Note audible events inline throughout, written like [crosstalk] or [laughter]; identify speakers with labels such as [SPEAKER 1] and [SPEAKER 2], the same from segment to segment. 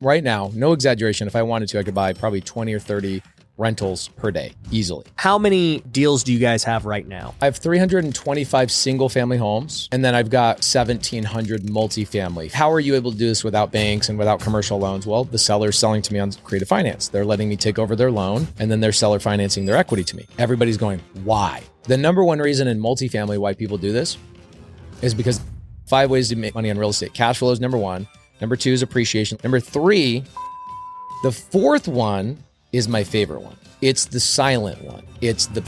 [SPEAKER 1] right now, no exaggeration, if I wanted to, I could buy probably 20 or 30 rentals per day easily.
[SPEAKER 2] How many deals do you guys have right now?
[SPEAKER 1] I have 325 single family homes, and then I've got 1,700 multifamily. How are you able to do this without banks and without commercial loans? Well, the seller's selling to me on creative finance. They're letting me take over their loan, and then they're seller financing their equity to me. Everybody's going, why? The number one reason in multifamily why people do this is because five ways to make money on real estate cash flow is number one. Number two is appreciation. Number three, the fourth one is my favorite one. It's the silent one. It's the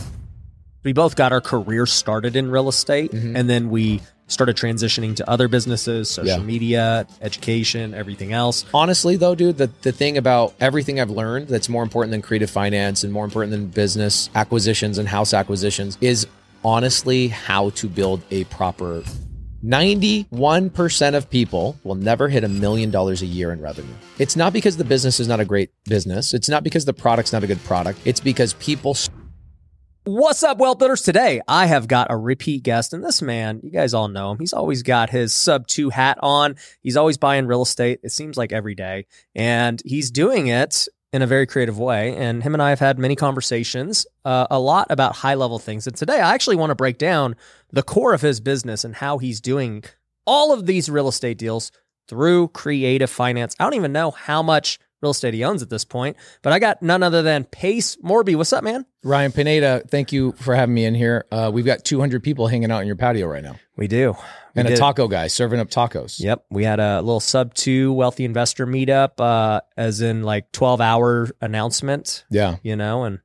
[SPEAKER 2] We both got our career started in real estate and then we started transitioning to other businesses, social
[SPEAKER 1] Yeah.
[SPEAKER 2] media, education, everything else.
[SPEAKER 1] honestly though, dude, the, the thing about everything I've learned that's more important than creative finance and more important than business acquisitions and house acquisitions is honestly how to build a proper 91% of people will never hit a million dollars a year in revenue. It's not because the business is not a great business. It's not because the product's not a good product. It's because people
[SPEAKER 2] What's up, Wealth Builders? Today, I have got a repeat guest, and this man, you guys all know him. He's always got his sub two hat on. He's always buying real estate, it seems like every day, and he's doing it in a very creative way. And him and I have had many conversations, uh, a lot about high level things. And today, I actually want to break down the core of his business and how he's doing all of these real estate deals through creative finance. I don't even know how much real estate he owns at this point, but I got none other than Pace Morby. What's up, man?
[SPEAKER 1] Ryan Pineda, thank you for having me in here. Uh, we've got 200 people hanging out in your patio right now,
[SPEAKER 2] We do. We
[SPEAKER 1] and a
[SPEAKER 2] did.
[SPEAKER 1] taco guy serving up tacos.
[SPEAKER 2] Yep. We had a little sub two wealthy investor meetup, uh, as in like 12 hour announcement,
[SPEAKER 1] Yeah,
[SPEAKER 2] you know, and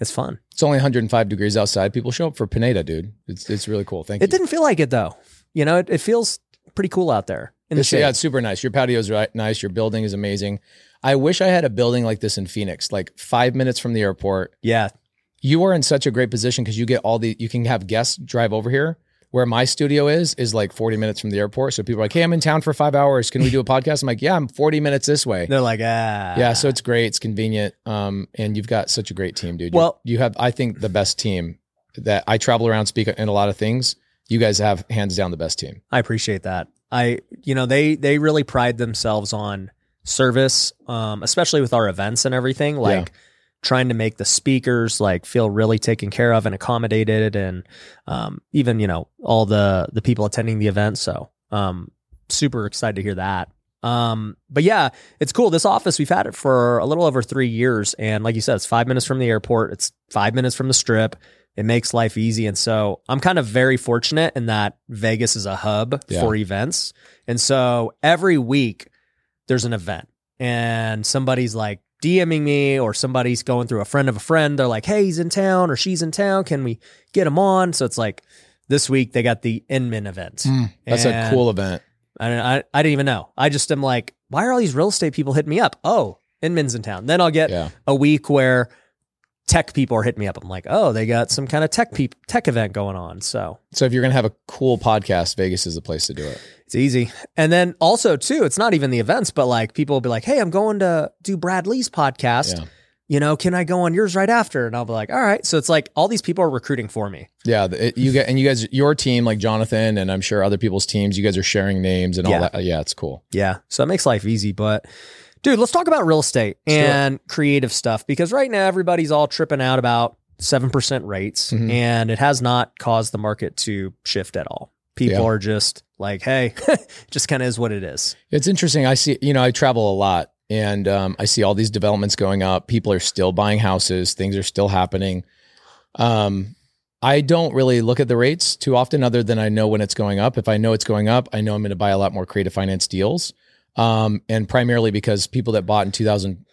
[SPEAKER 2] it's fun.
[SPEAKER 1] it's only 105 degrees outside. People show up for Pineda, dude. It's it's really cool. Thank
[SPEAKER 2] It
[SPEAKER 1] you.
[SPEAKER 2] didn't feel like it though. You know, it, it feels pretty cool out there. In the
[SPEAKER 1] It's, yeah,
[SPEAKER 2] shade.
[SPEAKER 1] it's super nice. Your patio's right, nice. Your building is amazing. I wish I had a building like this in Phoenix, like five minutes from the airport.
[SPEAKER 2] Yeah.
[SPEAKER 1] You are in such a great position because you get all the you can have guests drive over here. Where my studio is is like 40 minutes from the airport. So people are like, "Hey, I'm in town for five hours. Can we do a [laughs] podcast?" I'm like, "Yeah, I'm 40 minutes this way."
[SPEAKER 2] They're like, ah.
[SPEAKER 1] Yeah, so it's great. It's convenient. Um, and you've got such a great team, dude. You-
[SPEAKER 2] Well-
[SPEAKER 1] you, have, I think, the best team that I travel around, speak in a lot of things. You guys have hands down the best team.
[SPEAKER 2] I appreciate that. I, you know, they, they really pride themselves on service, um, especially with our events and everything, like trying to make the speakers like feel really taken care of and accommodated and, um, even, you know, all the, the people attending the event. So, um, super excited to hear that. Um, but yeah, it's cool. This office, we've had it for a little over three years. And like you said, it's five minutes from the airport. It's five minutes from the strip. It makes life easy. And so I'm kind of very fortunate in that Vegas is a hub
[SPEAKER 1] Yeah.
[SPEAKER 2] for events. And so every week there's an event and somebody's like DMing me or somebody's going through a friend of a friend. They're like, Hey, he's in town or she's in town. Can we get him on? So it's like this week they got the Inman event.
[SPEAKER 1] Hmm. That's
[SPEAKER 2] Hmm. And-
[SPEAKER 1] a cool event.
[SPEAKER 2] I, I I didn't even know. I just am like, why are all these real estate people hitting me up? Oh, Inman's in town. Then I'll get
[SPEAKER 1] Yeah.
[SPEAKER 2] a week where tech people are hitting me up. I'm like, oh, they got some kind of tech peop tech event going on. So
[SPEAKER 1] So if you're gonna have a cool podcast, Vegas is the place to do it.
[SPEAKER 2] it's easy. And then also too, it's not even the events, but like people will be like, hey, I'm going to do Brad Lee's podcast.
[SPEAKER 1] Yeah.
[SPEAKER 2] You know, can I go on yours right after? And I'll be like, all right. So it's like all these people are recruiting for me.
[SPEAKER 1] Yeah, the- it, you get and you guys, your team, like Jonathan, and I'm sure other people's teams. You guys are sharing names and all
[SPEAKER 2] Yeah.
[SPEAKER 1] that. Yeah, it's cool.
[SPEAKER 2] Yeah. So it makes life easy. But dude, let's talk about real estate
[SPEAKER 1] Let's do it.
[SPEAKER 2] and creative stuff because right now everybody's all tripping out about 7% rates
[SPEAKER 1] Mhm.
[SPEAKER 2] and it has not caused the market to shift at all. People
[SPEAKER 1] Yeah.
[SPEAKER 2] are just like, hey, [laughs] just kind of is what it is.
[SPEAKER 1] It's interesting. I see, you know, I travel a lot and um, I see all these developments going up. People are still buying houses, things are still happening. Um, I don't really look at the rates too often, other than I know when it's going up. If I know it's going up, I know I'm going to buy a lot more creative finance deals. Um, and primarily because people that bought in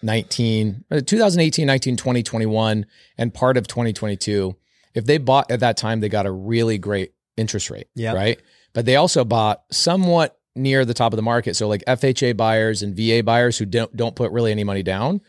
[SPEAKER 1] 2019, uh, 2018, 19, 20, 21, and part of 2022, if they bought at that time, they got a really great interest rate.
[SPEAKER 2] Yeah.
[SPEAKER 1] Right. But they also bought somewhat near the top of the market. So like FHA buyers and VA buyers who don't don't put really any money down,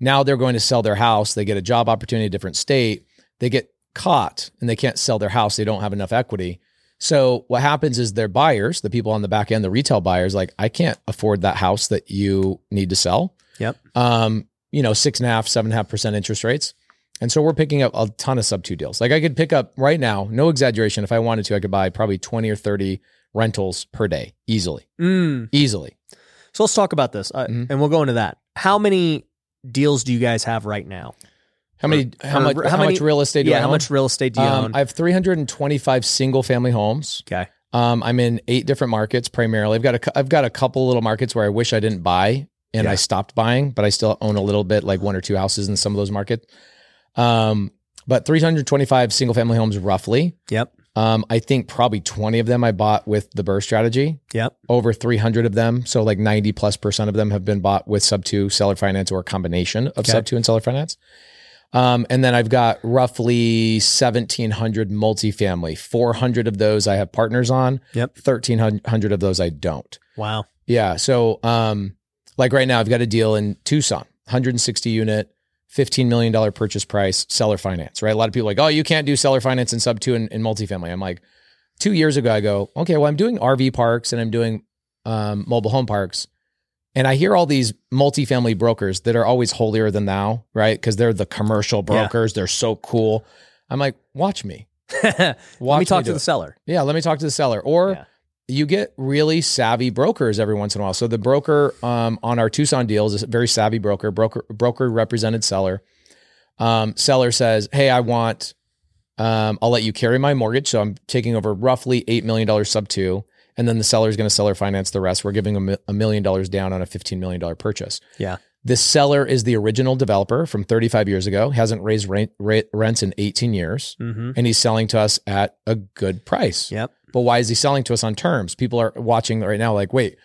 [SPEAKER 1] now they're going to sell their house. They get a job opportunity in a different state. They get caught and they can't sell their house. They don't have enough equity. So what happens is their buyers, the people on the back end, the retail buyers, like I can't afford that house that you need to sell.
[SPEAKER 2] Yep.
[SPEAKER 1] Um, you know, six and a half, seven and a half percent interest rates. And so we're picking up a ton of sub two deals. Like I could pick up right now, no exaggeration, if I wanted to, I could buy probably 20 or 30 rentals per day easily.
[SPEAKER 2] Mm.
[SPEAKER 1] Easily.
[SPEAKER 2] So let's talk about this, uh,
[SPEAKER 1] Mhm.
[SPEAKER 2] and we'll go into that. How many deals do you guys have right now?
[SPEAKER 1] How many? How
[SPEAKER 2] or
[SPEAKER 1] much?
[SPEAKER 2] how
[SPEAKER 1] How,
[SPEAKER 2] many-
[SPEAKER 1] much real estate? Do
[SPEAKER 2] yeah,
[SPEAKER 1] I
[SPEAKER 2] how
[SPEAKER 1] own?
[SPEAKER 2] much real estate do you
[SPEAKER 1] Um,
[SPEAKER 2] own?
[SPEAKER 1] I have 325 single family homes.
[SPEAKER 2] okay,
[SPEAKER 1] Um, I'm in eight different markets primarily. I've got a, cou- I've got a couple little markets where I wish I didn't buy and
[SPEAKER 2] Yeah.
[SPEAKER 1] I stopped buying, but I still own a little bit, like one or two houses in some of those markets. Um, but 325 single family homes roughly.
[SPEAKER 2] yep,
[SPEAKER 1] Um, I think probably 20 of them I bought with the Burr strategy.
[SPEAKER 2] yep,
[SPEAKER 1] Over 300 of them, so like 90 plus percent of them have been bought with sub two seller finance or a combination of
[SPEAKER 2] Okay.
[SPEAKER 1] sub two and seller finance. Um, and then I've got roughly 1,700 multifamily. 400 of those I have partners on.
[SPEAKER 2] Yep.
[SPEAKER 1] 1,300 of those I don't.
[SPEAKER 2] wow, [laughs]
[SPEAKER 1] Yeah. So, um, like right now, I've got a deal in Tucson, 160 unit, $15 million purchase price, seller finance, right? A lot of people are like, oh, you can't do seller finance in sub two in, in multifamily. I'm like, two years ago, I go, okay, well, I'm doing RV parks and I'm doing um, mobile home parks. And I hear all these multifamily brokers that are always holier than thou, right? Because they're the commercial
[SPEAKER 2] Yeah.
[SPEAKER 1] brokers. They're so cool. I'm like, watch me.
[SPEAKER 2] Let
[SPEAKER 1] Watch
[SPEAKER 2] me talk
[SPEAKER 1] do
[SPEAKER 2] to the
[SPEAKER 1] it.
[SPEAKER 2] seller.
[SPEAKER 1] Yeah, let me talk to the seller. Or
[SPEAKER 2] Yeah.
[SPEAKER 1] you get really savvy brokers every once in a while. So the broker um, on our Tucson deals is a very savvy broker, broker, broker represented seller. Um, seller says, "Hey, I want. Um, I'll let you carry my mortgage, so I'm taking over roughly eight million dollars sub two, and then the seller's going to seller finance the rest. We're giving them a million dollars down on a fifteen million dollar purchase.
[SPEAKER 2] Yeah.
[SPEAKER 1] This seller is the original developer from 35 years ago. Hasn't raised rent, rent, rents in 18 years,
[SPEAKER 2] Mm-hmm.
[SPEAKER 1] and he's selling to us at a good price.
[SPEAKER 2] Yep.
[SPEAKER 1] But why is he selling to us on terms? People are watching right now, like, wait,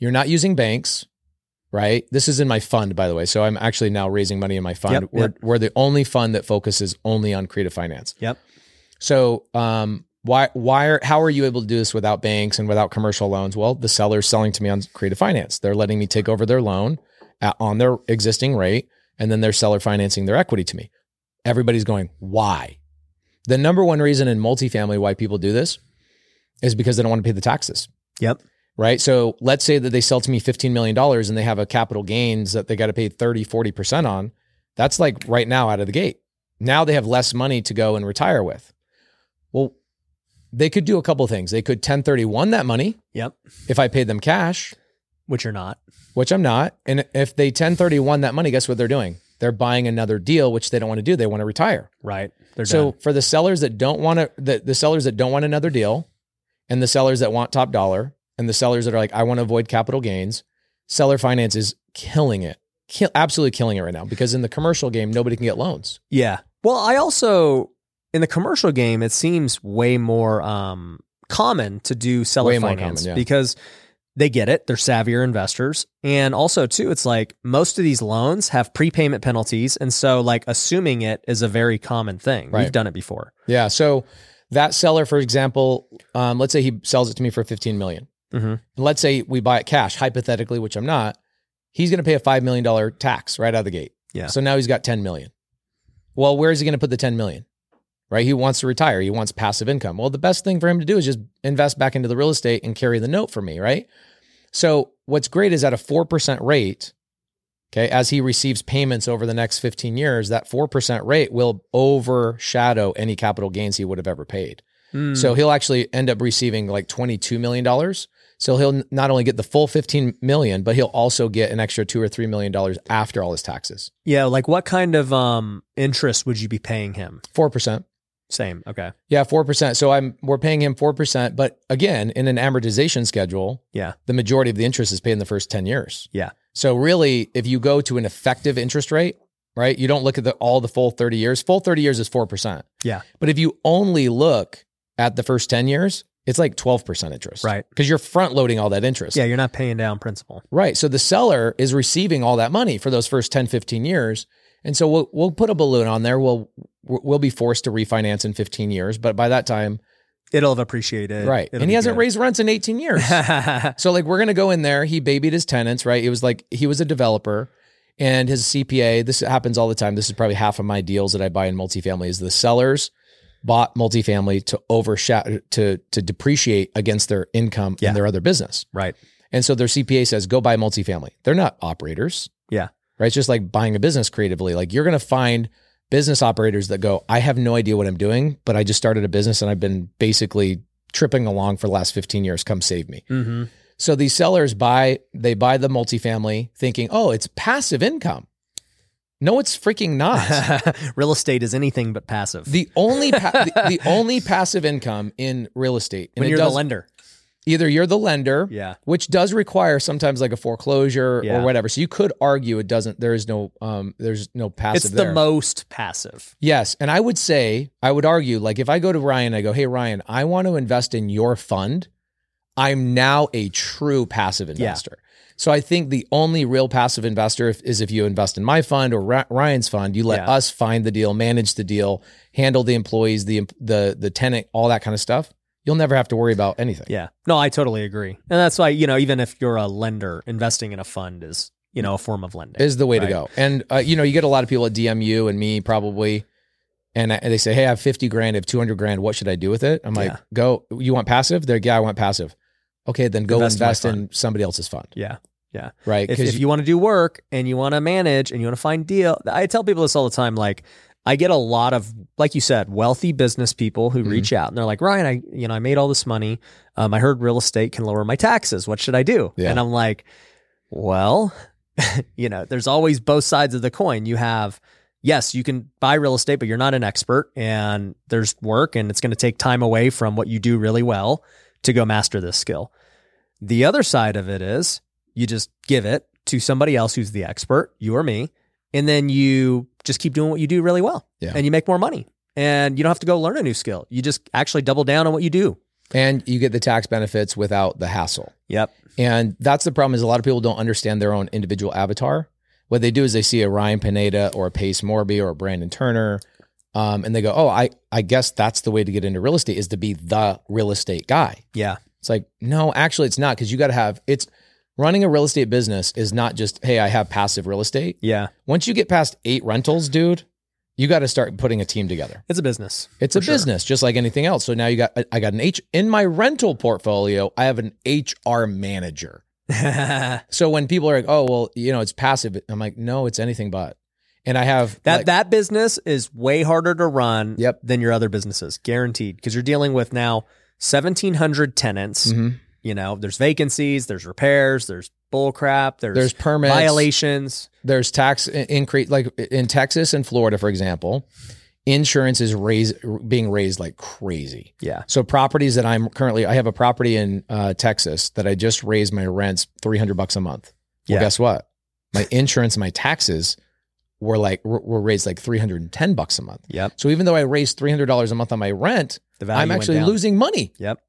[SPEAKER 1] you're not using banks, right? This is in my fund, by the way. So I'm actually now raising money in my fund.
[SPEAKER 2] Yep,
[SPEAKER 1] we're,
[SPEAKER 2] yep.
[SPEAKER 1] we're the only fund that focuses only on creative finance.
[SPEAKER 2] Yep.
[SPEAKER 1] So, um, why, why are, how are you able to do this without banks and without commercial loans? Well, the seller's selling to me on creative finance. They're letting me take over their loan at, on their existing rate, and then they're seller financing their equity to me. Everybody's going, why? The number one reason in multifamily why people do this is because they don't want to pay the taxes.
[SPEAKER 2] Yep.
[SPEAKER 1] Right. So let's say that they sell to me $15 million and they have a capital gains that they got to pay 30, 40% on. That's like right now out of the gate. Now they have less money to go and retire with. Well, they could do a couple things. They could 1031 that money
[SPEAKER 2] Yep.
[SPEAKER 1] if I paid them cash,
[SPEAKER 2] Which you're not.
[SPEAKER 1] which I'm not. And if they 1031 that money, guess what they're doing? They're buying another deal, which they don't want to do. They want to retire
[SPEAKER 2] Right. They're
[SPEAKER 1] so
[SPEAKER 2] done.
[SPEAKER 1] for the sellers that don't want to the, the sellers that don't want another deal and the sellers that want top dollar and the sellers that are like i want to avoid capital gains seller finance is killing it Kill, absolutely killing it right now because in the commercial game nobody can get loans
[SPEAKER 2] Yeah. Well, I also in the commercial game, it seems way more um, common to do seller
[SPEAKER 1] Way more
[SPEAKER 2] finance
[SPEAKER 1] common, yeah.
[SPEAKER 2] because they get it; they're savvier investors, and also too, it's like most of these loans have prepayment penalties, and so like assuming it is a very common thing.
[SPEAKER 1] Right.
[SPEAKER 2] We've done it before.
[SPEAKER 1] yeah so that seller for example um, let's say he sells it to me for 15 million
[SPEAKER 2] Mhm.
[SPEAKER 1] and let's say we buy it cash hypothetically which i'm not he's going to pay a $5 million tax right out of the gate
[SPEAKER 2] Yeah.
[SPEAKER 1] so now he's got 10 million well where is he going to put the 10 million right he wants to retire he wants passive income well the best thing for him to do is just invest back into the real estate and carry the note for me right so what's great is at a 4% rate okay as he receives payments over the next 15 years that 4% rate will overshadow any capital gains he would have ever paid
[SPEAKER 2] Mm.
[SPEAKER 1] so he'll actually end up receiving like $22 million. So he'll n- not only get the full 15 million, but he'll also get an extra two or $3 million after all his taxes.
[SPEAKER 2] yeah, like what kind of um, interest would you be paying him?
[SPEAKER 1] 4%.
[SPEAKER 2] Same. Okay.
[SPEAKER 1] Yeah, 4%. So I'm, we're paying him 4%, but again, in an amortization schedule,
[SPEAKER 2] Yeah.
[SPEAKER 1] the majority of the interest is paid in the first 10 years.
[SPEAKER 2] Yeah.
[SPEAKER 1] So really, if you go to an effective interest rate, right, you don't look at the, all the full 30 years. Full 30 years is 4%.
[SPEAKER 2] Yeah.
[SPEAKER 1] But if you only look at the first 10 years, it's like 12% interest.
[SPEAKER 2] Right.
[SPEAKER 1] Because you're front loading all that interest.
[SPEAKER 2] Yeah, you're not paying down principal.
[SPEAKER 1] Right. So the seller is receiving all that money for those first 10, 15 years. And so we'll, we'll put a balloon on there. We'll, we'll be forced to refinance in 15 years. But by that time,
[SPEAKER 2] It'll have appreciated.
[SPEAKER 1] right.
[SPEAKER 2] It'll
[SPEAKER 1] and
[SPEAKER 2] be
[SPEAKER 1] he hasn't
[SPEAKER 2] good.
[SPEAKER 1] raised rents in 18 years.
[SPEAKER 2] [laughs]
[SPEAKER 1] so like, we're going to go in there. He babied his tenants, right? It was like, he was a developer and his CPA, this happens all the time. This is probably half of my deals that I buy in multifamily is the sellers bought multifamily to overshadow, to, to depreciate against their income
[SPEAKER 2] Yeah.
[SPEAKER 1] and their other business.
[SPEAKER 2] right.
[SPEAKER 1] And so their CPA says, go buy multifamily. They're not operators.
[SPEAKER 2] Yeah.
[SPEAKER 1] Right. It's just like buying a business creatively. Like you're going to find business operators that go, I have no idea what I'm doing, but I just started a business and I've been basically tripping along for the last 15 years. Come save me.
[SPEAKER 2] Mm-hmm.
[SPEAKER 1] So these sellers buy they buy the multifamily thinking, "Oh, it's passive income." No, it's freaking
[SPEAKER 2] [laughs]
[SPEAKER 1] not.
[SPEAKER 2] real estate is anything but passive.
[SPEAKER 1] the only pa- the, the only passive income in real estate and
[SPEAKER 2] when
[SPEAKER 1] it
[SPEAKER 2] you're the
[SPEAKER 1] does-
[SPEAKER 2] lender.
[SPEAKER 1] either you're the lender
[SPEAKER 2] Yeah.
[SPEAKER 1] which does require sometimes like a foreclosure
[SPEAKER 2] Yeah.
[SPEAKER 1] or whatever. So you could argue it doesn't. There is no um. There's no passive.
[SPEAKER 2] It's the
[SPEAKER 1] there.
[SPEAKER 2] most passive.
[SPEAKER 1] yes, and I would say I would argue like if I go to Ryan, I go, hey Ryan, I want to invest in your fund. I'm now a true passive investor. So I think the only real passive investor if, is if you invest in my fund or Ri- Ryan's fund. You let
[SPEAKER 2] Yeah.
[SPEAKER 1] us find the deal, manage the deal, handle the employees, the em- the the tenant, all that kind of stuff. You'll never have to worry about anything.
[SPEAKER 2] Yeah. No, I totally agree. And that's why, you know, even if you're a lender, investing in a fund is, you know, a form of lending.
[SPEAKER 1] is the way to
[SPEAKER 2] Right.
[SPEAKER 1] go. And uh, you know, you get a lot of people at DMU and me probably, and, I, and they say, "Hey, I have fifty grand, I have two hundred grand. What should I do with it?" I'm like,
[SPEAKER 2] Yeah.
[SPEAKER 1] "Go. You want passive? They're like, yeah, I want passive. Okay, then go
[SPEAKER 2] Invest in my
[SPEAKER 1] invest, in somebody else's fund,
[SPEAKER 2] yeah.
[SPEAKER 1] right?
[SPEAKER 2] If,
[SPEAKER 1] 'Cause
[SPEAKER 2] if you want to do work and you want to manage and you want to find deal, I tell people this all the time. Like, I get a lot of, like you said, wealthy business people who
[SPEAKER 1] Mhm.
[SPEAKER 2] reach out and they're like, Ryan, I, you know, I made all this money. Um, I heard real estate can lower my taxes. What should I do?
[SPEAKER 1] Yeah.
[SPEAKER 2] And I'm like, well, [laughs] you know, there's always both sides of the coin. You have, yes, you can buy real estate, but you're not an expert and there's work and it's going to take time away from what you do really well to go master this skill. The other side of it is you just give it to somebody else who's the expert, you or me, and then you just keep doing what you do really well
[SPEAKER 1] Yeah.
[SPEAKER 2] and you make more money. And you don't have to go learn a new skill. You just actually double down on what you do.
[SPEAKER 1] and you get the tax benefits without the hassle.
[SPEAKER 2] Yep.
[SPEAKER 1] And that's the problem is a lot of people don't understand their own individual avatar. What they do is they see a Ryan Pineda or a Pace Morby or a Brandon Turner, um, and they go, "Oh, I I guess that's the way to get into real estate is to be the real estate guy."
[SPEAKER 2] Yeah.
[SPEAKER 1] It's like, no, actually, it's not because you got to have it's running a real estate business is not just, hey, I have passive real estate.
[SPEAKER 2] Yeah.
[SPEAKER 1] Once you get past eight rentals, dude, you got to start putting a team together.
[SPEAKER 2] It's a business. [laughs]
[SPEAKER 1] It's a
[SPEAKER 2] sure.
[SPEAKER 1] business just like anything else. So now you got, I- I got an H in my rental portfolio, I have an HR manager.
[SPEAKER 2] that
[SPEAKER 1] So when people are like, oh, well, you know, it's passive, I'm like, no, it's anything but. And I have like-
[SPEAKER 2] that business is way harder to run
[SPEAKER 1] Yep.
[SPEAKER 2] than your other businesses, guaranteed, because you're dealing with now 1700 tenants.
[SPEAKER 1] Mhm.
[SPEAKER 2] You know, there's vacancies, there's repairs, there's bull crap, there's,
[SPEAKER 1] There's permits.
[SPEAKER 2] violations.
[SPEAKER 1] there's tax in- increase like in Texas and Florida, for example, insurance is raised being raised like crazy.
[SPEAKER 2] Yeah.
[SPEAKER 1] So properties that I'm currently, I have a property in uh, Texas that I just raised my rents 300 bucks a month. Well,
[SPEAKER 2] Yeah.
[SPEAKER 1] guess what? My insurance, and my taxes were like, were, were raised like 310 bucks a month.
[SPEAKER 2] Yep.
[SPEAKER 1] So even though I raised $300 a month on my rent,
[SPEAKER 2] The value
[SPEAKER 1] I'm
[SPEAKER 2] went
[SPEAKER 1] actually
[SPEAKER 2] down.
[SPEAKER 1] losing money.
[SPEAKER 2] Yep.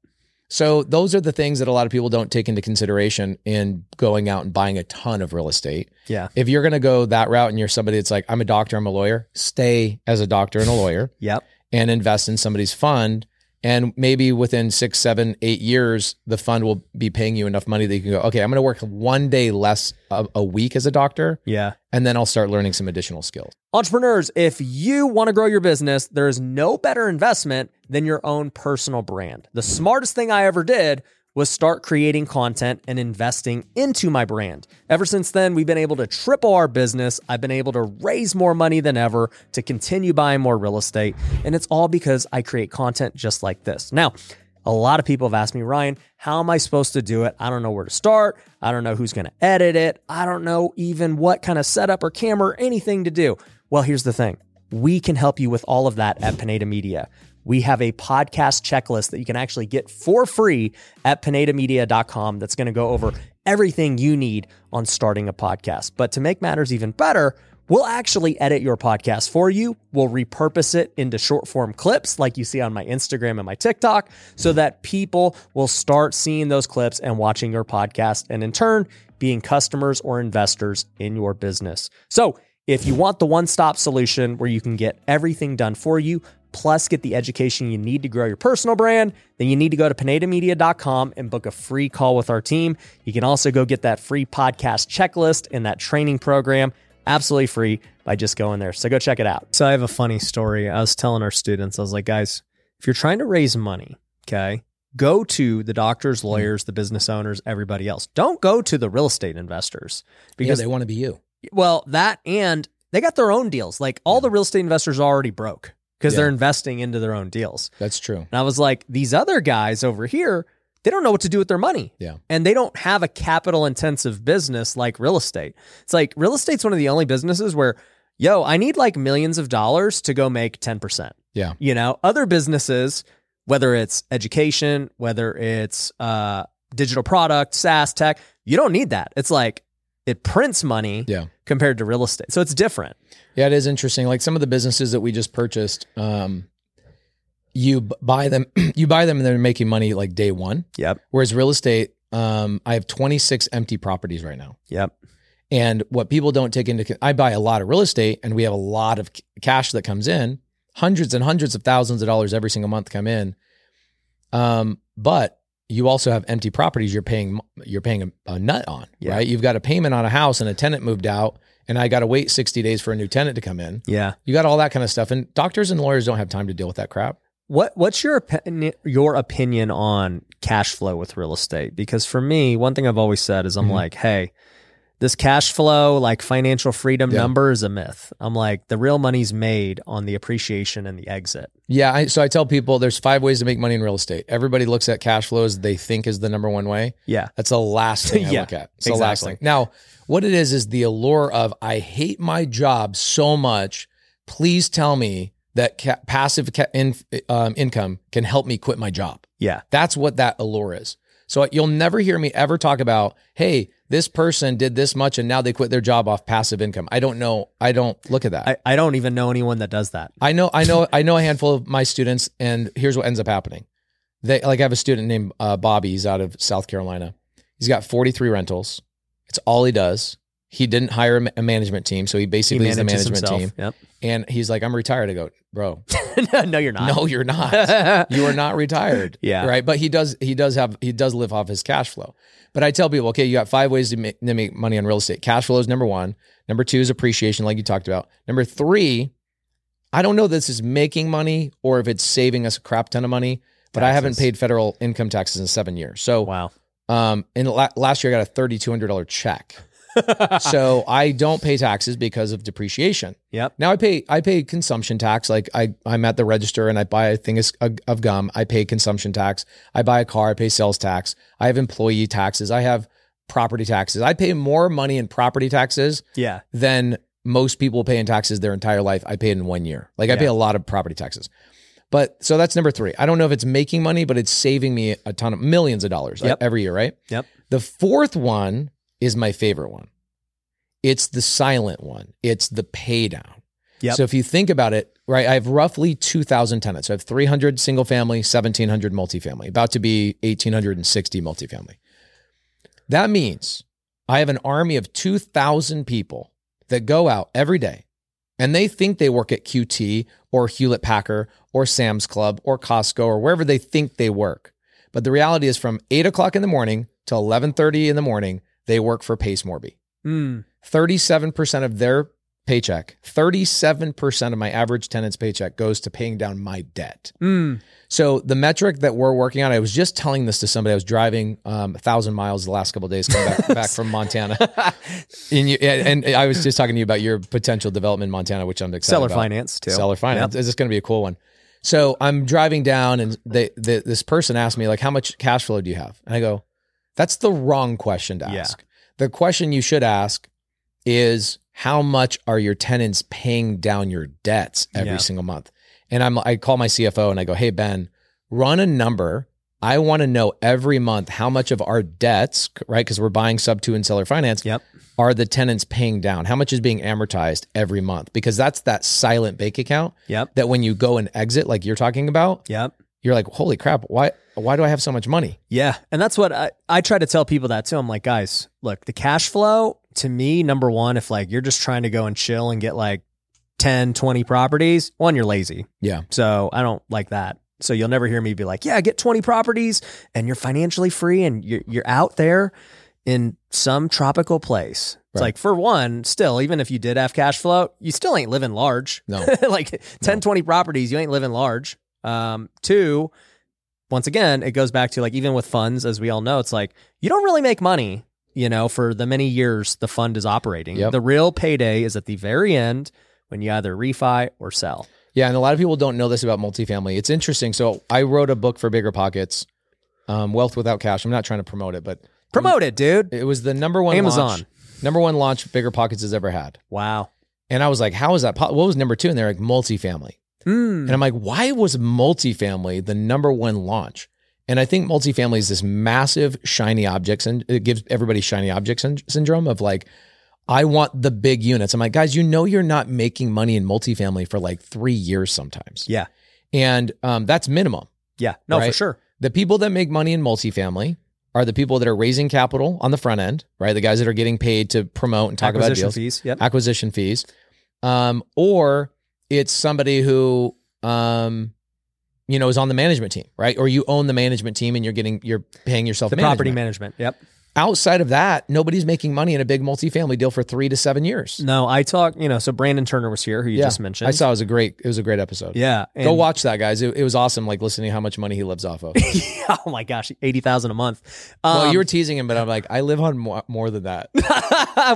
[SPEAKER 1] So those are the things that a lot of people don't take into consideration in going out and buying a ton of real estate.
[SPEAKER 2] Yeah.
[SPEAKER 1] If you're going to go that route and you're somebody that's like, I'm a doctor, I'm a lawyer, stay as a doctor and a lawyer
[SPEAKER 2] Yep.
[SPEAKER 1] and invest in somebody's fund. And maybe within six, seven, eight years, the fund will be paying you enough money that you can go, okay, I'm going to work one day less a, a week as a doctor,
[SPEAKER 2] Yeah.
[SPEAKER 1] and then I'll start learning some additional skills.
[SPEAKER 2] Entrepreneurs, if you want to grow your business, there is no better investment than your own personal brand. The smartest thing I ever did was start creating content and investing into my brand. Ever since then, we've been able to triple our business. I've been able to raise more money than ever to continue buying more real estate. And it's all because I create content just like this. Now, a lot of people have asked me, Ryan, how am I supposed to do it? I don't know where to start. I don't know who's going to edit it. I don't know even what kind of setup or camera or anything to do. Well, here's the thing we can help you with all of that at Pineda Media. We have a podcast checklist that you can actually get for free at pinedamedia.com that's going to go over everything you need on starting a podcast. But to make matters even better, We'll actually edit your podcast for you. We'll repurpose it into short form clips like you see on my Instagram and my TikTok so that people will start seeing those clips and watching your podcast and in turn being customers or investors in your business. So, if you want the one stop solution where you can get everything done for you, plus get the education you need to grow your personal brand, then you need to go to PinedaMedia.com and book a free call with our team. You can also go get that free podcast checklist and that training program absolutely free by just going there. So go check it out. So I have a funny story. I was telling our students, I was like, guys, if you're trying to raise money, okay, go to the doctors, lawyers, the business owners, everybody else. Don't go to the real estate investors
[SPEAKER 1] Because
[SPEAKER 2] because
[SPEAKER 1] they want to be you.
[SPEAKER 2] well, that and they got their own deals. Like all the real estate investors are already broke because
[SPEAKER 1] Yeah.
[SPEAKER 2] they're investing into their own deals.
[SPEAKER 1] That's true.
[SPEAKER 2] And I was like, these other guys over here, they don't know what to do with their money.
[SPEAKER 1] Yeah.
[SPEAKER 2] And they don't have a capital intensive business like real estate. It's like real estate's one of the only businesses where, yo, I need like millions of dollars to go make 10%.
[SPEAKER 1] Yeah.
[SPEAKER 2] You know, other businesses, whether it's education, whether it's uh, digital product, SaaS tech, you don't need that. It's like it prints money
[SPEAKER 1] Yeah.
[SPEAKER 2] compared to real estate. So it's different.
[SPEAKER 1] Yeah, it is interesting. Like some of the businesses that we just purchased, um, you b- buy them, [clears throat] you buy them, and they're making money like day one.
[SPEAKER 2] Yep.
[SPEAKER 1] Whereas real estate, um, I have 26 empty properties right now.
[SPEAKER 2] Yep.
[SPEAKER 1] And what people don't take into, con- I buy a lot of real estate, and we have a lot of c- cash that comes in, hundreds and hundreds of thousands of dollars every single month come in. Um, but you also have empty properties you're paying you're paying a, a nut on,
[SPEAKER 2] Yeah.
[SPEAKER 1] right? You've got a payment on a house, and a tenant moved out, and I got to wait 60 days for a new tenant to come in.
[SPEAKER 2] Yeah.
[SPEAKER 1] You got all that kind of stuff, and doctors and lawyers don't have time to deal with that crap.
[SPEAKER 2] What what's your opinion your opinion on cash flow with real estate? Because for me, one thing I've always said is I'm
[SPEAKER 1] Mhm.
[SPEAKER 2] like, hey, this cash flow like financial freedom
[SPEAKER 1] Yeah.
[SPEAKER 2] number is a myth. I'm like the real money's made on the appreciation and the exit.
[SPEAKER 1] Yeah, I, so I tell people there's five ways to make money in real estate. Everybody looks at cash flows they think is the number one way.
[SPEAKER 2] Yeah.
[SPEAKER 1] That's the last thing I
[SPEAKER 2] [laughs] Yeah,
[SPEAKER 1] look at. It's the last
[SPEAKER 2] exactly.
[SPEAKER 1] thing. Now, what it is is the allure of I hate my job so much. Please tell me that ca- passive ca- in, um, income can help me quit my job.
[SPEAKER 2] Yeah.
[SPEAKER 1] That's what that allure is. So you'll never hear me ever talk about, hey, this person did this much and now they quit their job off passive income. I don't know. I don't look at that.
[SPEAKER 2] I, I don't even know anyone that does that.
[SPEAKER 1] I know, I know, I know a handful of my students, and here's what ends up happening. They like I have a student named uh, Bobby. He's out of South Carolina. He's got 43 rentals. It's all he does. He didn't hire a ma- a management team, so he
[SPEAKER 2] He
[SPEAKER 1] basically is the
[SPEAKER 2] manages
[SPEAKER 1] management
[SPEAKER 2] himself.
[SPEAKER 1] team. And he's like, "I'm retired." I go, "Bro,
[SPEAKER 2] Yep. [laughs] no, you're not.
[SPEAKER 1] no, you're
[SPEAKER 2] [laughs]
[SPEAKER 1] not. you are not retired."
[SPEAKER 2] yeah.
[SPEAKER 1] Right, but he does. He does have. He does live off his cash flow. But I tell people, okay, you got five ways to make, to make money on real estate. Cash flow is number one. Number two is appreciation, like you talked about. Number three, I don't know if this is making money or if it's saving us a crap ton of money. But I haven't
[SPEAKER 2] Taxes.
[SPEAKER 1] paid federal income taxes in seven years. So,
[SPEAKER 2] Wow.
[SPEAKER 1] um, in la- last year I got a thirty two hundred dollar
[SPEAKER 2] [laughs]
[SPEAKER 1] check. so I don't pay taxes because of depreciation.
[SPEAKER 2] Yep.
[SPEAKER 1] Now I pay I pay consumption tax. Like I I'm at the register and I buy a thing is- of of gum. I pay consumption tax. I buy a car. I pay sales tax. I have employee taxes. I have property taxes. I pay more money in property taxes
[SPEAKER 2] Yeah.
[SPEAKER 1] than most people pay in taxes their entire life. I paid in one year. Like I pay
[SPEAKER 2] Yeah.
[SPEAKER 1] a lot of property taxes. But so that's number three. I don't know if it's making money, but it's saving me a ton of millions of dollars
[SPEAKER 2] Yep.
[SPEAKER 1] every year, right?
[SPEAKER 2] Yep.
[SPEAKER 1] The fourth one is my favorite one. It's the silent one. It's the pay down.
[SPEAKER 2] Yep.
[SPEAKER 1] So if you think about it, right, I have roughly 2,000 tenants. I have 300 single family, 1,700 multifamily, about to be 1,860 multifamily. That means I have an army of 2,000 people that go out every day and they think they work at QT or Hewlett Packard or Sam's Club or Costco or wherever they think they work. But the reality is from eight o'clock in the morning to 1130 in the morning, they work for Pace Morby.
[SPEAKER 2] Mm.
[SPEAKER 1] 37% of their paycheck, 37% of my average tenant's paycheck goes to paying down my debt. [laughs]
[SPEAKER 2] Mm.
[SPEAKER 1] So the metric that we're working on, I was just telling this to somebody. I was driving um, a thousand miles the last couple of days coming back, back from Montana, and, you, and, and I was just talking to you about your potential development in Montana, which I'm excited
[SPEAKER 2] Seller
[SPEAKER 1] about.
[SPEAKER 2] finance too.
[SPEAKER 1] Seller finance. This is going to be a cool one. So I'm driving down, and they, the, this person asked me like, "How much cash flow do you have?" And I go, "That's the wrong question to
[SPEAKER 2] Yeah.
[SPEAKER 1] ask. The question you should ask is how much are your tenants paying down your debts every
[SPEAKER 2] Yeah.
[SPEAKER 1] single month?" And I'm I call my CFO and I go, "Hey Ben, run a number." I want to know every month how much of our debts, right? Because we're buying sub two and seller finance
[SPEAKER 2] Yep.
[SPEAKER 1] are the tenants paying down? How much is being amortized every month? Because that's that silent bank account
[SPEAKER 2] Yep.
[SPEAKER 1] that when you go and exit, like you're talking about,
[SPEAKER 2] Yep.
[SPEAKER 1] you're like, holy crap, why why do I have so much money?
[SPEAKER 2] Yeah. And that's what I, I try to tell people that too. I'm like, guys, look, the cash flow to me, number one, if like you're just trying to go and chill and get like 10, 20 properties, one, you're lazy.
[SPEAKER 1] Yeah.
[SPEAKER 2] So I don't like that. So you'll never hear me be like, yeah, get 20 properties and you're financially free and you're, you're out there in some tropical place. It's
[SPEAKER 1] Right.
[SPEAKER 2] like, for one, still, even if you did have cash flow, you still ain't living large.
[SPEAKER 1] No.
[SPEAKER 2] [laughs] like 10, 20 properties, you ain't living large. Um, two, once again, it goes back to like even with funds, as we all know, it's like you don't really make money, you know, for the many years the fund is operating.
[SPEAKER 1] Yep.
[SPEAKER 2] The real payday is at the very end when you either refi or sell.
[SPEAKER 1] Yeah, and a lot of people don't know this about multifamily. It's interesting. So I wrote a book for Bigger Pockets Um, Wealth Without Cash. I'm not trying to promote it, but
[SPEAKER 2] Promote it, dude.
[SPEAKER 1] it was the number one
[SPEAKER 2] Amazon.
[SPEAKER 1] launch- number one launch Bigger Pockets has ever had.
[SPEAKER 2] Wow.
[SPEAKER 1] And I was like, how is that? Po-? What was number two? And they're like, multifamily.
[SPEAKER 2] Mm.
[SPEAKER 1] And I'm like, why was multifamily the number one launch? And I think multifamily is this massive shiny objects, and it gives everybody shiny object syn- syndrome of like, I want the big units. I'm like, guys, you know, you're not making money in multifamily for like three years sometimes.
[SPEAKER 2] Yeah.
[SPEAKER 1] And um, that's minimum.
[SPEAKER 2] Yeah. No, for
[SPEAKER 1] Right.
[SPEAKER 2] sure.
[SPEAKER 1] The people that make money in multifamily are the people that are raising capital on the front end, right? The guys that are getting paid to promote and talk about
[SPEAKER 2] Acquisition
[SPEAKER 1] deals
[SPEAKER 2] fees. Yep.
[SPEAKER 1] acquisition fees, um, or it's somebody who, um, you know, is on the management team, right? Or you own the management team and you're getting you're paying yourself
[SPEAKER 2] The
[SPEAKER 1] management.
[SPEAKER 2] property management. Yep.
[SPEAKER 1] Outside of that, nobody's making money in a big multifamily deal for three to seven years.
[SPEAKER 2] No, I talk. You know, so Brandon Turner was here, who you
[SPEAKER 1] Yeah,
[SPEAKER 2] just mentioned.
[SPEAKER 1] I saw it was a great it was a great episode.
[SPEAKER 2] Yeah.
[SPEAKER 1] Go
[SPEAKER 2] and-
[SPEAKER 1] watch that, guys. It, it was awesome. Like listening to how much money he lives off of.
[SPEAKER 2] [laughs] oh my gosh, eighty thousand a month. Um,
[SPEAKER 1] well, you were teasing him, but I'm like, I live on more, more than
[SPEAKER 2] [laughs]
[SPEAKER 1] that.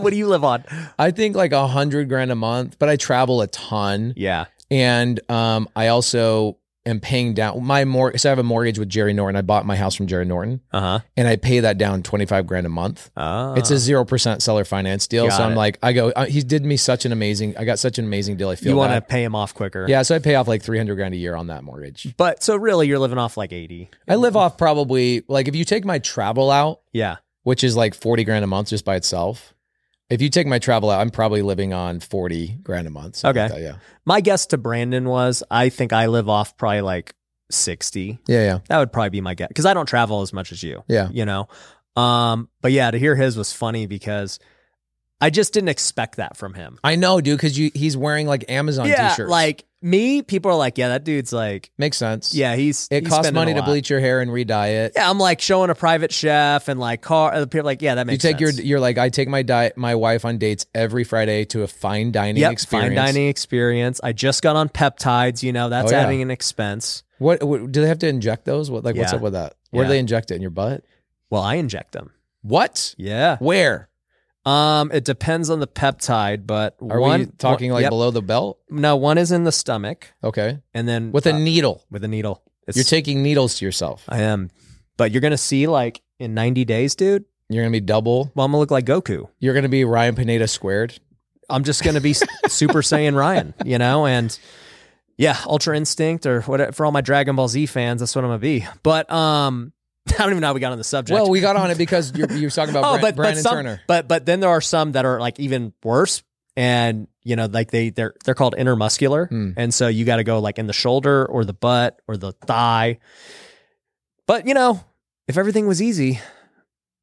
[SPEAKER 2] what do you live on?
[SPEAKER 1] I think like a hundred grand a month, but I travel a ton.
[SPEAKER 2] Yeah.
[SPEAKER 1] and um, I also am paying down my mortgage. So I have a mortgage with Jerry Norton. I bought my house from Jerry Norton,
[SPEAKER 2] Uh
[SPEAKER 1] and I pay that down twenty five grand a month.
[SPEAKER 2] huh.
[SPEAKER 1] It's a zero percent seller finance deal,
[SPEAKER 2] Uh. Got
[SPEAKER 1] so I'm
[SPEAKER 2] it.
[SPEAKER 1] like, I go. Uh, he did me such an amazing. I got such an amazing deal. I feel
[SPEAKER 2] you want to
[SPEAKER 1] bad.
[SPEAKER 2] pay him off quicker.
[SPEAKER 1] Yeah, so I pay off like three hundred grand a year on that mortgage.
[SPEAKER 2] But so really, you're living off like eighty.
[SPEAKER 1] I live
[SPEAKER 2] Mm.
[SPEAKER 1] off probably like if you take my travel out,
[SPEAKER 2] Yeah.
[SPEAKER 1] which is like forty grand a month just by itself. If you take my travel out, I'm probably living on forty grand a month. something like
[SPEAKER 2] Okay.
[SPEAKER 1] that, yeah.
[SPEAKER 2] My guess to Brandon was, I think I live off probably like sixty.
[SPEAKER 1] Yeah. Yeah.
[SPEAKER 2] That would probably be my guess because I don't travel as much as you.
[SPEAKER 1] Yeah.
[SPEAKER 2] You know. Um. But yeah, to hear his was funny because I just didn't expect that from him.
[SPEAKER 1] I know, dude, because you he's wearing like Amazon
[SPEAKER 2] yeah.
[SPEAKER 1] t-shirts.
[SPEAKER 2] Like me, people are like, yeah, that dude's like,
[SPEAKER 1] Makes sense.
[SPEAKER 2] yeah, he's
[SPEAKER 1] It
[SPEAKER 2] he's
[SPEAKER 1] costs
[SPEAKER 2] spending
[SPEAKER 1] money
[SPEAKER 2] a
[SPEAKER 1] to
[SPEAKER 2] lot.
[SPEAKER 1] bleach your hair and re-dye it.
[SPEAKER 2] Yeah, I'm like showing a private chef and like car. uh, People are like, yeah, that
[SPEAKER 1] you
[SPEAKER 2] makes
[SPEAKER 1] take
[SPEAKER 2] sense.
[SPEAKER 1] your you're like I take my diet my wife on dates every Friday to a fine dining
[SPEAKER 2] yep,
[SPEAKER 1] experience.
[SPEAKER 2] fine dining experience. I just got on peptides. You know, that's
[SPEAKER 1] Oh, yeah.
[SPEAKER 2] adding an expense.
[SPEAKER 1] What, what do they have to inject those? What like what's
[SPEAKER 2] Yeah.
[SPEAKER 1] up with that? Where do
[SPEAKER 2] Yeah.
[SPEAKER 1] they inject it in your butt?
[SPEAKER 2] Well, I inject them.
[SPEAKER 1] What?
[SPEAKER 2] Yeah.
[SPEAKER 1] Where?
[SPEAKER 2] Um, it depends on the peptide, but
[SPEAKER 1] Are
[SPEAKER 2] one
[SPEAKER 1] we talking like
[SPEAKER 2] yep.
[SPEAKER 1] below the belt?
[SPEAKER 2] no, one is in the stomach,
[SPEAKER 1] Okay.
[SPEAKER 2] and then
[SPEAKER 1] With a
[SPEAKER 2] uh,
[SPEAKER 1] needle.
[SPEAKER 2] with a needle. It's,
[SPEAKER 1] You're taking needles to yourself.
[SPEAKER 2] I am, but you're gonna see like in 90 days, dude.
[SPEAKER 1] You're gonna be double.
[SPEAKER 2] Well, I'm gonna look like Goku.
[SPEAKER 1] You're gonna be Ryan Pineda squared.
[SPEAKER 2] I'm just
[SPEAKER 1] [laughs]
[SPEAKER 2] gonna be Super Saiyan Ryan, you know, and yeah, Ultra Instinct or whatever for all my Dragon Ball Z fans, that's what I'm gonna be. But um, [laughs] I don't even know how we got on the subject.
[SPEAKER 1] Well, we got on it because you're, you're talking about
[SPEAKER 2] [laughs] oh,
[SPEAKER 1] Bra-
[SPEAKER 2] but
[SPEAKER 1] Brandon
[SPEAKER 2] but some,
[SPEAKER 1] Turner.
[SPEAKER 2] but but then there are some that are like even worse, and you know, like they they're they're called intermuscular,
[SPEAKER 1] Hmm.
[SPEAKER 2] and so you got to go like in the shoulder or the butt or the thigh. But you know, if everything was easy,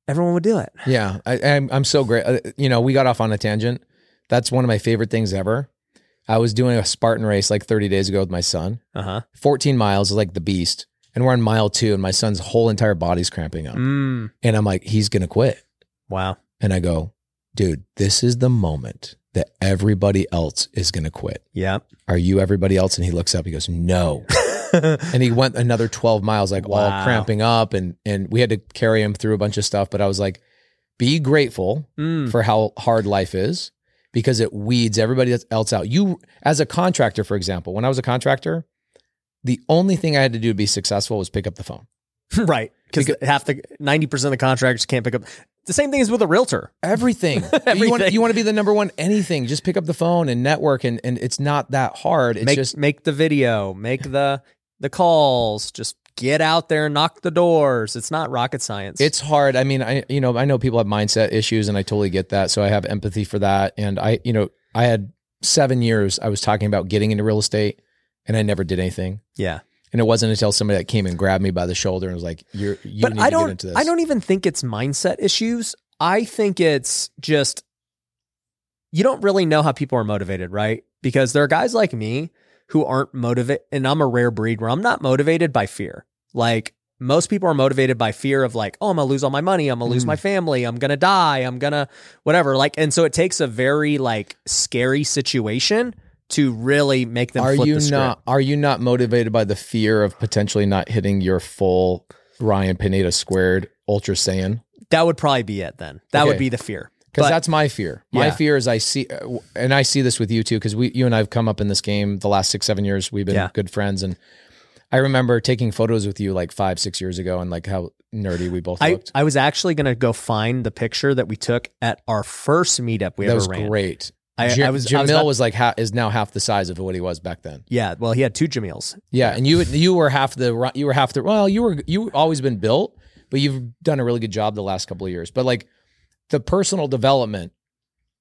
[SPEAKER 2] everyone would do it.
[SPEAKER 1] Yeah, I, I'm I'm so great. Uh, you know, we got off on a tangent. That's one of my favorite things ever. I was doing a Spartan race like 30 days ago with my son.
[SPEAKER 2] Uh huh.
[SPEAKER 1] 14 miles is like the beast, and we're on mile two, and my son's whole entire body's cramping up,
[SPEAKER 2] Mm.
[SPEAKER 1] and I'm like, he's gonna quit.
[SPEAKER 2] Wow.
[SPEAKER 1] And I go, dude, this is the moment that everybody else is gonna quit.
[SPEAKER 2] Yeah.
[SPEAKER 1] Are you everybody else? And he looks up. He goes,
[SPEAKER 2] [laughs]
[SPEAKER 1] no. and he went another 12 miles like all
[SPEAKER 2] Wow.
[SPEAKER 1] cramping up and and we had to carry him through a bunch of stuff but i was like be grateful
[SPEAKER 2] Mm.
[SPEAKER 1] for how hard life is because it weeds everybody else out. You, as a contractor, for example, when I was a contractor, the only thing I had to do to be successful was pick up the phone.
[SPEAKER 2] [laughs] right because half the 90% of the contractors can't pick up the same thing is with a realtor [laughs]
[SPEAKER 1] Everything. You, want,
[SPEAKER 2] Everything.
[SPEAKER 1] you want to be the number one anything. Just pick up the phone and network, and, and it's not that hard. It's
[SPEAKER 2] make
[SPEAKER 1] just
[SPEAKER 2] make the video make the the calls just get out there knock the doors it's not rocket science
[SPEAKER 1] it's hard. I mean, I you know I know people have mindset issues, and I totally get that. So I have empathy for that. And I you know I had seven years I was talking about getting into real estate, and I never did anything.
[SPEAKER 2] yeah
[SPEAKER 1] And it wasn't until somebody that came and grabbed me by the shoulder and was like, "You're you
[SPEAKER 2] but
[SPEAKER 1] need to
[SPEAKER 2] i
[SPEAKER 1] get
[SPEAKER 2] don't
[SPEAKER 1] into this."
[SPEAKER 2] i don't even think it's mindset issues i think it's just you don't really know how people are motivated right because there are guys like me who aren't motivated and i'm a rare breed where i'm not motivated by fear like most people are motivated by fear of like oh i'm gonna lose all my money i'm gonna lose
[SPEAKER 1] Mm.
[SPEAKER 2] my family i'm gonna die i'm gonna whatever like and so it takes a very like scary situation to really make them
[SPEAKER 1] Are
[SPEAKER 2] flip
[SPEAKER 1] you
[SPEAKER 2] the script.
[SPEAKER 1] not? Are you not motivated by the fear of potentially not hitting your full Ryan Pineda squared Ultra Saiyan?
[SPEAKER 2] that would probably be it then that would
[SPEAKER 1] Okay.
[SPEAKER 2] be the fear
[SPEAKER 1] Because
[SPEAKER 2] But-
[SPEAKER 1] that's my fear. My
[SPEAKER 2] Yeah.
[SPEAKER 1] fear is I see, uh, and I see this with you too. Because we, you and I have come up in this game the last six, seven years. We've been
[SPEAKER 2] Yeah.
[SPEAKER 1] good friends, and I remember taking photos with you like five, six years ago, and like how nerdy we both
[SPEAKER 2] I,
[SPEAKER 1] looked.
[SPEAKER 2] I was actually gonna go find the picture that we took at our first meetup we
[SPEAKER 1] that
[SPEAKER 2] ever
[SPEAKER 1] was
[SPEAKER 2] ran.
[SPEAKER 1] great.
[SPEAKER 2] I,
[SPEAKER 1] Ja-
[SPEAKER 2] I was
[SPEAKER 1] Jamil
[SPEAKER 2] I was,
[SPEAKER 1] was,
[SPEAKER 2] about-
[SPEAKER 1] like ha- is now half the size of what he was back then.
[SPEAKER 2] yeah. Well, he had two Jamils.
[SPEAKER 1] Yeah, and you you were half the ru- you were half the well you were you always been built, but you've done a really good job the last couple of years. But like the personal development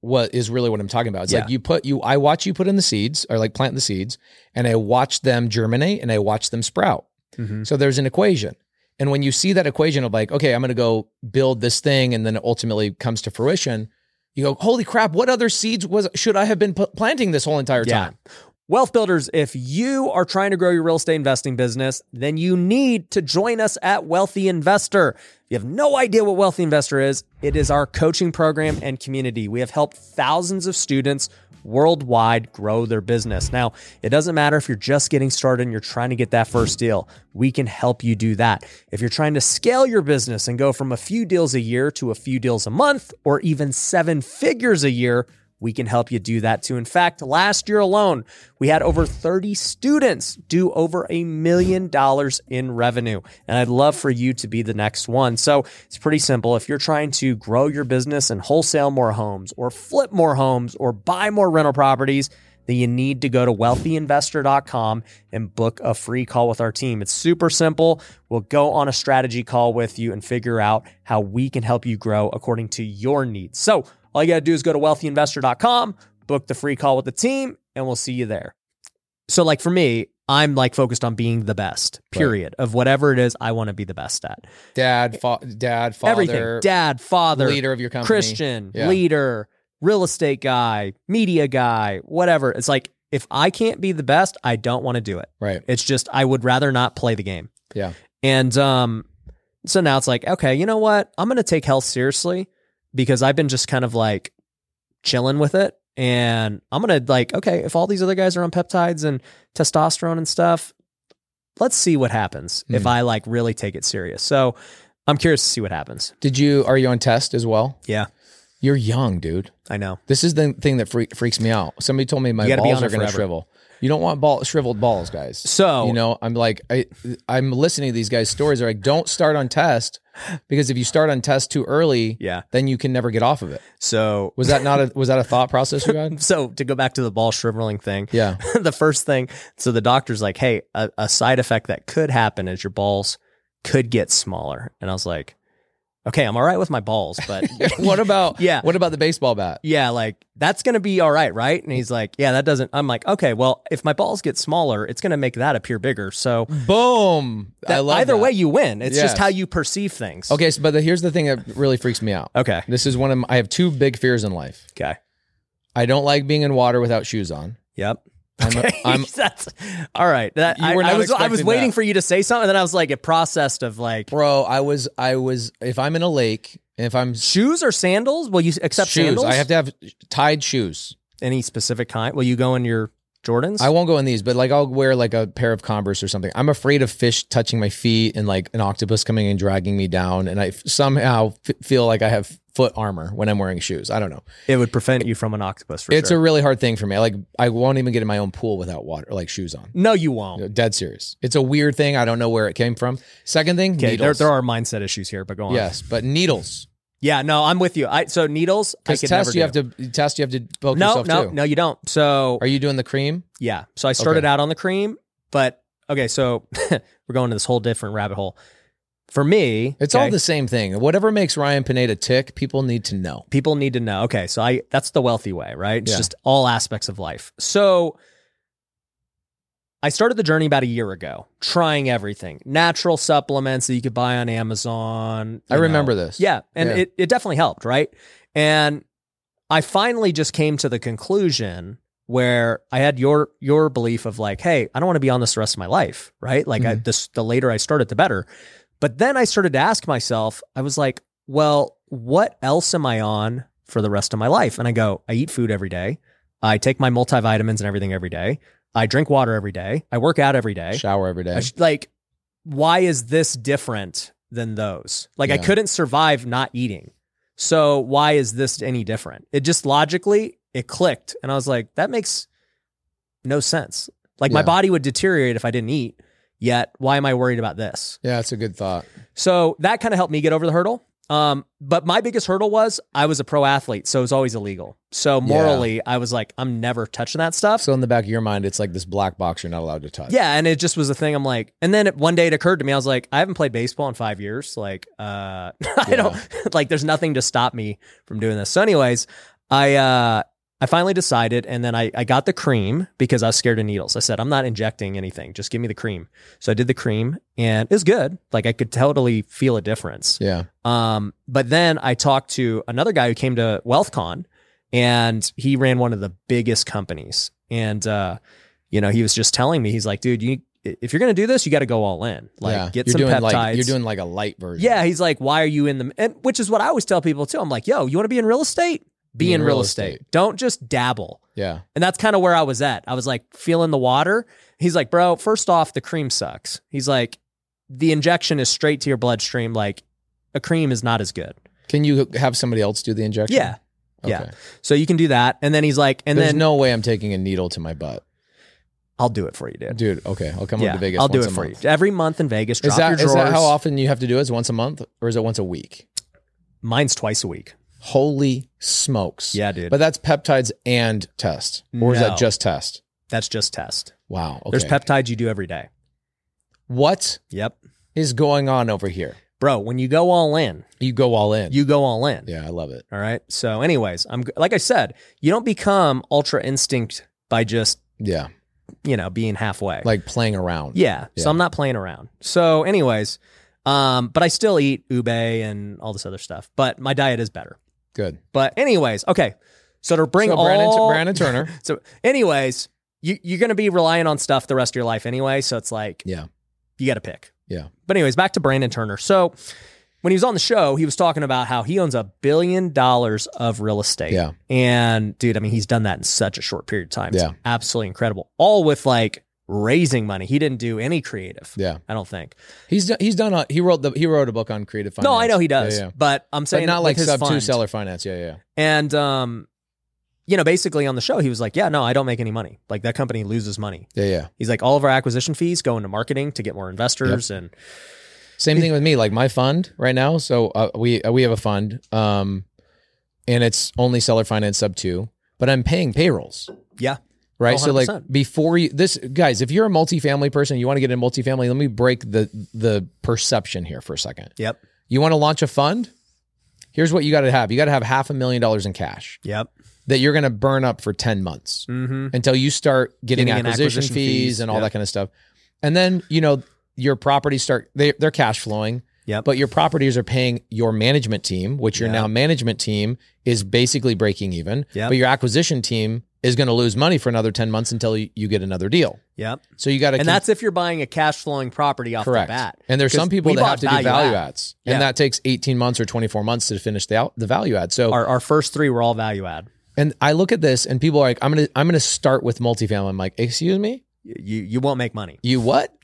[SPEAKER 1] what is really what I'm talking about. It's like
[SPEAKER 2] Yeah.
[SPEAKER 1] you put you I watch you put in the seeds or like plant the seeds and I watch them germinate and I watch them sprout.
[SPEAKER 2] Mhm.
[SPEAKER 1] So there's an equation. And when you see that equation of like, okay, I'm going to go build this thing and then it ultimately comes to fruition, you go, holy crap, what other seeds was should I have been pl- planting this whole entire
[SPEAKER 2] Yeah.
[SPEAKER 1] time?
[SPEAKER 2] Wealth Builders, if you are trying to grow your real estate investing business, then you need to join us at Wealthy Investor. If you have no idea what Wealthy Investor is, it is our coaching program and community. We have helped thousands of students worldwide grow their business. Now, it doesn't matter if you're just getting started and you're trying to get that first deal, we can help you do that. If you're trying to scale your business and go from a few deals a year to a few deals a month or even seven figures a year, we can help you do that too. In fact, last year alone, we had over 30 students do over a million dollars in revenue. And I'd love for you to be the next one. So it's pretty simple. If you're trying to grow your business and wholesale more homes or flip more homes or buy more rental properties, then you need to go to wealthyinvestor.com and book a free call with our team. It's super simple. We'll go on a strategy call with you and figure out how we can help you grow according to your needs. So all you got to do is go to wealthyinvestor.com, book the free call with the team, and we'll see you there. So, like for me, I'm like focused on being the best,
[SPEAKER 1] Right.
[SPEAKER 2] period, of whatever it is I want to be the best at.
[SPEAKER 1] Dad, fa- dad, father,
[SPEAKER 2] Everything dad, father,
[SPEAKER 1] leader of your company.
[SPEAKER 2] Christian,
[SPEAKER 1] Yeah.
[SPEAKER 2] leader, real estate guy, media guy, whatever. It's like if I can't be the best, I don't want to do it.
[SPEAKER 1] Right.
[SPEAKER 2] It's just I would rather not play the game.
[SPEAKER 1] Yeah.
[SPEAKER 2] And um so now it's like, okay, you know what? I'm going to take health seriously because I've been just kind of like chilling with it and I'm going to like, okay, if all these other guys are on peptides and testosterone and stuff, let's see what happens if
[SPEAKER 1] Hmm.
[SPEAKER 2] I like really take it serious. So I'm curious to see what happens.
[SPEAKER 1] Did you are you on test as well?
[SPEAKER 2] Yeah.
[SPEAKER 1] You're young, dude.
[SPEAKER 2] I know.
[SPEAKER 1] This is the thing that freak, freaks me out. Somebody told me my
[SPEAKER 2] You gotta be
[SPEAKER 1] balls
[SPEAKER 2] on
[SPEAKER 1] are
[SPEAKER 2] it
[SPEAKER 1] going to
[SPEAKER 2] forever.
[SPEAKER 1] shrivel. You don't want ball, shriveled balls, guys.
[SPEAKER 2] So,
[SPEAKER 1] you know i'm like i i'm listening to these guys stories they're like don't start on test because if you start on test too early
[SPEAKER 2] yeah.
[SPEAKER 1] then you can never get off of it
[SPEAKER 2] So
[SPEAKER 1] was that not a was that a thought process you
[SPEAKER 2] [laughs]
[SPEAKER 1] had
[SPEAKER 2] so to go back to the ball shriveling thing,
[SPEAKER 1] yeah
[SPEAKER 2] [laughs] the first thing, so the doctor's like, "Hey, a, a side effect that could happen is your balls could get smaller." And I was like, "Okay, I'm all right with my balls,
[SPEAKER 1] [laughs]
[SPEAKER 2] but
[SPEAKER 1] what about
[SPEAKER 2] Yeah.
[SPEAKER 1] what about the baseball bat
[SPEAKER 2] yeah, like that's gonna be all right, right?" And he's like, "Yeah, that doesn't." I'm like, "Okay, well, if my balls get smaller, it's gonna make that appear bigger." So
[SPEAKER 1] boom i
[SPEAKER 2] that-
[SPEAKER 1] love
[SPEAKER 2] either
[SPEAKER 1] that.
[SPEAKER 2] way, you win. It's just
[SPEAKER 1] Yes.
[SPEAKER 2] how you perceive things.
[SPEAKER 1] okay so, but the, here's the thing that really freaks me out
[SPEAKER 2] Okay.
[SPEAKER 1] this is one of my, i have two big fears in life
[SPEAKER 2] Okay.
[SPEAKER 1] i don't like being in water without shoes on
[SPEAKER 2] Yep.
[SPEAKER 1] [laughs] I'm- I'm-
[SPEAKER 2] [laughs] That's all right. That,
[SPEAKER 1] You
[SPEAKER 2] I,
[SPEAKER 1] were
[SPEAKER 2] I
[SPEAKER 1] not
[SPEAKER 2] was I was
[SPEAKER 1] expecting
[SPEAKER 2] waiting
[SPEAKER 1] that.
[SPEAKER 2] for you to say something, and then I was like, it processed of like
[SPEAKER 1] bro i was i was if i'm in a lake and if i'm
[SPEAKER 2] shoes or sandals? Will you accept
[SPEAKER 1] shoes
[SPEAKER 2] sandals?
[SPEAKER 1] i have to have tied shoes
[SPEAKER 2] any specific kind. Will you go in your Jordans?
[SPEAKER 1] I won't go in these, but like I'll wear like a pair of Converse or something. I'm afraid of fish touching my feet and like an octopus coming and dragging me down, and I f- somehow f- feel like I have foot armor when I'm wearing shoes. I don't know.
[SPEAKER 2] it would prevent you from an octopus. For
[SPEAKER 1] it's
[SPEAKER 2] sure.
[SPEAKER 1] a really hard thing for me. I like I won't even get in my own pool without water, like shoes on.
[SPEAKER 2] no, you won't.
[SPEAKER 1] Dead serious. It's a weird thing. I don't know where it came from. Second thing,
[SPEAKER 2] Okay, there,
[SPEAKER 1] needles.
[SPEAKER 2] there are mindset issues here, but go on.
[SPEAKER 1] yes, but needles.
[SPEAKER 2] yeah, no, I'm with you. I so needles. I
[SPEAKER 1] Because
[SPEAKER 2] could
[SPEAKER 1] test
[SPEAKER 2] never
[SPEAKER 1] you
[SPEAKER 2] do.
[SPEAKER 1] have to test you have to poke
[SPEAKER 2] No,
[SPEAKER 1] yourself
[SPEAKER 2] no,
[SPEAKER 1] too.
[SPEAKER 2] no, you don't. So
[SPEAKER 1] Are you doing the cream?
[SPEAKER 2] yeah, so I started
[SPEAKER 1] Okay.
[SPEAKER 2] out on the cream, but okay, so [laughs] we're going to this whole different rabbit hole. For me,
[SPEAKER 1] It's
[SPEAKER 2] okay,
[SPEAKER 1] all the same thing. Whatever makes Ryan Pineda tick, people need to know.
[SPEAKER 2] people need to know. Okay, so I that's the wealthy way, right? It's
[SPEAKER 1] Yeah.
[SPEAKER 2] just all aspects of life. So I started the journey about a year ago, trying everything. Natural supplements that you could buy on Amazon.
[SPEAKER 1] I
[SPEAKER 2] you
[SPEAKER 1] remember
[SPEAKER 2] know.
[SPEAKER 1] this.
[SPEAKER 2] Yeah, and
[SPEAKER 1] Yeah.
[SPEAKER 2] It, it definitely helped, right? And I finally just came to the conclusion where I had your your belief of like, hey, I don't want to be on this the rest of my life, right? Like I,
[SPEAKER 1] Mhm.
[SPEAKER 2] this, the later I started, the better. But then I started to ask myself, I was like, well, what else am I on for the rest of my life? And I go, I eat food every day. I take my multivitamins and everything every day. I drink water every day. I work out every day.
[SPEAKER 1] Shower every day.
[SPEAKER 2] I sh- like, why is this different than those? Like, I
[SPEAKER 1] Yeah.
[SPEAKER 2] couldn't survive not eating. So why is this any different? It just logically it clicked, and I was like, that makes no sense. Like my
[SPEAKER 1] Yeah.
[SPEAKER 2] body would deteriorate if I didn't eat, yet. Why am I worried about this?
[SPEAKER 1] Yeah, that's a good thought.
[SPEAKER 2] So that kind of helped me get over the hurdle. Um, but my biggest hurdle was I was a pro athlete, so it was always illegal. So morally, I was like, I'm never touching that stuff.
[SPEAKER 1] So in the back of your mind, it's like this black box you're not allowed to touch.
[SPEAKER 2] Yeah, and it just was a thing. I'm like, and then it, one day it occurred to me. I was like, I haven't played baseball in five years. Like, uh, [laughs] I don't like. There's nothing to stop me from doing this. So, anyways, I uh, I finally decided, and then I I got the cream because I was scared of needles. I said, I'm not injecting anything. Just give me the cream. So I did the cream, and it was good. Like I could totally feel a difference.
[SPEAKER 1] Yeah.
[SPEAKER 2] Um, but then I talked to another guy who came to WealthCon, and he ran one of the biggest companies. And uh, you know, he was just telling me, he's like, dude, you if you're gonna do this, you got to go all in. Like,
[SPEAKER 1] yeah.
[SPEAKER 2] get
[SPEAKER 1] you're
[SPEAKER 2] some
[SPEAKER 1] doing
[SPEAKER 2] peptides.
[SPEAKER 1] Like, you're doing like a light version.
[SPEAKER 2] yeah, he's like, why are you in the? And which is what I always tell people too. I'm like, yo, you want to be in real estate? Be, in, real estate. Don't just dabble.
[SPEAKER 1] Yeah.
[SPEAKER 2] And that's kind of where I was at. I was like feeling the water. He's like, bro, first off, the cream sucks. He's like, the injection is straight to your bloodstream. Like, a cream is not as good.
[SPEAKER 1] Can you have somebody else do the injection?
[SPEAKER 2] Yeah. yeah. So you can do that. And then he's like, and
[SPEAKER 1] There's
[SPEAKER 2] then
[SPEAKER 1] no way I'm taking a needle to my butt,
[SPEAKER 2] I'll do it for you, dude.
[SPEAKER 1] dude. Okay, I'll come
[SPEAKER 2] yeah,
[SPEAKER 1] up to Vegas.
[SPEAKER 2] I'll do
[SPEAKER 1] once
[SPEAKER 2] it
[SPEAKER 1] a
[SPEAKER 2] for
[SPEAKER 1] month.
[SPEAKER 2] you every month in Vegas. Drop
[SPEAKER 1] Is that,
[SPEAKER 2] your
[SPEAKER 1] is
[SPEAKER 2] drawers.
[SPEAKER 1] that how often you have to do it? Is it once a month or is it once a week?
[SPEAKER 2] Mine's twice a week.
[SPEAKER 1] Holy smokes.
[SPEAKER 2] Yeah, dude.
[SPEAKER 1] But that's peptides and test. Or is
[SPEAKER 2] No.
[SPEAKER 1] that just test?
[SPEAKER 2] That's just test.
[SPEAKER 1] Wow. Okay.
[SPEAKER 2] There's peptides you do every day.
[SPEAKER 1] what
[SPEAKER 2] Yep.
[SPEAKER 1] is going on over here?
[SPEAKER 2] Bro, when you go all in,
[SPEAKER 1] You go all in.
[SPEAKER 2] you go all in.
[SPEAKER 1] yeah, I love it.
[SPEAKER 2] All right. So, anyways, I'm like I said, you don't become ultra instinct by just
[SPEAKER 1] Yeah.
[SPEAKER 2] you know being halfway.
[SPEAKER 1] Like playing around.
[SPEAKER 2] yeah.
[SPEAKER 1] Yeah.
[SPEAKER 2] So I'm not playing around. So, anyways, um, but I still eat ube and all this other stuff. But my diet is better.
[SPEAKER 1] Good.
[SPEAKER 2] But anyways, okay. So to bring
[SPEAKER 1] so
[SPEAKER 2] all
[SPEAKER 1] Brandon, Brandon
[SPEAKER 2] [laughs]
[SPEAKER 1] Turner.
[SPEAKER 2] So, anyways, you, you're going to be relying on stuff the rest of your life anyway. So it's like,
[SPEAKER 1] Yeah.
[SPEAKER 2] you got to pick.
[SPEAKER 1] Yeah.
[SPEAKER 2] But, anyways, back to Brandon Turner. So, when he was on the show, he was talking about how he owns a billion dollars of real estate.
[SPEAKER 1] Yeah.
[SPEAKER 2] And, dude, I mean, he's done that in such a short period of time. It's
[SPEAKER 1] Yeah.
[SPEAKER 2] absolutely incredible. All with like raising money. He didn't do any creative.
[SPEAKER 1] Yeah.
[SPEAKER 2] I don't think.
[SPEAKER 1] He's done, he's done a, he wrote the he wrote a book on creative finance.
[SPEAKER 2] No, I know he does.
[SPEAKER 1] Yeah, yeah.
[SPEAKER 2] But I'm saying
[SPEAKER 1] But not
[SPEAKER 2] with
[SPEAKER 1] like
[SPEAKER 2] his
[SPEAKER 1] sub two
[SPEAKER 2] fund.
[SPEAKER 1] seller finance. Yeah, yeah.
[SPEAKER 2] And um, you know, basically on the show, he was like, "Yeah, no, I don't make any money. Like that company loses money."
[SPEAKER 1] Yeah, yeah.
[SPEAKER 2] He's like, "All of our acquisition fees go into marketing to get more investors." And
[SPEAKER 1] Same thing with me. Like my fund right now. So uh, we uh, we have a fund, um, and it's only seller finance sub two. But I'm paying payrolls,
[SPEAKER 2] yeah, Oh,
[SPEAKER 1] right? So like
[SPEAKER 2] 100%.
[SPEAKER 1] before you this guys, if you're a multifamily person, you want to get in multifamily. Let me break the the perception here for a second.
[SPEAKER 2] yep,
[SPEAKER 1] You want to launch a fund? Here's what you got to have. You got to have half a million dollars in cash
[SPEAKER 2] yep,
[SPEAKER 1] that you're going to burn up for ten months.
[SPEAKER 2] mm-hmm,
[SPEAKER 1] until you start getting,
[SPEAKER 2] Getting in
[SPEAKER 1] acquisition,
[SPEAKER 2] acquisition
[SPEAKER 1] fees,
[SPEAKER 2] fees,
[SPEAKER 1] and all
[SPEAKER 2] yeah.
[SPEAKER 1] that kind of stuff. And then, you know, your properties start they they're cash flowing,
[SPEAKER 2] yep.
[SPEAKER 1] but your properties are paying your management team, which your
[SPEAKER 2] Yeah.
[SPEAKER 1] now management team is basically breaking even.
[SPEAKER 2] Yep.
[SPEAKER 1] But your acquisition team is going to lose money for another 10 months until you, you get another deal.
[SPEAKER 2] yep,
[SPEAKER 1] So you got to
[SPEAKER 2] and that's if you're buying a cash flowing property off
[SPEAKER 1] correct.
[SPEAKER 2] the bat.
[SPEAKER 1] And there's some
[SPEAKER 2] 'Cause
[SPEAKER 1] people
[SPEAKER 2] we
[SPEAKER 1] that have
[SPEAKER 2] bought
[SPEAKER 1] to do value
[SPEAKER 2] value add.
[SPEAKER 1] adds.
[SPEAKER 2] Yeah.
[SPEAKER 1] And that takes 18 months or 24 months to finish the, out- the value add. So
[SPEAKER 2] Our our first three were all value add.
[SPEAKER 1] and I look at this and people are like I'm going to I'm going to start with multifamily. I'm like, "Excuse me?
[SPEAKER 2] Y- You you won't make money.
[SPEAKER 1] You what?"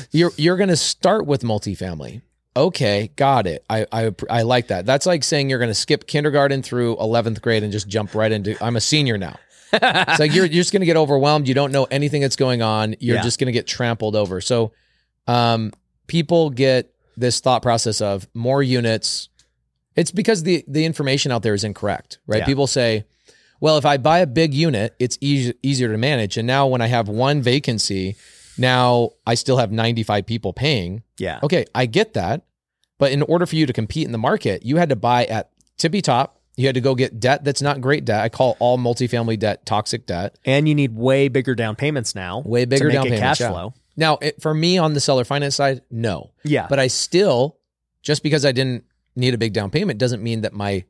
[SPEAKER 1] [laughs] You're you're going to start with multifamily. Okay, got it. I, I I like that. That's like saying you're going to skip kindergarten through 11th grade and just jump right into I'm a senior now. It's like you're, you're just going to get overwhelmed. You don't know anything that's going on. You're
[SPEAKER 2] Yeah.
[SPEAKER 1] just going to get trampled over. So um people get this thought process of more units. It's because the the information out there is incorrect, right?
[SPEAKER 2] Yeah.
[SPEAKER 1] People say, well, if I buy a big unit, it's easy, easier to manage. And now when I have one vacancy, now I still have 95 people paying.
[SPEAKER 2] yeah,
[SPEAKER 1] Okay, I get that. But in order for you to compete in the market, you had to buy at tippy top. You had to go get debt that's not great debt. I call all multifamily debt toxic debt.
[SPEAKER 2] and you need way bigger down payments now.
[SPEAKER 1] Way bigger
[SPEAKER 2] to make
[SPEAKER 1] down
[SPEAKER 2] it
[SPEAKER 1] payments,
[SPEAKER 2] cash
[SPEAKER 1] yeah.
[SPEAKER 2] flow.
[SPEAKER 1] Now, it, for me on the seller finance side, no.
[SPEAKER 2] Yeah,
[SPEAKER 1] But I still, just because I didn't need a big down payment, doesn't mean that my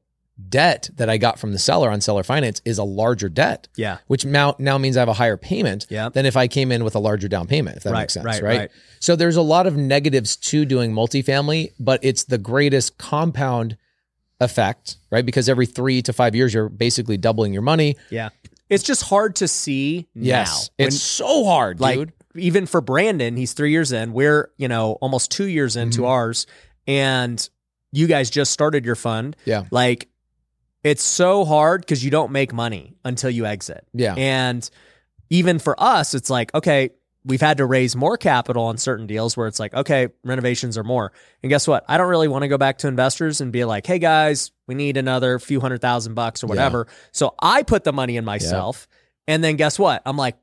[SPEAKER 1] debt that I got from the seller on seller finance is a larger debt,
[SPEAKER 2] yeah,
[SPEAKER 1] which now, now means I have a higher payment
[SPEAKER 2] yeah.
[SPEAKER 1] than if I came in with a larger down payment, if that
[SPEAKER 2] Right,
[SPEAKER 1] makes sense,
[SPEAKER 2] right,
[SPEAKER 1] right?
[SPEAKER 2] right.
[SPEAKER 1] So there's a lot of negatives to doing multifamily, but it's the greatest compound effect, right? Because every three to five years, you're basically doubling your money.
[SPEAKER 2] Yeah. It's just hard to see
[SPEAKER 1] Yes.
[SPEAKER 2] now.
[SPEAKER 1] it's so hard,
[SPEAKER 2] When, like
[SPEAKER 1] dude.
[SPEAKER 2] even for Brandon, he's three years in. We're, you know, almost two years into
[SPEAKER 1] Mhm.
[SPEAKER 2] ours. And you guys just started your fund.
[SPEAKER 1] Yeah.
[SPEAKER 2] Like it's so hard because you don't make money until you exit.
[SPEAKER 1] Yeah.
[SPEAKER 2] And even for us, it's like, okay, we've had to raise more capital on certain deals where it's like, okay, renovations are more. And guess what? I don't really want to go back to investors and be like, hey guys, we need another few hundred thousand bucks or whatever. So I put the money in myself. And then guess what? I'm like,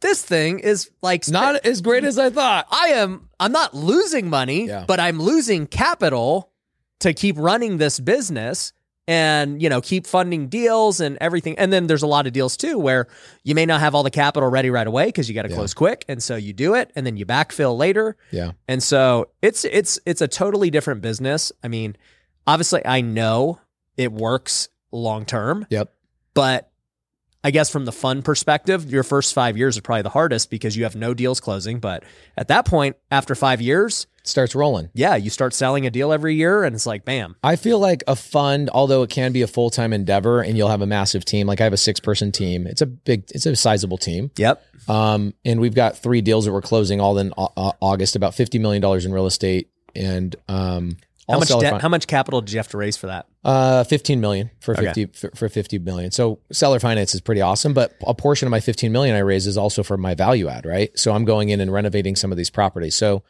[SPEAKER 2] this thing is like spe-
[SPEAKER 1] Not as great as I thought.
[SPEAKER 2] I am I'm not losing money,
[SPEAKER 1] Yeah.
[SPEAKER 2] but I'm losing capital to keep running this business and you know keep funding deals and everything and then there's a lot of deals too where you may not have all the capital ready right away because you got to
[SPEAKER 1] Yeah.
[SPEAKER 2] close quick and so you do it and then you backfill later
[SPEAKER 1] Yeah.
[SPEAKER 2] and so it's it's it's a totally different business i mean obviously i know it works long term
[SPEAKER 1] Yep.
[SPEAKER 2] but I guess from the fund perspective, your first five years are probably the hardest because you have no deals closing. But at that point, after five years,
[SPEAKER 1] Starts rolling.
[SPEAKER 2] yeah, you start selling a deal every year and it's like, bam.
[SPEAKER 1] I feel like a fund, although it can be a full time endeavor and you'll have a massive team. Like I have a six person team. It's a big, it's a sizable team.
[SPEAKER 2] Yep.
[SPEAKER 1] Um, and we've got three deals that we're closing all in Au- Au- August, about $50 million in real estate. And, um,
[SPEAKER 2] How
[SPEAKER 1] all
[SPEAKER 2] much
[SPEAKER 1] seller
[SPEAKER 2] debt,
[SPEAKER 1] fin-
[SPEAKER 2] how much capital did you have to raise for that?
[SPEAKER 1] Uh, 15 million for
[SPEAKER 2] Okay.
[SPEAKER 1] 50 for, for 50 million. So seller finance is pretty awesome, but a portion of my 15 million I raise is also for my value add, right? So I'm going in and renovating some of these properties. So,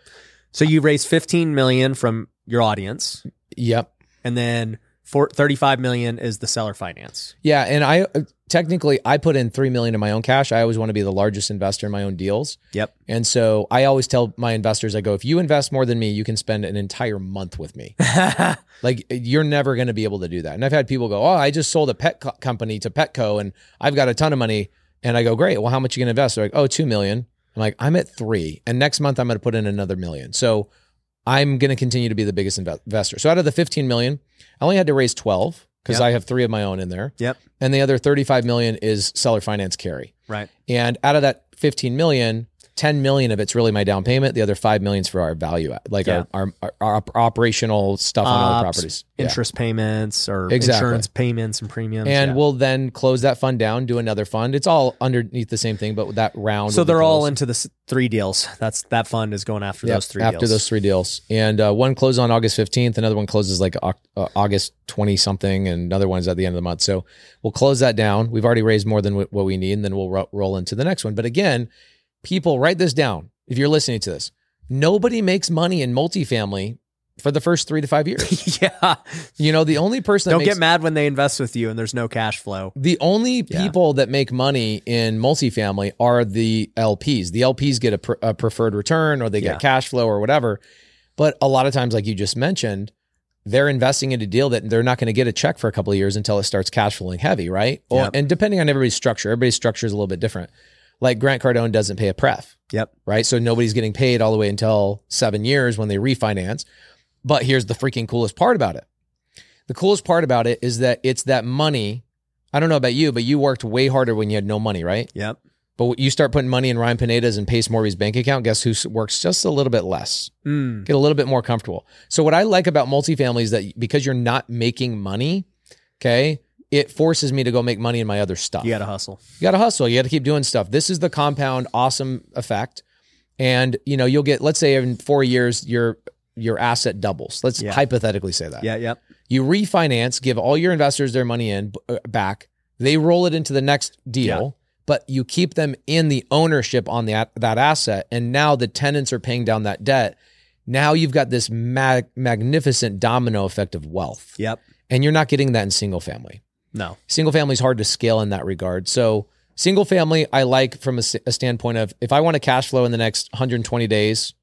[SPEAKER 2] So you raised 15 million from your audience
[SPEAKER 1] yep.
[SPEAKER 2] and then for 35 million is the seller [laughs] finance.
[SPEAKER 1] Yeah, and I uh, technically I put in 3 million of my own cash. I always want to be the largest investor in my own deals.
[SPEAKER 2] Yep.
[SPEAKER 1] And so I always tell my investors I go, if you invest more than me, you can spend an entire month with me. Like you're never going to be able to do that. And I've had people go, "Oh, I just sold a pet co- company to Petco and I've got a ton of money." And I go, "Great. Well, how much you going to invest?" They're like, "Oh, 2 million." I'm like, "I'm at 3 and next month I'm going to put in another million." So I'm going to continue to be the biggest inve- investor. So out of the 15 million, I only had to raise 12 because
[SPEAKER 2] Yep.
[SPEAKER 1] I have 3 of my own in there.
[SPEAKER 2] Yep.
[SPEAKER 1] And the other 35 million is seller finance carry.
[SPEAKER 2] right.
[SPEAKER 1] And out of that 15 million, 10 million of it's really my down payment. The other 5 million's for our value, add, like
[SPEAKER 2] Yeah.
[SPEAKER 1] our, our, our op- operational stuff on all the
[SPEAKER 2] Ops,
[SPEAKER 1] properties. Yeah.
[SPEAKER 2] Interest payments or
[SPEAKER 1] Exactly.
[SPEAKER 2] insurance payments and premiums.
[SPEAKER 1] And
[SPEAKER 2] yeah.
[SPEAKER 1] we'll then close that fund down, do another fund. It's all underneath the same thing, but with that round.
[SPEAKER 2] so
[SPEAKER 1] will be
[SPEAKER 2] they're all
[SPEAKER 1] closed.
[SPEAKER 2] into the s- three deals. That's that fund is going after
[SPEAKER 1] Yep,
[SPEAKER 2] those three
[SPEAKER 1] after
[SPEAKER 2] deals.
[SPEAKER 1] those three deals. And uh, one closes on August 15th, another one closes like Oc- uh, August 20 something, and another one's at the end of the month. So we'll close that down. We've already raised more than wh- what we need, and then we'll ro- roll into the next one. But again, people, write this down if you're listening to this. Nobody makes money in multifamily for the first three to five years.
[SPEAKER 2] [laughs] yeah.
[SPEAKER 1] you know, the only person that
[SPEAKER 2] Don't
[SPEAKER 1] makes,
[SPEAKER 2] get mad when they invest with you and there's no cash flow.
[SPEAKER 1] The only
[SPEAKER 2] Yeah.
[SPEAKER 1] people that make money in multifamily are the LPs. The LPs get a, pre- a preferred return or they get
[SPEAKER 2] Yeah.
[SPEAKER 1] cash flow or whatever. But a lot of times, like you just mentioned, they're investing in a deal that they're not going to get a check for a couple of years until it starts cash flowing heavy, right? Or,
[SPEAKER 2] Yep.
[SPEAKER 1] And depending on everybody's structure, everybody's structure is a little bit different. Like Grant Cardone doesn't pay a pref,
[SPEAKER 2] Yep.
[SPEAKER 1] right? So nobody's getting paid all the way until seven years when they refinance. But here's the freaking coolest part about it. The coolest part about it is that it's that money. I don't know about you, but you worked way harder when you had no money, right?
[SPEAKER 2] Yep.
[SPEAKER 1] But when you start putting money in Ryan Pineda's and Pace Morby's bank account. Guess who s- works just a little bit less?
[SPEAKER 2] Mm.
[SPEAKER 1] Get a little bit more comfortable. So what I like about multifamily is that because you're not making money, okay, it forces me to go make money in my other stuff.
[SPEAKER 2] You got to hustle.
[SPEAKER 1] You got to hustle. You got to keep doing stuff. This is the compound awesome effect. And you know, you'll get let's say in 4 years your your asset doubles. Let's
[SPEAKER 2] Yeah.
[SPEAKER 1] hypothetically say that.
[SPEAKER 2] Yeah. Yep.
[SPEAKER 1] You refinance, give all your investors their money in uh, back. They roll it into the next deal, but you keep them in the ownership on the, that asset. And now the tenants are paying down that debt. Now you've got this mag- magnificent domino effect of wealth,
[SPEAKER 2] Yep.
[SPEAKER 1] and you're not getting that in single family
[SPEAKER 2] No.
[SPEAKER 1] single family is hard to scale in that regard. So single family, I like from a, s- a standpoint of if I want to cash flow in the next 120 days,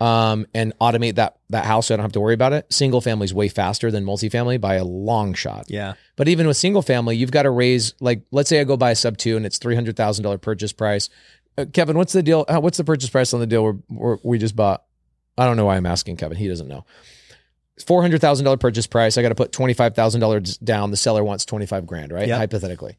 [SPEAKER 1] um, and automate that that house, so I don't have to worry about it. Single family is way faster than multifamily by a long shot.
[SPEAKER 2] Yeah.
[SPEAKER 1] But even with single family, you've got to raise like let's say I go buy a sub two and it's three hundred thousand dollar purchase price. Uh, Kevin, what's the deal? uh, what's the purchase price on the deal we're, we're, we just bought? I don't know why I'm asking Kevin. He doesn't know. Four hundred thousand dollar purchase price. I got to put twenty five thousand dollars down. The seller wants twenty five grand, right?
[SPEAKER 2] Yep.
[SPEAKER 1] Hypothetically,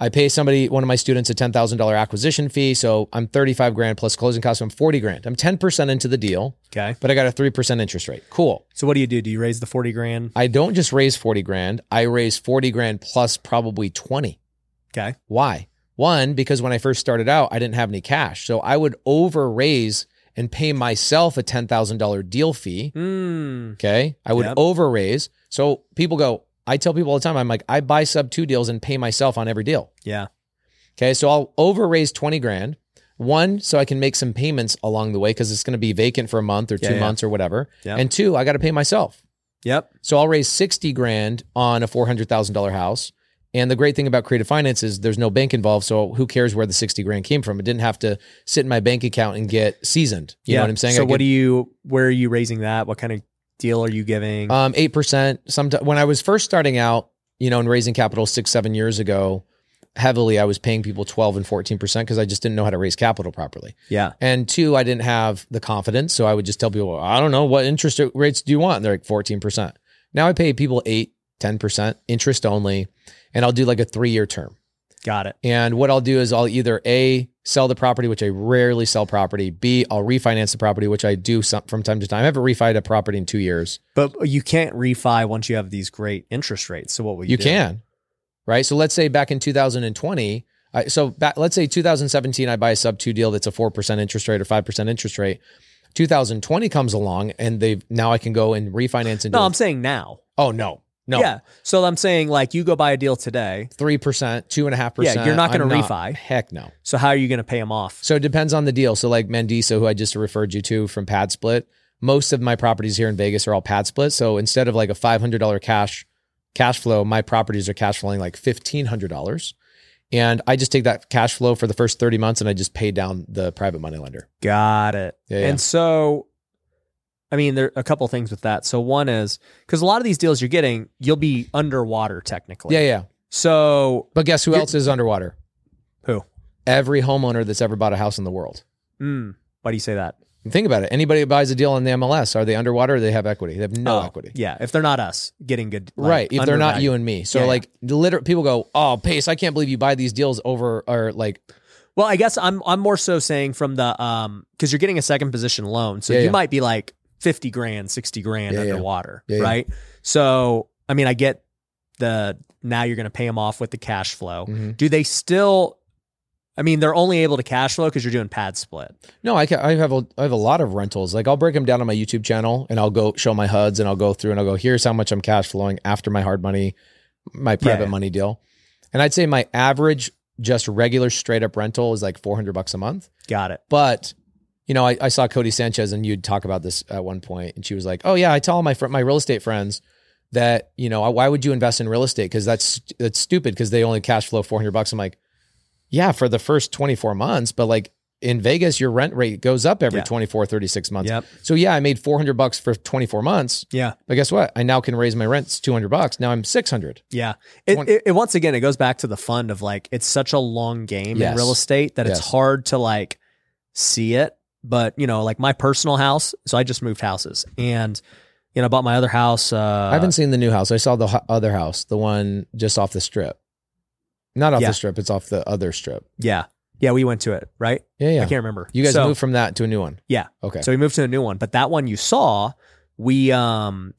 [SPEAKER 1] I pay somebody, one of my students, a ten thousand dollar acquisition fee. So I'm thirty five grand plus closing costs. So I'm forty grand. I'm ten percent into the deal,
[SPEAKER 2] Okay.
[SPEAKER 1] but I got a three percent interest rate. Cool.
[SPEAKER 2] So what do you do? Do you raise the 40 grand?
[SPEAKER 1] I don't just raise 40 grand. I raise 40 grand plus probably 20.
[SPEAKER 2] Okay.
[SPEAKER 1] Why? One, because when I first started out, I didn't have any cash. So I would over raise and pay myself a $10,000 deal fee.
[SPEAKER 2] Mm.
[SPEAKER 1] Okay. I would
[SPEAKER 2] Yep.
[SPEAKER 1] over raise. So people go, I tell people all the time, I'm like, I buy sub two deals and pay myself on every deal.
[SPEAKER 2] Yeah.
[SPEAKER 1] Okay. So I'll over raise 20 grand. One, so I can make some payments along the way because it's going to be vacant for a month or two
[SPEAKER 2] Yeah, yeah.
[SPEAKER 1] months or whatever.
[SPEAKER 2] Yeah.
[SPEAKER 1] And two, I got to pay myself.
[SPEAKER 2] Yep.
[SPEAKER 1] So I'll raise 60 grand on a $400,000 house. And the great thing about creative finance is there's no bank involved. So who cares where the 60 grand came from? It didn't have to sit in my bank account and get seasoned. You
[SPEAKER 2] yeah.
[SPEAKER 1] know what I'm saying?
[SPEAKER 2] So
[SPEAKER 1] I
[SPEAKER 2] what
[SPEAKER 1] could-
[SPEAKER 2] do you? Where are you raising that? What kind of deal are you giving?
[SPEAKER 1] um, 8%. Sometimes when I was first starting out, you know, and raising capital six, seven years ago, heavily, I was paying people 12 and 14% because I just didn't know how to raise capital properly.
[SPEAKER 2] yeah.
[SPEAKER 1] And two, I didn't have the confidence. So I would just tell people, I don't know, what interest rates do you want? And they're like 14%. Now I pay people 8, 10% interest only, and I'll do like a three year term.
[SPEAKER 2] Got it.
[SPEAKER 1] And what I'll do is I'll either A, sell the property, which I rarely sell property, B, I'll refinance the property, which I do some, from time to time. I haven't refied a property in two years.
[SPEAKER 2] But you can't refi once you have these great interest rates. So what will you?
[SPEAKER 1] You
[SPEAKER 2] do?
[SPEAKER 1] can, right? So let's say back in 2020, I, so back, let's say 2017, I buy a sub two deal that's a 4% interest rate or 5% interest rate. 2020 comes along and they've now I can go and refinance and do
[SPEAKER 2] No,
[SPEAKER 1] a-
[SPEAKER 2] I'm saying now.
[SPEAKER 1] oh no, no,
[SPEAKER 2] Yeah. So I'm saying like you go buy a deal today.
[SPEAKER 1] 3%, 2.5%.
[SPEAKER 2] Yeah, you're not gonna
[SPEAKER 1] I'm
[SPEAKER 2] refi.
[SPEAKER 1] Heck no.
[SPEAKER 2] So how are you going to pay them off?
[SPEAKER 1] So it depends on the deal. So like Mendiso, who I just referred you to from Pad Split, most of my properties here in Vegas are all Pad Split. So instead of like a five hundred dollar cash cash flow, my properties are cash flowing like fifteen hundred dollars, and I just take that cash flow for the first thirty months and I just pay down the private money lender.
[SPEAKER 2] Got it.
[SPEAKER 1] Yeah, yeah.
[SPEAKER 2] And so, I mean, there are a couple things with that. So one is because a lot of these deals you're getting, you'll be underwater technically.
[SPEAKER 1] Yeah, yeah.
[SPEAKER 2] So
[SPEAKER 1] But guess who
[SPEAKER 2] You're-
[SPEAKER 1] else is underwater?
[SPEAKER 2] Who?
[SPEAKER 1] Every homeowner that's ever bought a house in the world.
[SPEAKER 2] mm, why do you say that?
[SPEAKER 1] Think about it. Anybody that buys a deal on the MLS, are they underwater or they have equity? They have no
[SPEAKER 2] Oh,
[SPEAKER 1] equity.
[SPEAKER 2] Yeah. If they're not us getting good, like,
[SPEAKER 1] right. If they're not
[SPEAKER 2] undervalued.
[SPEAKER 1] you and me. So
[SPEAKER 2] Yeah, yeah.
[SPEAKER 1] like the literate people go, Oh, Pace, I can't believe you buy these deals over or like
[SPEAKER 2] Well, I guess I'm I'm more so saying from the um because you're getting a second position loan, so
[SPEAKER 1] Yeah,
[SPEAKER 2] you
[SPEAKER 1] yeah.
[SPEAKER 2] might be like fifty grand, sixty grand
[SPEAKER 1] Yeah, yeah.
[SPEAKER 2] underwater,
[SPEAKER 1] Yeah, yeah.
[SPEAKER 2] right? So I mean, I get the now you're going to pay them off with the cash flow.
[SPEAKER 1] Mhm.
[SPEAKER 2] Do they still? I mean, they're only able to cash flow because you're doing pad split.
[SPEAKER 1] No, I, ca I have a, I have a lot of rentals. Like I'll break them down on my YouTube channel and I'll go show my HUDs and I'll go through and I'll go, here's how much I'm cash flowing after my hard money, my private
[SPEAKER 2] Yeah.
[SPEAKER 1] money deal. And I'd say my average just regular straight up rental is like 400 bucks a month.
[SPEAKER 2] Got it.
[SPEAKER 1] But you know, I, I saw Cody Sanchez and you'd talk about this at one point, and she was like, "Oh yeah, I tell all my fr- my real estate friends that you know why would you invest in real estate because that's that's stupid because they only cash flow four hundred bucks." I'm like, "Yeah, for the first twenty four months, but like in Vegas, your rent rate goes up every
[SPEAKER 2] Yeah.
[SPEAKER 1] twenty four thirty six 24, 36 months.
[SPEAKER 2] Yep.
[SPEAKER 1] So yeah, I made four hundred bucks for twenty four months,
[SPEAKER 2] Yeah.
[SPEAKER 1] but guess what? I now can raise my rents two hundred bucks. Now I'm six hundred.
[SPEAKER 2] Yeah. It,
[SPEAKER 1] Twen-
[SPEAKER 2] it, it once again it goes back to the fund of like it's such a long game
[SPEAKER 1] Yes.
[SPEAKER 2] in real estate that
[SPEAKER 1] Yes.
[SPEAKER 2] it's hard to like see it. But you know, like my personal house, so I just moved houses and you know, I bought my other house uh
[SPEAKER 1] I haven't seen the new house. I saw the hu- other house, the one just off the strip, not off
[SPEAKER 2] Yeah.
[SPEAKER 1] the strip. It's off the other strip.
[SPEAKER 2] yeah. Yeah, we went to it, right?
[SPEAKER 1] Yeah, yeah.
[SPEAKER 2] I can't remember.
[SPEAKER 1] You guys
[SPEAKER 2] so,
[SPEAKER 1] moved from that to a new one.
[SPEAKER 2] Yeah.
[SPEAKER 1] Okay.
[SPEAKER 2] So we moved to a new one, but that one you saw, we um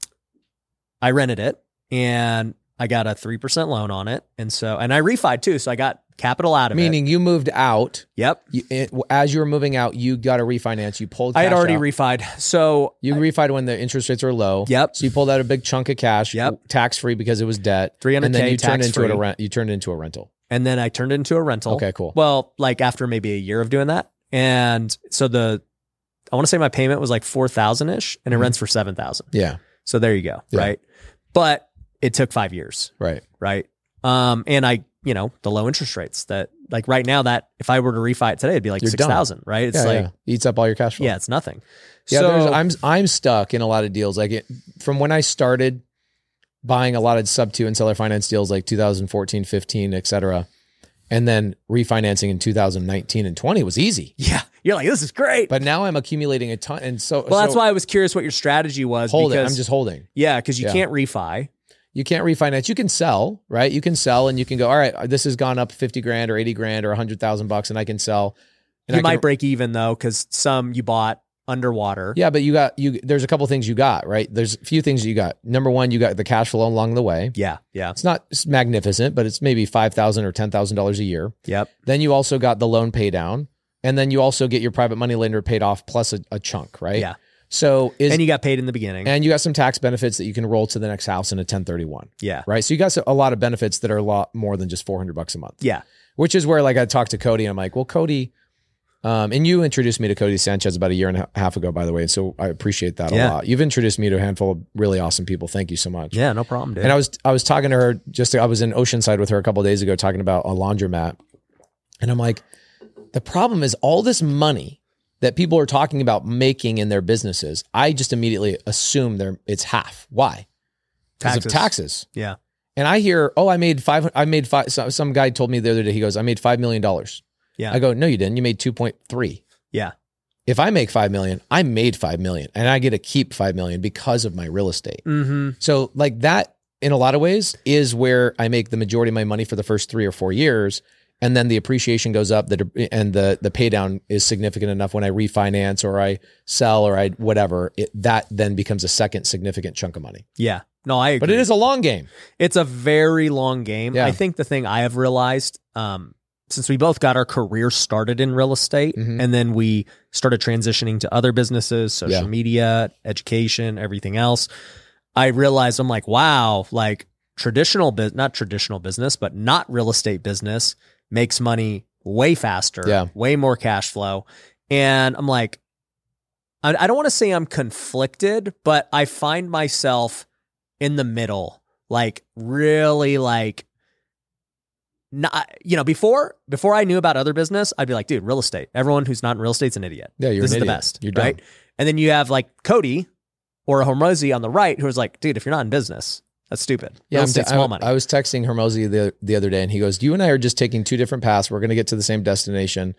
[SPEAKER 2] I rented it and I got a 3% loan on it. And so and I refied too, so I got capital out of it.
[SPEAKER 1] Meaning you moved out.
[SPEAKER 2] Yep.
[SPEAKER 1] You, it, as you were moving out, you got a refinance. You pulled. Cash
[SPEAKER 2] I had already
[SPEAKER 1] Out.
[SPEAKER 2] refied. [laughs] So
[SPEAKER 1] you refied when the interest rates were low.
[SPEAKER 2] Yep.
[SPEAKER 1] So you pulled out a big chunk of cash.
[SPEAKER 2] Yep.
[SPEAKER 1] Tax free because it was debt.
[SPEAKER 2] 300K
[SPEAKER 1] And then you turned into
[SPEAKER 2] tax-free.
[SPEAKER 1] it a rent. You turned it into a rental.
[SPEAKER 2] and then I turned it into a rental.
[SPEAKER 1] Okay. Cool.
[SPEAKER 2] Well, like after maybe a year of doing that, and so the I want to say my payment was like four thousand ish, and it
[SPEAKER 1] Mhm.
[SPEAKER 2] rents for seven thousand.
[SPEAKER 1] yeah.
[SPEAKER 2] So there you go,
[SPEAKER 1] Yeah.
[SPEAKER 2] right? But it took five years,
[SPEAKER 1] Right.
[SPEAKER 2] right? Um, and I, you know, the low interest rates that like right now that if I were to refi it today, it'd be like
[SPEAKER 1] You're
[SPEAKER 2] six
[SPEAKER 1] done.
[SPEAKER 2] thousand, right? It's
[SPEAKER 1] yeah,
[SPEAKER 2] like
[SPEAKER 1] yeah. eats up all your cash flow.
[SPEAKER 2] yeah. it's nothing.
[SPEAKER 1] Yeah, there's,
[SPEAKER 2] so
[SPEAKER 1] I'm I'm stuck in a lot of deals. Like it, from when I started buying a lot of sub two and seller finance deals, like 2014, 15, et cetera, and then refinancing in 2019 and 20 was easy.
[SPEAKER 2] [laughs] yeah, you're like this is great.
[SPEAKER 1] But now I'm accumulating a ton, and so
[SPEAKER 2] well, that's
[SPEAKER 1] so
[SPEAKER 2] why I was curious what your strategy was.
[SPEAKER 1] hold it.
[SPEAKER 2] because,
[SPEAKER 1] I'm just holding.
[SPEAKER 2] yeah, because you
[SPEAKER 1] Yeah.
[SPEAKER 2] can't refi.
[SPEAKER 1] You can't refinance. You can sell, right? You can sell, and you can go. All right, this has gone up 50 grand or 80 grand or 100 thousand bucks, and I can sell. And
[SPEAKER 2] you
[SPEAKER 1] I
[SPEAKER 2] might
[SPEAKER 1] can-
[SPEAKER 2] break even though, because some you bought underwater.
[SPEAKER 1] Yeah, but you got you. There's a couple things you got, right? There's a few things you got. Number one, you got the cash flow along the way.
[SPEAKER 2] Yeah. Yeah.
[SPEAKER 1] it's not magnificent, but it's maybe five thousand or ten thousand dollars a year.
[SPEAKER 2] Yep.
[SPEAKER 1] Then you also got the loan pay down, and then you also get your private money lender paid off plus a, a chunk, right?
[SPEAKER 2] Yeah.
[SPEAKER 1] So is
[SPEAKER 2] and
[SPEAKER 1] and you,
[SPEAKER 2] you got paid in the beginning.
[SPEAKER 1] got some tax benefits that you can roll to the next house in a ten thirty one,
[SPEAKER 2] yeah.
[SPEAKER 1] right? So you got so- a lot of benefits that are a lot more than just four hundred bucks a month,
[SPEAKER 2] Yeah.
[SPEAKER 1] which is where like I talked to Cody and I'm like, well, Cody, Um, and you introduced me to Cody Sanchez about a year and a half ago, by the way. And so I appreciate that
[SPEAKER 2] Yeah.
[SPEAKER 1] a lot. You've introduced me to a handful of really awesome people. Thank you so much.
[SPEAKER 2] Yeah, no problem, dude.
[SPEAKER 1] And I was I was talking to her just I was in Oceanside with her a couple of days ago talking about a laundromat, and I'm like, the problem is all this money that people are talking about making in their businesses. I just immediately assume they're it's half. Why? Because of taxes.
[SPEAKER 2] Yeah.
[SPEAKER 1] And I hear, oh, I made five. I made five. Some, some guy told me the other day. He goes, I made five million dollars.
[SPEAKER 2] Yeah.
[SPEAKER 1] I go, no, you didn't. You made two point three.
[SPEAKER 2] Yeah.
[SPEAKER 1] If I make five million, I made five million, and I get to keep five million because of my real estate.
[SPEAKER 2] Mm-hmm.
[SPEAKER 1] So like that in a lot of ways is where I make the majority of my money for the first 3 or 4 years and then the appreciation goes up that and the the pay down is significant enough when I refinance or I sell or I whatever it, that then becomes a second significant chunk of money.
[SPEAKER 2] Yeah. No, I agree.
[SPEAKER 1] But it is a long game.
[SPEAKER 2] It's a very long game.
[SPEAKER 1] Yeah.
[SPEAKER 2] I think the thing I have realized, um, since we both got our career started in real estate
[SPEAKER 1] Mhm.
[SPEAKER 2] and then we started transitioning to other businesses, social
[SPEAKER 1] Yeah.
[SPEAKER 2] media, education, everything else, I realized I'm like, wow, like traditional business, not traditional business, but not real estate business makes money way faster,
[SPEAKER 1] Yeah.
[SPEAKER 2] way more cash flow. And I'm like, I, I don't want to say I'm conflicted, but I find myself in the middle, like really like not you know before before I knew about other business, I'd be like, dude, real estate. Everyone who's not in real estate's an idiot.
[SPEAKER 1] Yeah, you're
[SPEAKER 2] this
[SPEAKER 1] an
[SPEAKER 2] is the
[SPEAKER 1] idiot.
[SPEAKER 2] best,
[SPEAKER 1] You're
[SPEAKER 2] right?
[SPEAKER 1] dumb.
[SPEAKER 2] And then you have like Cody or Hormozy on the right, who's like, dude, if you're not in business, that's stupid.
[SPEAKER 1] Yeah,
[SPEAKER 2] real
[SPEAKER 1] I'm
[SPEAKER 2] estate's
[SPEAKER 1] t-
[SPEAKER 2] small
[SPEAKER 1] I-
[SPEAKER 2] money.
[SPEAKER 1] I was texting Hermosi the the other day and he goes, "You and I are just taking two different paths. We're going to get to the same destination."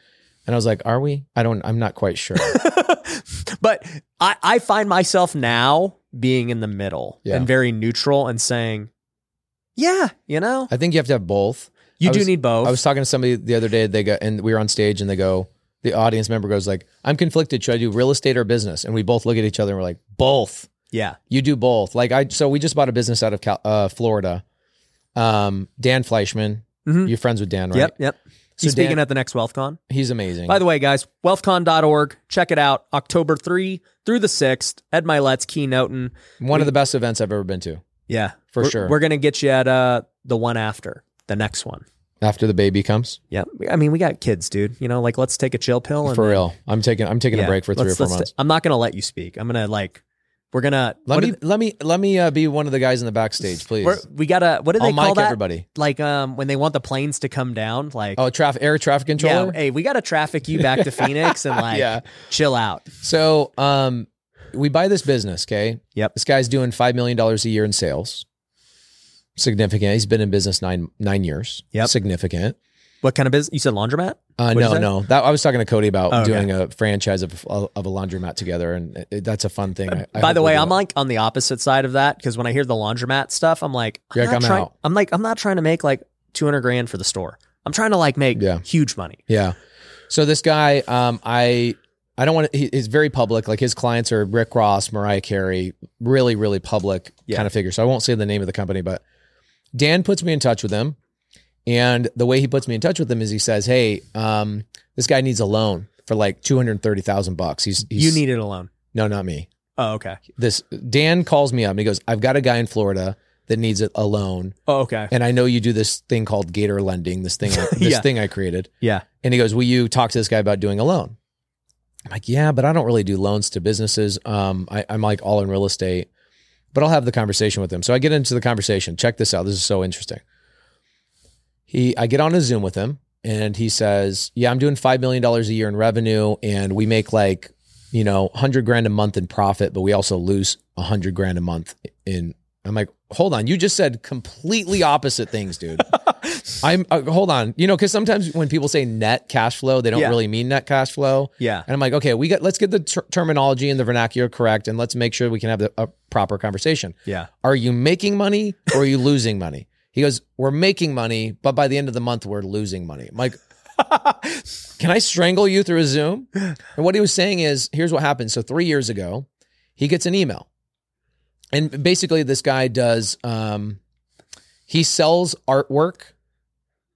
[SPEAKER 1] And I was like, "Are we? I don't I'm not quite
[SPEAKER 2] [laughs]
[SPEAKER 1] sure."
[SPEAKER 2] [laughs] but I, I find myself now being in the middle
[SPEAKER 1] Yeah.
[SPEAKER 2] and very neutral and saying, yeah, you know,
[SPEAKER 1] I think you have to have both.
[SPEAKER 2] you
[SPEAKER 1] I
[SPEAKER 2] do
[SPEAKER 1] was-
[SPEAKER 2] need both.
[SPEAKER 1] I was talking to somebody the other day. They go and we were on stage, and they go. The audience member goes like, "I'm conflicted. Should I do real estate or business?" And we both look at each other and we're like, "Both.
[SPEAKER 2] yeah.
[SPEAKER 1] You do both." Like I, so we just bought a business out of Cal, uh, Florida. Um, Dan Fleischman,
[SPEAKER 2] Mhm.
[SPEAKER 1] you're friends with Dan, right?
[SPEAKER 2] Yep. Yep.
[SPEAKER 1] So
[SPEAKER 2] He's speaking
[SPEAKER 1] Dan-
[SPEAKER 2] at the next WealthCon.
[SPEAKER 1] He's amazing.
[SPEAKER 2] By the way, guys, wealthcon.org. Check it out. October 3 through the 6th. Ed Milet's keynoting.
[SPEAKER 1] one of the best events I've ever been to,
[SPEAKER 2] Yeah.
[SPEAKER 1] for
[SPEAKER 2] We're-
[SPEAKER 1] sure.
[SPEAKER 2] We're going to get you at uh, the one after, the next one.
[SPEAKER 1] After the baby comes,
[SPEAKER 2] Yeah. I mean, we got kids, dude. You know, like, let's take a chill pill. And
[SPEAKER 1] for real. I'm taking I'm taking
[SPEAKER 2] Yeah.
[SPEAKER 1] a break for three
[SPEAKER 2] Let's-
[SPEAKER 1] or four
[SPEAKER 2] let's
[SPEAKER 1] months.
[SPEAKER 2] ta- I'm not going to let you speak. I'm going to, like, we're going to.
[SPEAKER 1] let, me, let me let me uh, be one of the guys in the backstage, please.
[SPEAKER 2] We're, we got to. What do they
[SPEAKER 1] I'll
[SPEAKER 2] call
[SPEAKER 1] mic
[SPEAKER 2] that?
[SPEAKER 1] everybody.
[SPEAKER 2] Like, um, when they want the planes to come down, like,
[SPEAKER 1] Oh, traffic air traffic
[SPEAKER 2] yeah,
[SPEAKER 1] controller.
[SPEAKER 2] hey, we got to traffic you
[SPEAKER 1] [laughs]
[SPEAKER 2] back to Phoenix and, like,
[SPEAKER 1] Yeah.
[SPEAKER 2] chill out.
[SPEAKER 1] So, um, we buy this business. Okay.
[SPEAKER 2] Yep.
[SPEAKER 1] This guy's doing five million dollars a year in sales. Significant. He's been in business nine nine years.
[SPEAKER 2] Yep.
[SPEAKER 1] Significant.
[SPEAKER 2] What kind of business? You said laundromat?
[SPEAKER 1] Uh,
[SPEAKER 2] What is
[SPEAKER 1] no,
[SPEAKER 2] that?
[SPEAKER 1] no. That I was talking to Cody about
[SPEAKER 2] Oh, okay.
[SPEAKER 1] doing a franchise of, of a laundromat together, and it- it, that's a fun thing. I- I
[SPEAKER 2] Uh, By
[SPEAKER 1] hope
[SPEAKER 2] the
[SPEAKER 1] we
[SPEAKER 2] way,
[SPEAKER 1] do
[SPEAKER 2] I'm
[SPEAKER 1] it.
[SPEAKER 2] like on the opposite side of that because when I hear the laundromat stuff, I'm like, I'm,
[SPEAKER 1] You're like,
[SPEAKER 2] not
[SPEAKER 1] I'm
[SPEAKER 2] trying-
[SPEAKER 1] out.
[SPEAKER 2] I'm like, I'm not trying to make like 200 grand for the store. I'm trying to like make
[SPEAKER 1] Yeah.
[SPEAKER 2] huge money.
[SPEAKER 1] Yeah. So this guy, um, I I don't want to. He, he's very public. Like his clients are Rick Ross, Mariah Carey, really, really public
[SPEAKER 2] Yeah.
[SPEAKER 1] kind of figure. So I won't say the name of the company, but Dan puts me in touch with him, and the way he puts me in touch with him is he says, "Hey, um, this guy needs a loan for like two hundred thirty thousand bucks. He's, he's
[SPEAKER 2] You need it alone.
[SPEAKER 1] no, not me.
[SPEAKER 2] Oh, okay.
[SPEAKER 1] This Dan calls me up and he goes, "I've got a guy in Florida." That needs a a loan,
[SPEAKER 2] Oh, okay.
[SPEAKER 1] and I know you do this thing called Gator lending. This thing,
[SPEAKER 2] [laughs]
[SPEAKER 1] I- this
[SPEAKER 2] Yeah.
[SPEAKER 1] thing I created.
[SPEAKER 2] Yeah.
[SPEAKER 1] And he goes, Will you talk to this guy about doing a loan? I'm like, Yeah, but I don't really do loans to businesses. Um, I, I'm like all in real estate, but I'll have the conversation with him. So I get into the conversation. Check this out. This is so interesting. He, I get on a Zoom with him and he says, Yeah, I'm doing $5 million a year in revenue and we make like, you know, 100 grand a month in profit, but we also lose 100 grand a month in. I'm like, hold on. You just said completely opposite things, dude. I'm uh, hold on. You know, because sometimes when people say net cash flow, they don't
[SPEAKER 2] Yeah.
[SPEAKER 1] really mean net cash flow.
[SPEAKER 2] Yeah.
[SPEAKER 1] And I'm like, okay, we got. Let's get the ter- terminology and the vernacular correct, and let's make sure we can have the, a proper conversation.
[SPEAKER 2] Yeah.
[SPEAKER 1] Are you making money or are you losing money? He goes, we're making money, but by the end of the month, we're losing money. I'm like, can I strangle you through a
[SPEAKER 2] [gasps]
[SPEAKER 1] Zoom? And what he was saying is, here's what happened. So three years ago, he gets an email, and basically this guy does. Um, he sells artwork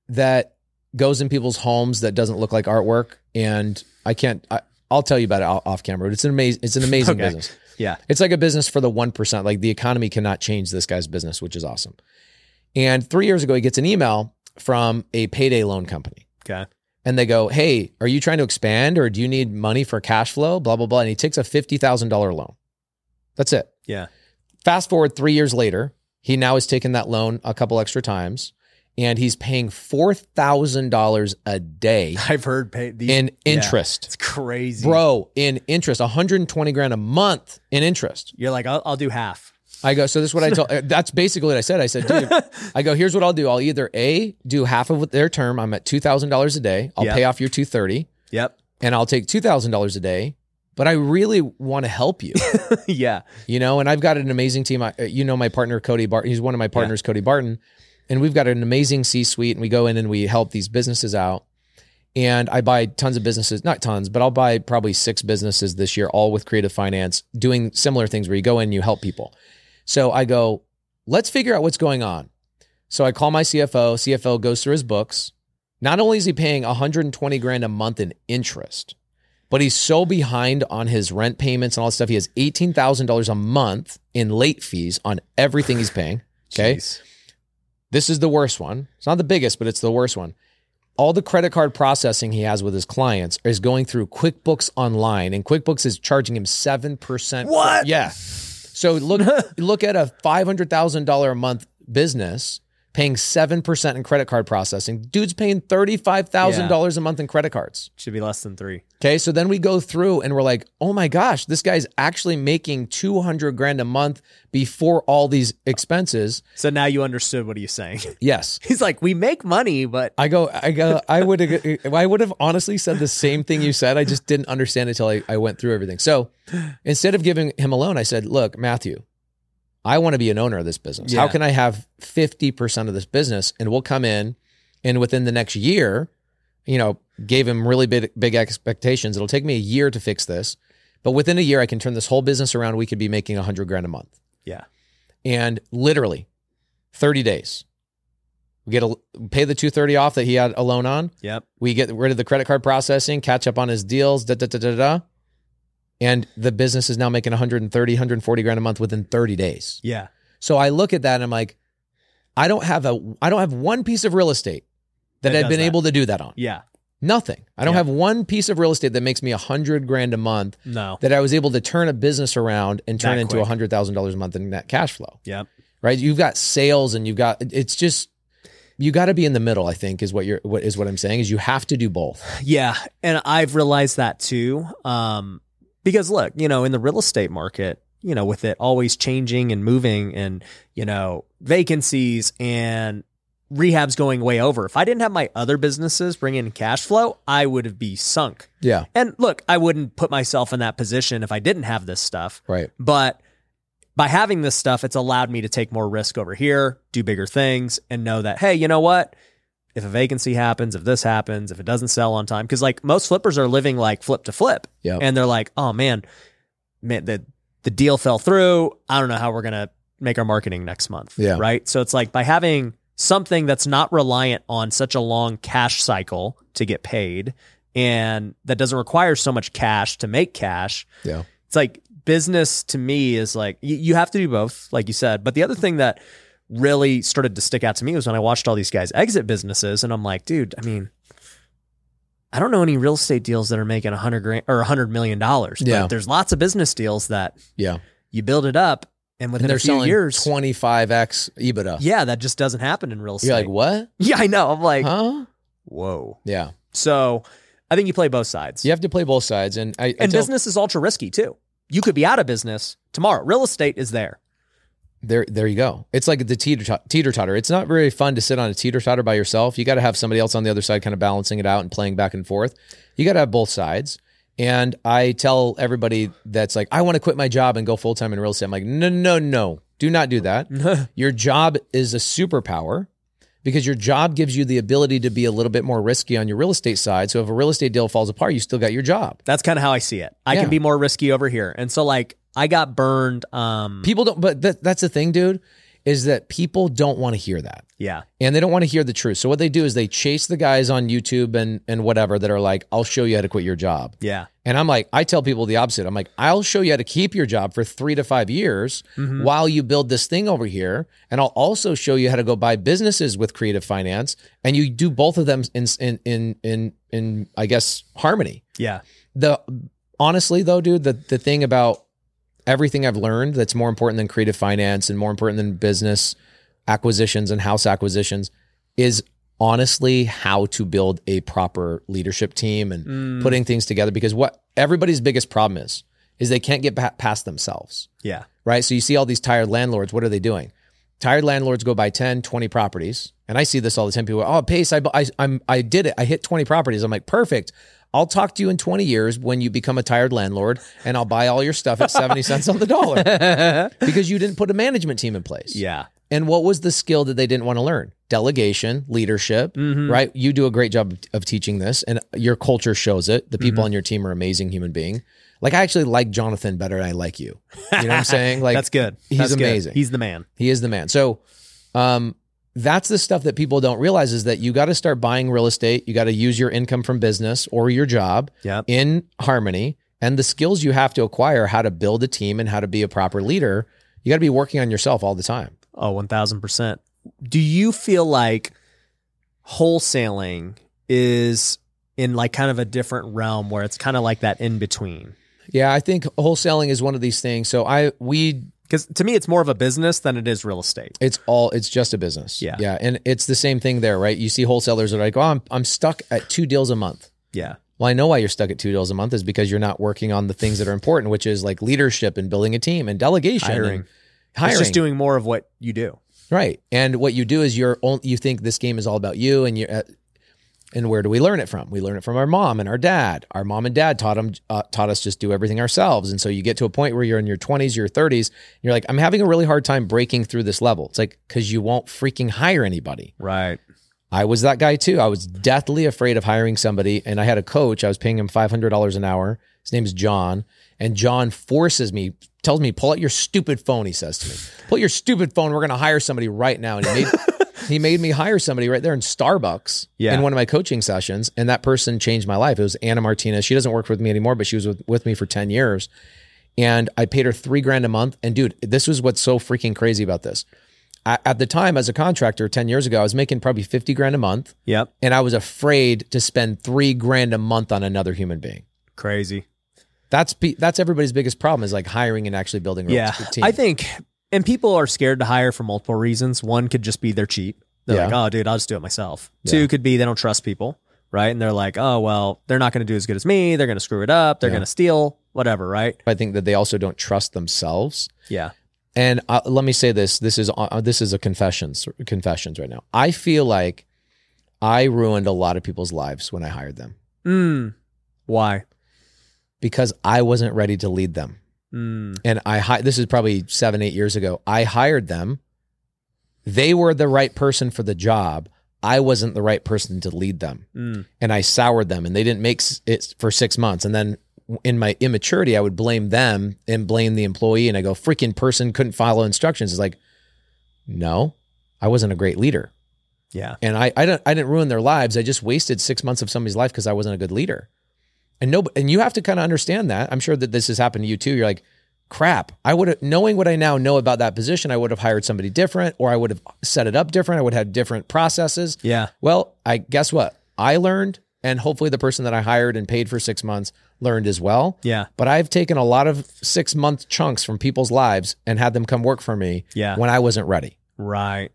[SPEAKER 1] that goes in people's homes that doesn't look like artwork, and I can't. I, I'll tell you about it o- off camera, but it's an amazing. It's an amazing
[SPEAKER 2] Okay.
[SPEAKER 1] business.
[SPEAKER 2] Yeah.
[SPEAKER 1] It's like a business for the 1%. Like the economy cannot change this guy's business, which is awesome. And three years ago, he gets an email from a payday loan company.
[SPEAKER 2] Okay. [laughs]
[SPEAKER 1] and they go, Hey, are you trying to expand or do you need money for cash flow? Blah, blah, blah. And he takes a $50,000 loan. That's it.
[SPEAKER 2] Yeah.
[SPEAKER 1] Fast forward three years later, he now has taken that loan a couple extra times and he's paying $4,000 a day
[SPEAKER 2] I've heard pay these.
[SPEAKER 1] in
[SPEAKER 2] yeah.
[SPEAKER 1] interest.
[SPEAKER 2] It's crazy,
[SPEAKER 1] Bro, in interest, 120 grand a month in interest.
[SPEAKER 2] You're like, I'll, I'll do half.
[SPEAKER 1] I go, so this is what I
[SPEAKER 2] [laughs]
[SPEAKER 1] told, uh, that's basically what I said. I said, dude, I go, here's what I'll do. I'll either A, do half of what their term. I'm at $2,000 a day. I'll
[SPEAKER 2] Yeah.
[SPEAKER 1] pay off your 230
[SPEAKER 2] Yep. [laughs]
[SPEAKER 1] and I'll take $2,000 a day. But I really want to help you,
[SPEAKER 2] yeah.
[SPEAKER 1] you know, and I've got an amazing team. I, uh, you know, my partner, Cody Barton, he's one of my partners, Cody Barton, and we've got an amazing C suite and we go in and we help these businesses out. And I buy tons of businesses, not tons, but I'll buy probably six businesses this year, all with creative finance, doing similar things where you go in and you help people. So I go, let's figure out what's going on. So I call my CFO. CFO goes through his books. Not only is he paying 120 grand a month in interest, but he's so behind on his rent payments and all that stuff. He has $18,000 a month in late fees on everything he's paying. Okay.
[SPEAKER 2] Jeez.
[SPEAKER 1] This is the worst one. It's not the biggest, but it's the worst one. All the credit card processing he has with his clients is going through QuickBooks Online, and QuickBooks is charging him seven percent.
[SPEAKER 2] What?
[SPEAKER 1] Yeah. So look look at a five hundred thousand dollar a month business paying seven percent in credit card processing. Dude's paying thirty five thousand dollars a month in credit cards.
[SPEAKER 2] Should be less than three.
[SPEAKER 1] Okay, so then we go through and we're like, oh my gosh, this guy's actually making two hundred grand a month before all these expenses.
[SPEAKER 2] So now you understood what he's saying. [laughs]
[SPEAKER 1] Yes.
[SPEAKER 2] He's like, we make money, but
[SPEAKER 1] I go, I go, I would, I would have honestly said the same thing you said. I just didn't understand until I, I went through everything. So instead of giving him a loan, I said, look, Matthew, I want to be an owner of this business. How
[SPEAKER 2] Yeah.
[SPEAKER 1] can I have 50% of this business? And we'll come in and within the next year, you know, gave him really big, big expectations. It'll take me a year to fix this, but within a year, I can turn this whole business around. We could be making a hundred grand a month
[SPEAKER 2] yeah,
[SPEAKER 1] and literally 30 days we get a pay the 230 off that he had a loan on
[SPEAKER 2] yep.
[SPEAKER 1] we get rid of the credit card processing catch up on his deals da da da da da and the business is now making 130 140 grand a month within 30 days
[SPEAKER 2] Yeah.
[SPEAKER 1] so i look at that and i'm like i don't have a i don't have one piece of real estate that,
[SPEAKER 2] That
[SPEAKER 1] i've
[SPEAKER 2] does
[SPEAKER 1] been
[SPEAKER 2] that.
[SPEAKER 1] able to do that on
[SPEAKER 2] Yeah.
[SPEAKER 1] nothing i don't
[SPEAKER 2] Yeah.
[SPEAKER 1] have one piece of real estate that makes me 100 grand a month
[SPEAKER 2] No. [laughs]
[SPEAKER 1] that i was able to turn a business around and turn
[SPEAKER 2] That
[SPEAKER 1] into
[SPEAKER 2] quick.
[SPEAKER 1] $100000 a month in net cash flow
[SPEAKER 2] Yep.
[SPEAKER 1] right? You've got sales and you've got it's just you got to be in the middle. I think is what you're what is what I'm saying is you have to do both.
[SPEAKER 2] Yeah. And I've realized that too. Um, because look, you know, in the real estate market, you know, with it always changing and moving and, you know, vacancies and rehabs going way over. If I didn't have my other businesses bring in cash flow, I would have be sunk.
[SPEAKER 1] Yeah,
[SPEAKER 2] And look, I wouldn't put myself in that position if I didn't have this stuff.
[SPEAKER 1] right.
[SPEAKER 2] But by having this stuff, it's allowed me to take more risk over here, do bigger things, and know that, hey, you know what? If a vacancy happens, if this happens, if it doesn't sell on time, because like most flippers are living like flip to flip.
[SPEAKER 1] Yep.
[SPEAKER 2] And they're like, oh man, man, the, the deal fell through. I don't know how we're going to make our marketing next month.
[SPEAKER 1] Yeah.
[SPEAKER 2] Right. So it's like by having something that's not reliant on such a long cash cycle to get paid and that doesn't require so much cash to make cash,
[SPEAKER 1] Yeah,
[SPEAKER 2] it's like business to me is like you, you have to do both like you said but the other thing that really started to stick out to me was when i watched all these guys exit businesses and i'm like dude i mean i don't know any real estate deals that are making 100 grand or 100 million dollars
[SPEAKER 1] Yeah.
[SPEAKER 2] but there's lots of business deals that
[SPEAKER 1] yeah.
[SPEAKER 2] you build it up and within
[SPEAKER 1] And they're
[SPEAKER 2] a few
[SPEAKER 1] selling
[SPEAKER 2] years
[SPEAKER 1] 25x EBITDA.
[SPEAKER 2] yeah that just doesn't happen in real estate
[SPEAKER 1] You're like what?
[SPEAKER 2] [laughs] yeah i know i'm like
[SPEAKER 1] Huh?
[SPEAKER 2] whoa
[SPEAKER 1] Yeah.
[SPEAKER 2] so i think you play both sides
[SPEAKER 1] You have to play both sides, and I, I
[SPEAKER 2] and
[SPEAKER 1] tell-
[SPEAKER 2] business is ultra risky too you could be out of business tomorrow real estate
[SPEAKER 1] [laughs]
[SPEAKER 2] is there
[SPEAKER 1] there there you go. It's like the teeter teeter totter. It's not very fun to sit on a teeter totter by yourself. You got to have somebody else on the other side, kind of balancing it out and playing back and forth. You got to have both sides. And I tell everybody that's like, I want to quit my job and go full time in real estate. I'm like, no, no, no, do not do that. Your job is a superpower because your job gives you the ability to be a little bit more risky on your real estate side. So if a real estate deal falls apart, you still got your job.
[SPEAKER 2] That's kind of how I see it. I
[SPEAKER 1] Yeah.
[SPEAKER 2] can be more risky over here. And so like I got burned um
[SPEAKER 1] People don't, but that, that's the thing, dude, is that people don't want to hear that.
[SPEAKER 2] Yeah.
[SPEAKER 1] And they don't want to hear the truth. So what they do is they chase the guys on YouTube and and whatever that are like, "I'll show you how to quit your job."
[SPEAKER 2] Yeah.
[SPEAKER 1] And I'm like, I tell people the opposite. I'm like, "I'll show you how to keep your job for 3 to 5 years
[SPEAKER 2] Mhm.
[SPEAKER 1] while you build this thing over here, and I'll also show you how to go buy businesses with creative finance." And you do both of them in in in in, in I guess harmony.
[SPEAKER 2] Yeah.
[SPEAKER 1] The honestly though, dude, the the thing about everything I've learned that's more important than creative finance and more important than business acquisitions and house acquisitions is honestly how to build a proper leadership team and
[SPEAKER 2] Mm,
[SPEAKER 1] putting things together because what everybody's biggest problem is is they can't get pa- past themselves
[SPEAKER 2] yeah.
[SPEAKER 1] right so you see all these tired landlords what are they doing tired landlords go buy 10 20 properties and i see this all the time people are, oh pace I, bu- I i'm i did it i hit 20 properties i'm like perfect i'll talk to you in 20 years when you become a tired landlord and i'll buy all your stuff at 70 cents on the dollar because you didn't put a management team in place
[SPEAKER 2] yeah.
[SPEAKER 1] and what was the skill that they didn't want to learn? Delegation, leadership,
[SPEAKER 2] Mhm.
[SPEAKER 1] right? You do a great job of- of teaching this, and your culture shows it. The people on your team are amazing human being. Like I actually like Jonathan better than I like you. You know what I'm saying? Like
[SPEAKER 2] That's good.
[SPEAKER 1] he's
[SPEAKER 2] That's good.
[SPEAKER 1] amazing.
[SPEAKER 2] He's the man.
[SPEAKER 1] he is the man. So, um, that's the stuff that people don't realize is that you got to start buying real estate. You got to use your income from business or your job
[SPEAKER 2] Yep.
[SPEAKER 1] in harmony and the skills you have to acquire how to build a team and how to be a proper leader. You got to be working on yourself all the time.
[SPEAKER 2] Oh, 1000%. Do you feel like wholesaling is in like kind of a different realm where it's kind of like that in between?
[SPEAKER 1] Yeah, I think wholesaling is one of these things. So I we
[SPEAKER 2] Because to me, it's more of a business than it is real estate.
[SPEAKER 1] it's all it's just a business.
[SPEAKER 2] Yeah.
[SPEAKER 1] Yeah. And it's the same thing there, right? You see wholesalers that are like, Oh, I'm I'm stuck at two deals a month.
[SPEAKER 2] Yeah.
[SPEAKER 1] Well, I know why you're stuck at two deals a month is because you're not working on the things that are important, which is like leadership and building a team and delegation.
[SPEAKER 2] Hiring.
[SPEAKER 1] And hiring.
[SPEAKER 2] It's just doing more of what you do.
[SPEAKER 1] right. And what you do is you're on- you think this game is all about you and you're at, and where do we learn it from? We learn it from our mom and our dad. Our mom and dad taught them, uh, taught us just do everything ourselves. And so you get to a point where you're in your 20s, your 30s, and you're like, I'm having a really hard time breaking through this level. It's like because you won't freaking hire anybody.
[SPEAKER 2] Right.
[SPEAKER 1] I was that guy too. I was deathly afraid of hiring somebody, and I had a coach. I was paying him five hundred dollars an hour. His name's John, and John forces me, tells me, "Pull out your stupid phone." He says to me, "Pull out your stupid phone. We're going to hire somebody right now." And he made, [laughs] he made me hire somebody right there in Starbucks
[SPEAKER 2] Yeah.
[SPEAKER 1] in one of my coaching sessions, and that person changed my life. It was Anna Martinez. She doesn't work with me anymore, but she was with, with me for ten years, and I paid her three grand a month. And dude, this was what's so freaking crazy about this. I, at the time, as a contractor, ten years ago, I was making probably fifty grand a month,
[SPEAKER 2] Yep.
[SPEAKER 1] and I was afraid to spend three grand a month on another human being.
[SPEAKER 2] Crazy.
[SPEAKER 1] That's pe- that's everybody's biggest problem is like hiring and actually building. a real
[SPEAKER 2] Yeah.
[SPEAKER 1] team.
[SPEAKER 2] I think, and people are scared to hire for multiple reasons. One could just be they're cheap. They're
[SPEAKER 1] Yeah.
[SPEAKER 2] like, oh, dude, I'll just do it myself.
[SPEAKER 1] Yeah.
[SPEAKER 2] Two could be they don't trust people, right? And they're like, oh, well, they're not going to do as good as me. They're going to screw it up. They're
[SPEAKER 1] Yeah.
[SPEAKER 2] going to steal, whatever, right?
[SPEAKER 1] I think that they also don't trust themselves.
[SPEAKER 2] Yeah.
[SPEAKER 1] And uh, let me say this: this is uh, this is a confessions confessions right now. I feel like I ruined a lot of people's lives when I hired them
[SPEAKER 2] Mm. Why?
[SPEAKER 1] because I wasn't ready to lead them.
[SPEAKER 2] Mm.
[SPEAKER 1] and I hi- this is probably seven eight years ago. I hired them. They were the right person for the job. I wasn't the right person to lead them,
[SPEAKER 2] Mm.
[SPEAKER 1] and I soured them, and they didn't make s- it for six months. And then in my immaturity, I would blame them and blame the employee, and I go, "Freaking person couldn't follow instructions." It's like, no, I wasn't a great leader,
[SPEAKER 2] Yeah.
[SPEAKER 1] and I I don't I didn't ruin their lives. I just wasted six months of somebody's life because I wasn't a good leader. And no, and you have to kind of understand that. I'm sure that this has happened to you too. You're like, crap. I would have knowing what I now know about that position. I would have hired somebody different, or I would have set it up different. I would have different processes.
[SPEAKER 2] Yeah.
[SPEAKER 1] Well, I guess what I learned, and hopefully the person that I hired and paid for six months learned as well.
[SPEAKER 2] Yeah.
[SPEAKER 1] But I've taken a lot of six month chunks from people's lives and had them come work for me
[SPEAKER 2] Yeah.
[SPEAKER 1] when I wasn't ready.
[SPEAKER 2] Right.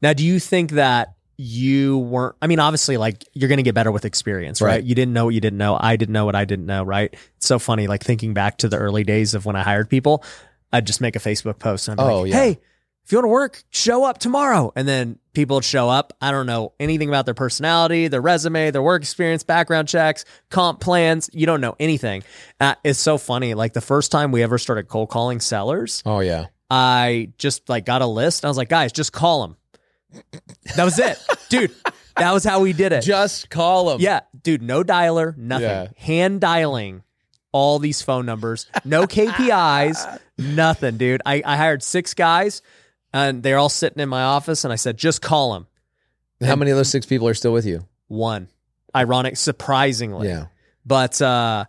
[SPEAKER 2] Now, do you think that you weren't? I mean, obviously, like you're going to get better with experience, right?
[SPEAKER 1] Right.
[SPEAKER 2] You didn't know what you didn't know. I didn't know what I didn't know, right? It's so funny, like thinking back to the early days of when I hired people, I'd just make a Facebook post and I'd be
[SPEAKER 1] Oh,
[SPEAKER 2] like,
[SPEAKER 1] yeah.
[SPEAKER 2] hey, if you want to work, show up tomorrow. And then people would show up. I don't know anything about their personality, their resume, their work experience, background checks, comp plans. You don't know anything. Uh, it's so funny. Like the first time we ever started cold calling sellers,
[SPEAKER 1] Oh yeah,
[SPEAKER 2] I just like got a list. And I was like, guys, just call them. That
[SPEAKER 1] [laughs]
[SPEAKER 2] was it, dude. That was how we did it.
[SPEAKER 1] just call them.
[SPEAKER 2] yeah, dude. No dialer, nothing.
[SPEAKER 1] Yeah.
[SPEAKER 2] Hand dialing
[SPEAKER 1] [laughs]
[SPEAKER 2] all these phone numbers. No KPIs, nothing, dude. I, I hired six guys. and they're all sitting in my office, and I said, just call him.
[SPEAKER 1] How many of those six people are still with you?
[SPEAKER 2] One. Ironic, surprisingly.
[SPEAKER 1] Yeah.
[SPEAKER 2] But uh,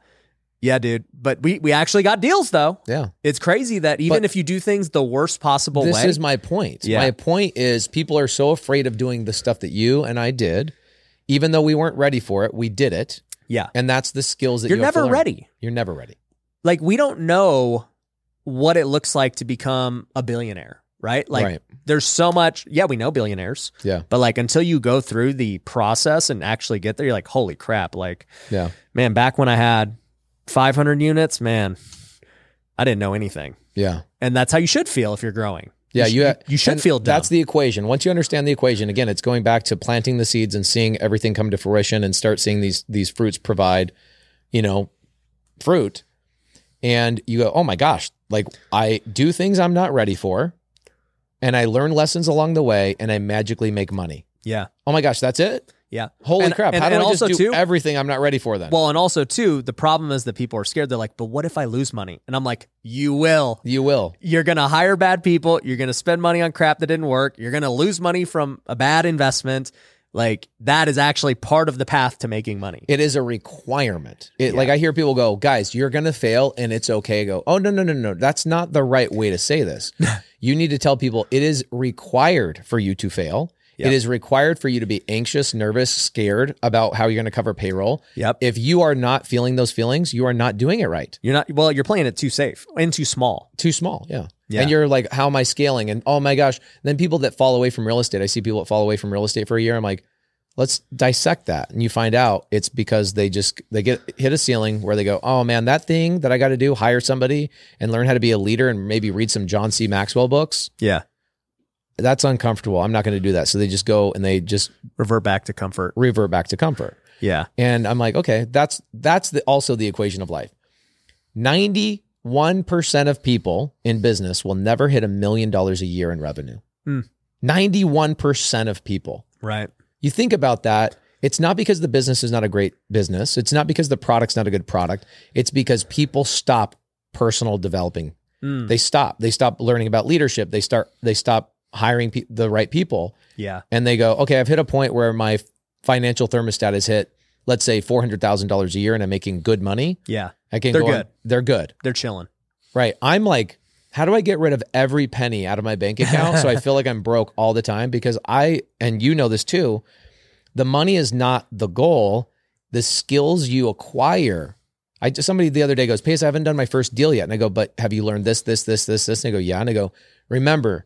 [SPEAKER 2] yeah, dude. But we we actually got deals though.
[SPEAKER 1] Yeah.
[SPEAKER 2] It's crazy that even
[SPEAKER 1] But-
[SPEAKER 2] if you do things the worst possible
[SPEAKER 1] this
[SPEAKER 2] way,
[SPEAKER 1] is my point.
[SPEAKER 2] Yeah.
[SPEAKER 1] My point is people are so afraid of doing the stuff that you and I did, even though we weren't ready for it, we did it.
[SPEAKER 2] yeah,
[SPEAKER 1] And that's the skills that
[SPEAKER 2] you're
[SPEAKER 1] you have to
[SPEAKER 2] never
[SPEAKER 1] learn.
[SPEAKER 2] ready.
[SPEAKER 1] You're never ready.
[SPEAKER 2] Like we don't know what it looks like to become a billionaire, right? Like
[SPEAKER 1] right.
[SPEAKER 2] there's so much. Yeah, we know billionaires.
[SPEAKER 1] Yeah.
[SPEAKER 2] But like until you go through the process and actually get there, you're like, holy crap! Like,
[SPEAKER 1] Yeah.
[SPEAKER 2] man, back when I had 500 units, man, I didn't know anything,
[SPEAKER 1] Yeah.
[SPEAKER 2] and that's how you should feel if you're growing.
[SPEAKER 1] Yeah.
[SPEAKER 2] sh-
[SPEAKER 1] You, ha-
[SPEAKER 2] you should
[SPEAKER 1] and
[SPEAKER 2] feel dumb.
[SPEAKER 1] That's the equation. Once you understand the equation, again, it's going back to planting the seeds and seeing everything come to fruition and start seeing these these fruits provide, you know, fruit. And you go, oh my gosh, like I do things I'm not ready for, and I learn lessons along the way, and I magically make money.
[SPEAKER 2] yeah.
[SPEAKER 1] Oh my gosh, that's it.
[SPEAKER 2] Yeah.
[SPEAKER 1] Holy
[SPEAKER 2] And-
[SPEAKER 1] crap!
[SPEAKER 2] and-
[SPEAKER 1] How do
[SPEAKER 2] and
[SPEAKER 1] I
[SPEAKER 2] also,
[SPEAKER 1] just do
[SPEAKER 2] too-
[SPEAKER 1] everything I'm not ready for then?
[SPEAKER 2] Well, and also too, the problem is that people are scared. They're like, "But what if I lose money?" And I'm like, "You will.
[SPEAKER 1] you will.
[SPEAKER 2] You're gonna hire bad people. You're gonna spend money on crap that didn't work. You're gonna lose money from a bad investment. Like that is actually part of the path to making money.
[SPEAKER 1] It is a requirement. It, Like I hear people go, guys, you're going to fail and it's okay. I go, oh, no, no, no, no. That's not the right way to say this. you need to tell people it is required for you to fail.
[SPEAKER 2] Yep.
[SPEAKER 1] It is required for you to be anxious, nervous, scared about how you're going to cover payroll.
[SPEAKER 2] Yep.
[SPEAKER 1] If you are not feeling those feelings, you are not doing it right.
[SPEAKER 2] You're not. Well, you're playing it too safe and too small.
[SPEAKER 1] Too small. Yeah.
[SPEAKER 2] Yeah.
[SPEAKER 1] And you're like, how am I scaling? And oh my gosh. Then people that fall away from real estate, I see people that fall away from real estate for a year. I'm like, let's dissect that. And you find out it's because they just they get hit a ceiling where they go, Oh man, that thing that I gotta do, hire somebody and learn how to be a leader and maybe read some John C. Maxwell books.
[SPEAKER 2] Yeah.
[SPEAKER 1] That's uncomfortable. I'm not gonna do that. So they just go and they just
[SPEAKER 2] Revert back to comfort.
[SPEAKER 1] revert back to comfort.
[SPEAKER 2] Yeah.
[SPEAKER 1] And I'm like, okay, that's that's the, also the equation of life. 91% of people in business will never hit a million dollars a year in revenue.
[SPEAKER 2] Hmm.
[SPEAKER 1] 91% of people.
[SPEAKER 2] Right.
[SPEAKER 1] You think about that, it's not because the business is not a great business, it's not because the product's not a good product, it's because people stop personal developing
[SPEAKER 2] Mm.
[SPEAKER 1] they stop they stop learning about leadership they start they stop hiring pe- the right people
[SPEAKER 2] yeah.
[SPEAKER 1] and they go, okay, I've hit a point where my financial thermostat is hit, let's say four hundred thousand dollars a year, and I'm making good money.
[SPEAKER 2] Yeah.
[SPEAKER 1] I can
[SPEAKER 2] They're
[SPEAKER 1] go on-
[SPEAKER 2] good.
[SPEAKER 1] they're good,
[SPEAKER 2] They're chilling.
[SPEAKER 1] right? I'm like, how do I get rid of every penny out of my bank account
[SPEAKER 2] [laughs]
[SPEAKER 1] so I feel like I'm broke all the time? Because I and you know this too, the money is not the goal. The skills you acquire. I just somebody the other day goes, Pace, I haven't done my first deal yet. And I go, but have you learned this, this, this, this, this? And I go, yeah. And I go, remember,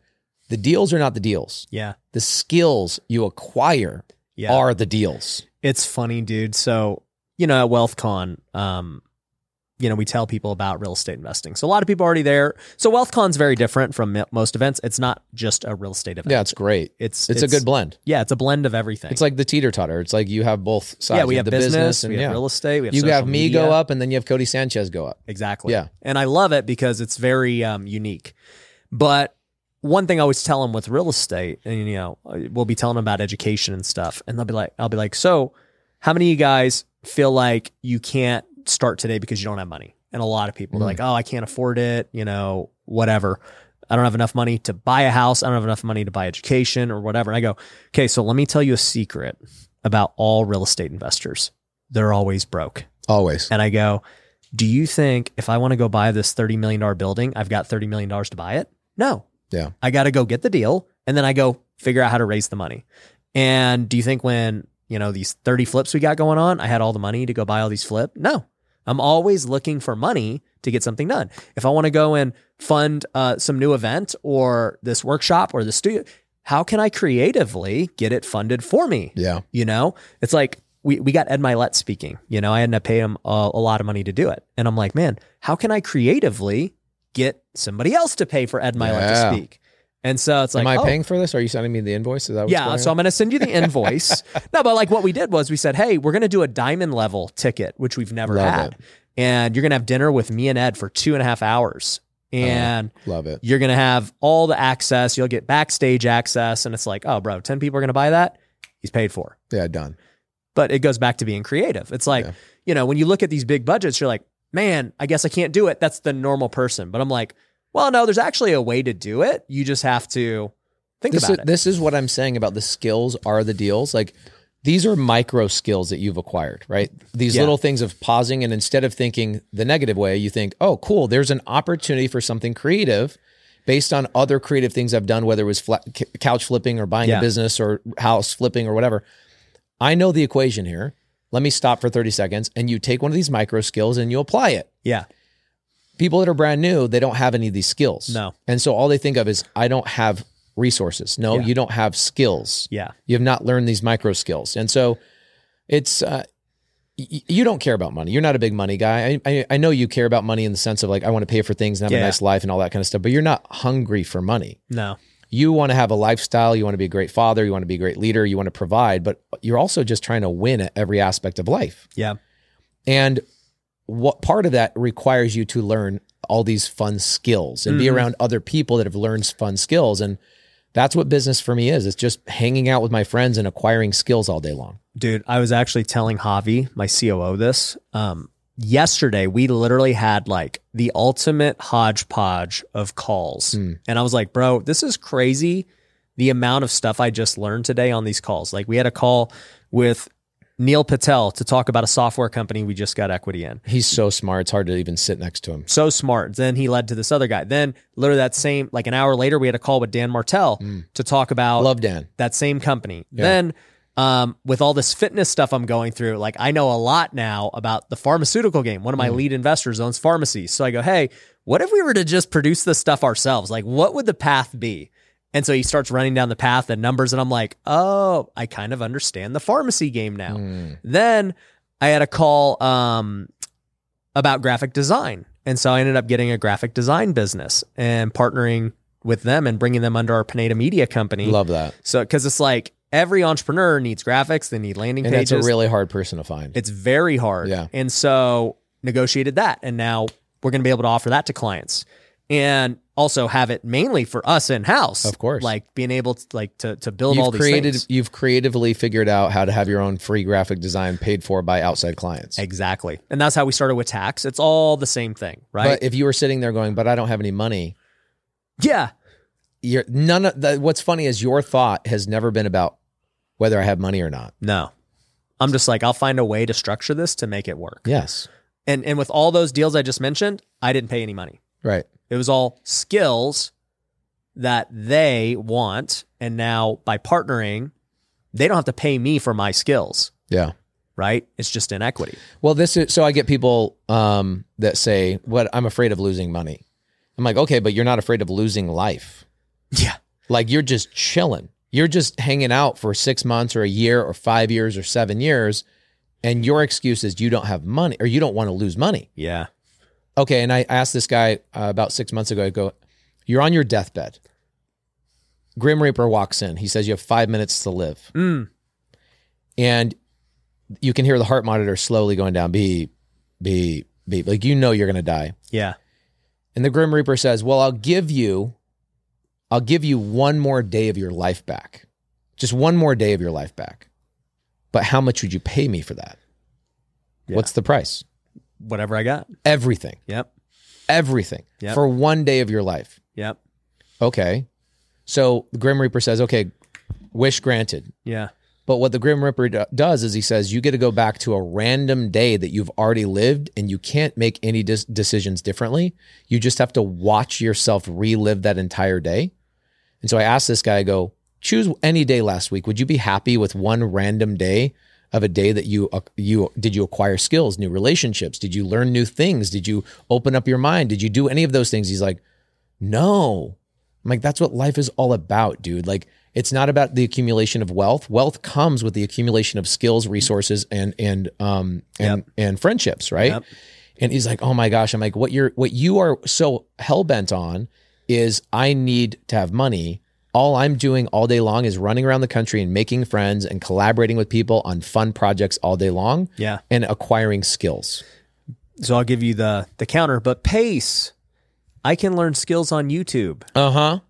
[SPEAKER 1] the deals are not the deals
[SPEAKER 2] Yeah.
[SPEAKER 1] the skills you acquire
[SPEAKER 2] Yeah.
[SPEAKER 1] are the deals.
[SPEAKER 2] It's funny, dude. So, you know, at WealthCon, um, you know, we tell people about real estate investing. So a lot of people already there. So WealthCon's very different from mi- most events. It's not just a real estate event.
[SPEAKER 1] Yeah, it's great.
[SPEAKER 2] It's,
[SPEAKER 1] It's, a good blend.
[SPEAKER 2] Yeah, it's a blend of everything.
[SPEAKER 1] It's like the teeter totter. It's like you have both sides.
[SPEAKER 2] yeah, we
[SPEAKER 1] You
[SPEAKER 2] have
[SPEAKER 1] the
[SPEAKER 2] business,
[SPEAKER 1] and
[SPEAKER 2] we have
[SPEAKER 1] yeah.
[SPEAKER 2] real estate, we have
[SPEAKER 1] you
[SPEAKER 2] social
[SPEAKER 1] have me
[SPEAKER 2] media.
[SPEAKER 1] go up, and then you have Cody Sanchez go up.
[SPEAKER 2] Exactly.
[SPEAKER 1] Yeah.
[SPEAKER 2] And I love it because it's very um, unique. But one thing I always tell them with real estate, and you know, we'll be telling them about education and stuff, and they'll be like, I'll be like, so how many of you guys feel like you can't start today because you don't have money? And a lot of people are
[SPEAKER 1] Mm.
[SPEAKER 2] like, oh, I can't afford it, you know, whatever. I don't have enough money to buy a house. I don't have enough money to buy education or whatever. And I go, okay, so let me tell you a secret about all real estate investors. They're always broke
[SPEAKER 1] Always.
[SPEAKER 2] and I go, "Do you think if I want to go buy this thirty million dollar building, I've got thirty million dollars to buy it? No.
[SPEAKER 1] Yeah.
[SPEAKER 2] I got to go get the deal, and then I go figure out how to raise the money. And do you think when you know these thirty flips we got going on, I had all the money to go buy all these flip? No. I'm always looking for money to get something done. If I want to go and fund uh, some new event or this workshop or the studio, how can I creatively get it funded for me?
[SPEAKER 1] Yeah.
[SPEAKER 2] You know, it's like we, we got Ed Milet speaking. You know, I had to pay him a, a lot of money to do it. And I'm like, man, how can I creatively get somebody else to pay for Ed Milet
[SPEAKER 1] Yeah.
[SPEAKER 2] to speak? And so it's like,
[SPEAKER 1] Am I
[SPEAKER 2] oh,
[SPEAKER 1] paying for this? Are you sending me the invoice? Is that what's
[SPEAKER 2] yeah.
[SPEAKER 1] going
[SPEAKER 2] So
[SPEAKER 1] on?
[SPEAKER 2] I'm going to send
[SPEAKER 1] [laughs]
[SPEAKER 2] you the invoice. no, but like what we did was we said, hey, we're going to do a diamond level ticket, which we've never
[SPEAKER 1] Love
[SPEAKER 2] had. And you're going to have dinner with me and Ed for two and a half hours.
[SPEAKER 1] Oh.
[SPEAKER 2] And
[SPEAKER 1] love it.
[SPEAKER 2] you're going to have all the access. You'll get backstage access. And it's like, oh, bro, 10 people are going to buy that. He's paid for
[SPEAKER 1] Yeah, done.
[SPEAKER 2] but it goes back to being creative. It's like,
[SPEAKER 1] Yeah.
[SPEAKER 2] you know, when you look at these big budgets, you're like, man, I guess I can't do it. That's the normal person. But I'm like, Well, no, there's actually a way to do it. You just have to think
[SPEAKER 1] this
[SPEAKER 2] about
[SPEAKER 1] is,
[SPEAKER 2] it.
[SPEAKER 1] This is what I'm saying about the skills are the deals. Like these are micro skills that you've acquired, right? These
[SPEAKER 2] Yeah.
[SPEAKER 1] little things of pausing and instead of thinking the negative way, you think, oh, cool, there's an opportunity for something creative based on other creative things I've done, whether it was fla- c- couch flipping or buying a
[SPEAKER 2] Yeah.
[SPEAKER 1] business or house flipping or whatever. I know the equation here. Let me stop for 30 seconds and you take one of these micro skills and you apply it [laughs]
[SPEAKER 2] yeah.
[SPEAKER 1] people that are brand new, they don't have any of these skills.
[SPEAKER 2] No.
[SPEAKER 1] And so all they think of is, I don't have resources. No,
[SPEAKER 2] Yeah.
[SPEAKER 1] you don't have skills.
[SPEAKER 2] Yeah.
[SPEAKER 1] You have not learned these micro skills. And so it's, uh, y- you don't care about money. You're not a big money guy. I, I, I know you care about money in the sense of like, I want to pay for things and have a
[SPEAKER 2] Yeah.
[SPEAKER 1] nice life and all that kind of stuff, but you're not hungry for money.
[SPEAKER 2] No.
[SPEAKER 1] You want to have a lifestyle. You want to be a great father. You want to be a great leader. You want to provide, but you're also just trying to win at every aspect of life.
[SPEAKER 2] Yeah.
[SPEAKER 1] And what part of that requires you to learn all these fun skills and be
[SPEAKER 2] Mhm.
[SPEAKER 1] around other people that have learned fun skills. And that's what business for me is. It's just hanging out with my friends and acquiring skills all day long.
[SPEAKER 2] Dude, I was actually telling Javi, my COO, this. Um, yesterday, we literally had like the ultimate hodgepodge of calls.
[SPEAKER 1] Hmm.
[SPEAKER 2] And I was like, bro, this is crazy the amount of stuff I just learned today on these calls. Like, we had a call with Neil Patel to talk about a software company we just got equity in.
[SPEAKER 1] He's so smart. It's hard to even sit next to him.
[SPEAKER 2] so smart. Then he led to this other guy. Then literally that same like an hour later, we had a call with Dan Martell
[SPEAKER 1] Mm.
[SPEAKER 2] to
[SPEAKER 1] I
[SPEAKER 2] talk about
[SPEAKER 1] love Dan.
[SPEAKER 2] that same company.
[SPEAKER 1] Yeah.
[SPEAKER 2] Then um, with all this fitness stuff I'm going through, like I know a lot now about the pharmaceutical game. One of my
[SPEAKER 1] Mm.
[SPEAKER 2] lead investors owns pharmacies, so I go, hey, what if we were to just produce this stuff ourselves? Like, what would the path be? And so he starts running down the path and numbers, and I'm like, oh, I kind of understand the pharmacy game now.
[SPEAKER 1] Mm.
[SPEAKER 2] Then I had a call um, about graphic design. And so I ended up getting a graphic design business and partnering with them and bringing them under our Pineda Media Company.
[SPEAKER 1] Love that.
[SPEAKER 2] So, because it's like every entrepreneur needs graphics, they need landing
[SPEAKER 1] And that's
[SPEAKER 2] pages.
[SPEAKER 1] a really hard person to find.
[SPEAKER 2] it's very hard.
[SPEAKER 1] Yeah.
[SPEAKER 2] And so negotiated that. And now we're going to be able to offer that to clients and also have it mainly for us in house.
[SPEAKER 1] Of course.
[SPEAKER 2] Like being able to like to, to build all
[SPEAKER 1] You've
[SPEAKER 2] these
[SPEAKER 1] created,
[SPEAKER 2] things.
[SPEAKER 1] you've creatively figured out how to have your own free graphic design paid for by outside clients.
[SPEAKER 2] Exactly. And that's how we started with tax. It's all the same thing, right?
[SPEAKER 1] But if you were sitting there going, but I don't have any money,
[SPEAKER 2] yeah.
[SPEAKER 1] your none of the, what's funny is your thought has never been about whether I have money or not.
[SPEAKER 2] No. I'm just like, I'll find a way to structure this to make it work.
[SPEAKER 1] Yes.
[SPEAKER 2] And and with all those deals I just mentioned, I didn't pay any money.
[SPEAKER 1] Right.
[SPEAKER 2] It was all skills that they want. And now by partnering, they don't have to pay me for my skills,
[SPEAKER 1] Yeah.
[SPEAKER 2] right? It's just inequity.
[SPEAKER 1] Well, this is so I get people um, that say, "What I'm afraid of losing money." I'm like, okay, but you're not afraid of losing life.
[SPEAKER 2] Yeah.
[SPEAKER 1] Like you're just chilling. You're just hanging out for six months or a year or five years or seven years, and your excuse is you don't have money or you don't want to lose money.
[SPEAKER 2] Yeah.
[SPEAKER 1] Okay, and I asked this guy uh, about six months ago. I go, "You're on your deathbed." Grim Reaper walks in. He says, "You have five minutes to live,"
[SPEAKER 2] Mm.
[SPEAKER 1] and you can hear the heart monitor slowly going down. Beep, beep, beep. Like you know you're going to die.
[SPEAKER 2] Yeah.
[SPEAKER 1] And the Grim Reaper says, "Well, I'll give you, I'll give you one more day of your life back, just one more day of your life back. But how much would you pay me for that?
[SPEAKER 2] Yeah.
[SPEAKER 1] What's the price?
[SPEAKER 2] Whatever I got.
[SPEAKER 1] Everything,
[SPEAKER 2] Yep.
[SPEAKER 1] everything
[SPEAKER 2] Yep.
[SPEAKER 1] for one day of your life."
[SPEAKER 2] Yep.
[SPEAKER 1] Okay. So the Grim Reaper says, okay, wish granted.
[SPEAKER 2] Yeah.
[SPEAKER 1] But what the Grim Reaper do- does is he says, you get to go back to a random day that you've already lived and you can't make any dis- decisions differently. You just have to watch yourself relive that entire day. And so I asked this guy, I go, choose any day last week. Would you be happy with one random day of a day that you, uh, you, did you acquire skills, new relationships? Did you learn new things? Did you open up your mind? Did you do any of those things? He's like, no. I'm like, that's what life is all about, dude. Like, it's not about the accumulation of wealth. Wealth comes with the accumulation of skills, resources, and and um and and friendships, right?
[SPEAKER 2] Yep.
[SPEAKER 1] And he's like, oh my gosh. I'm like, what you're what you are so hell bent on is I need to have money. All I'm doing all day long is running around the country and making friends and collaborating with people on fun projects all day long
[SPEAKER 2] Yeah.
[SPEAKER 1] and acquiring skills.
[SPEAKER 2] So I'll give you the the counter, but pace. I can learn skills on YouTube.
[SPEAKER 1] Uh huh.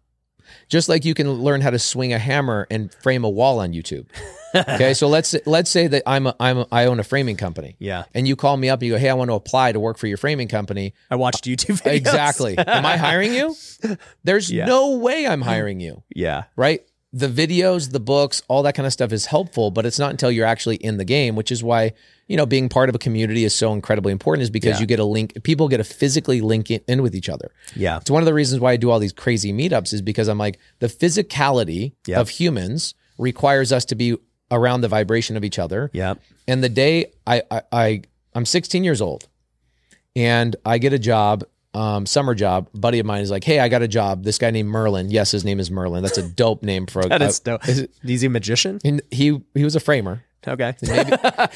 [SPEAKER 1] Just like you can learn how to swing a hammer and frame a wall on YouTube. Okay, so let's let's say that I'm a, I'm a, I own a framing company,
[SPEAKER 2] Yeah.
[SPEAKER 1] and you call me up and you go, hey, I want to apply to work for your framing
[SPEAKER 2] [laughs]
[SPEAKER 1] company.
[SPEAKER 2] I watched YouTube videos.
[SPEAKER 1] Exactly. Am I hiring you? There's
[SPEAKER 2] Yeah.
[SPEAKER 1] no way I'm hiring you,
[SPEAKER 2] [laughs] yeah.
[SPEAKER 1] right? The videos, the books, all that kind of stuff is helpful, but it's not until you're actually in the game, which is why, you know, being part of a community is so incredibly important is because
[SPEAKER 2] Yeah.
[SPEAKER 1] you get a link, people get to physically link in, in with each other.
[SPEAKER 2] Yeah.
[SPEAKER 1] It's one of the reasons why I do all these crazy meetups is because I'm like, the physicality
[SPEAKER 2] Yep.
[SPEAKER 1] of humans requires us to be around the vibration of each other.
[SPEAKER 2] Yeah.
[SPEAKER 1] And the day I, I, I I'm 16 years old, and I get a job, um, summer job. A buddy of mine is like, "Hey, I got a job." This guy named Merlin. Yes, his name is Merlin. That's a dope name for a.
[SPEAKER 2] [laughs] That
[SPEAKER 1] a-
[SPEAKER 2] is dope. Uh, Is he a magician?
[SPEAKER 1] and he he was a
[SPEAKER 2] [laughs]
[SPEAKER 1] framer.
[SPEAKER 2] Okay. [laughs]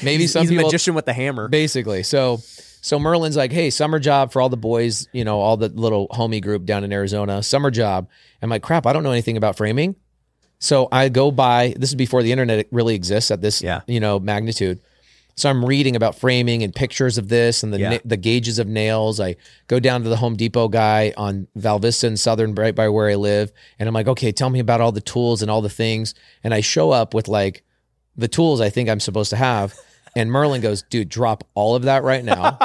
[SPEAKER 1] Maybe
[SPEAKER 2] he's
[SPEAKER 1] some
[SPEAKER 2] he's a
[SPEAKER 1] people
[SPEAKER 2] magician with the hammer.
[SPEAKER 1] basically. So so Merlin's like, "Hey, summer job for all the boys. You know, all the little homie group down in Arizona. Summer job." I'm like, "Crap, I don't know anything about framing." So I go by. This is before the internet really exists at this
[SPEAKER 2] Yeah.
[SPEAKER 1] you know magnitude. So I'm reading about framing and pictures of this and the
[SPEAKER 2] Yeah.
[SPEAKER 1] na- the gauges of nails. I go down to the Home Depot guy on Val Vista and Southern, right by where I live, and I'm like, okay, tell me about all the tools and all the things. And I show up with like the tools I think I'm supposed to have, and Merlin goes, dude, drop all of that right
[SPEAKER 2] [laughs]
[SPEAKER 1] now.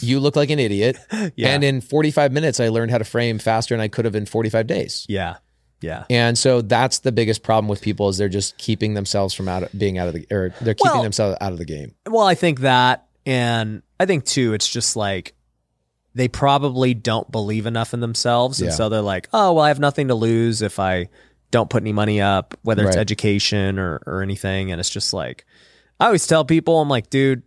[SPEAKER 1] you look like an idiot.
[SPEAKER 2] Yeah.
[SPEAKER 1] And in 45 minutes, I learned how to frame faster than I could have in 45 days.
[SPEAKER 2] yeah. Yeah.
[SPEAKER 1] And so that's the biggest problem with people is they're just keeping themselves from out of being out of the or they're keeping
[SPEAKER 2] Well-
[SPEAKER 1] themselves out of the game.
[SPEAKER 2] Well, I think that, and I think too, it's just like they probably don't believe enough in themselves, and
[SPEAKER 1] Yeah.
[SPEAKER 2] so they're like, "Oh, well, I have nothing to lose if I don't put any money up, whether it's
[SPEAKER 1] Right.
[SPEAKER 2] education or or anything." And it's just like, I always tell people, I'm like, dude,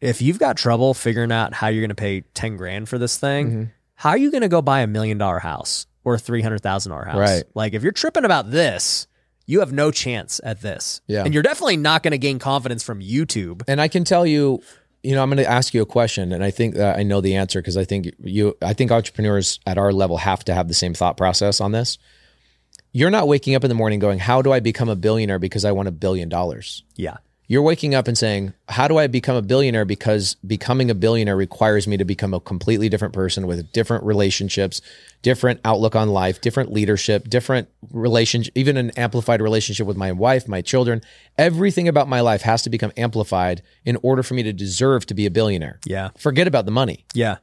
[SPEAKER 2] if you've got trouble figuring out how you're going to pay ten grand for this thing,
[SPEAKER 1] Mm-hmm.
[SPEAKER 2] how are you going to go buy a million dollar house or a three hundred thousand dollar house?
[SPEAKER 1] Right.
[SPEAKER 2] Like, if you're tripping about this. You have no chance at this.
[SPEAKER 1] Yeah.
[SPEAKER 2] And you're definitely not going to gain confidence from YouTube.
[SPEAKER 1] And I can tell you, you know, I'm going to ask you a question, and I think that I know the answer because I think you, I think entrepreneurs at our level have to have the same thought process on this. You're not waking up in the morning going, "How do I become a billionaire?" Because I want a billion dollars.
[SPEAKER 2] Yeah.
[SPEAKER 1] You're waking up and saying, "How do I become a billionaire?" Because becoming a billionaire requires me to become a completely different person with different relationships, different outlook on life, different leadership, different relationship, even an amplified relationship with my wife, my children. Everything about my life has to become amplified in order for me to deserve to be a billionaire.
[SPEAKER 2] Yeah.
[SPEAKER 1] Forget about the money.
[SPEAKER 2] Yeah.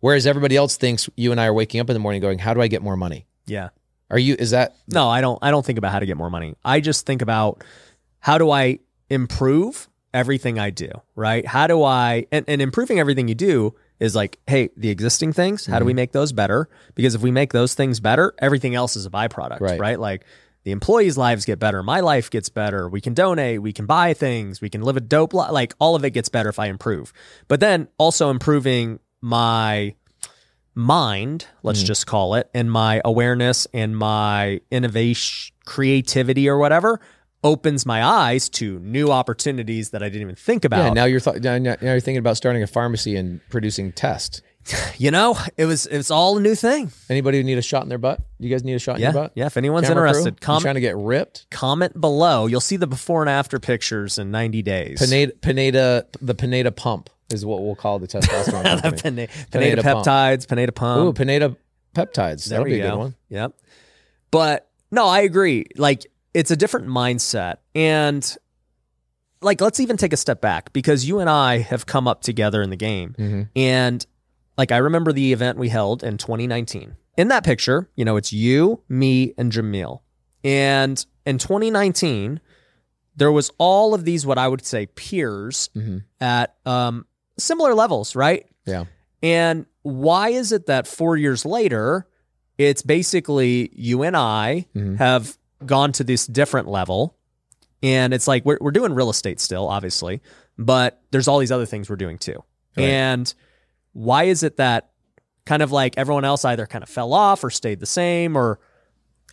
[SPEAKER 1] Whereas everybody else thinks you and I are waking up in the morning going, "How do I get more money?"
[SPEAKER 2] Yeah.
[SPEAKER 1] Are you? Is that
[SPEAKER 2] No, I don't I don't think about how to get more money. I just think about how do I improve everything I do, right? How do I and, and improving everything you do is like, hey, the existing things, how do we make those better? Because if we make those things better, everything else is a byproduct,
[SPEAKER 1] Right.
[SPEAKER 2] right? Like the employees' lives get better, my life gets better, we can donate, we can buy things, we can live a dope life. Like all of it gets better if I improve. But then also improving my mind,
[SPEAKER 1] Mm.
[SPEAKER 2] let's just call it, and my awareness and my innovation, creativity, or whatever opens my eyes to new opportunities that I didn't even think
[SPEAKER 1] yeah?
[SPEAKER 2] about.
[SPEAKER 1] Now you're th- now now you're thinking about starting a pharmacy and producing tests.
[SPEAKER 2] you know, it was it's all a new thing.
[SPEAKER 1] Anybody who need a shot in their butt? You guys need a shot in
[SPEAKER 2] Yeah,
[SPEAKER 1] your butt?
[SPEAKER 2] yeah. If anyone's
[SPEAKER 1] Camera crew?
[SPEAKER 2] interested,
[SPEAKER 1] You
[SPEAKER 2] comment
[SPEAKER 1] trying to get ripped.
[SPEAKER 2] comment below. You'll see the before and after pictures in 90 days. [laughs]
[SPEAKER 1] Pineda, Pineda, the Pineda pump is what we'll call the testosterone.
[SPEAKER 2] Pineda,
[SPEAKER 1] company.
[SPEAKER 2] Pineda,
[SPEAKER 1] Pineda pump.
[SPEAKER 2] peptides, Pineda pump.
[SPEAKER 1] Ooh, Pineda peptides. That'll
[SPEAKER 2] we
[SPEAKER 1] be a
[SPEAKER 2] go.
[SPEAKER 1] good one.
[SPEAKER 2] Yep. But no, I agree. Like it's a different mindset. And like let's even take a step back because you and I have come up together in the game.
[SPEAKER 1] Mhm.
[SPEAKER 2] And like I remember the event we held in 2019. In that picture, you know, it's you, me, and Jamil. And in 2019, there was all of these what I would say peers
[SPEAKER 1] Mhm.
[SPEAKER 2] at um similar levels, right?
[SPEAKER 1] Yeah.
[SPEAKER 2] And why is it that four years later, it's basically you and I
[SPEAKER 1] Mhm.
[SPEAKER 2] have gone to this different level? And it's like we're, we're doing real estate still, obviously, but there's all these other things we're doing too.
[SPEAKER 1] Right.
[SPEAKER 2] And why is it that kind of like everyone else either kind of fell off or stayed the same or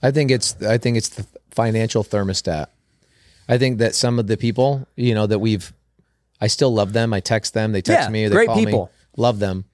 [SPEAKER 1] I think it's I think it's the financial thermostat. I think that some of the people, you know, that we've I still love them. I text them, they text
[SPEAKER 2] Yeah,
[SPEAKER 1] me, they
[SPEAKER 2] great
[SPEAKER 1] call
[SPEAKER 2] people.
[SPEAKER 1] me. Love them.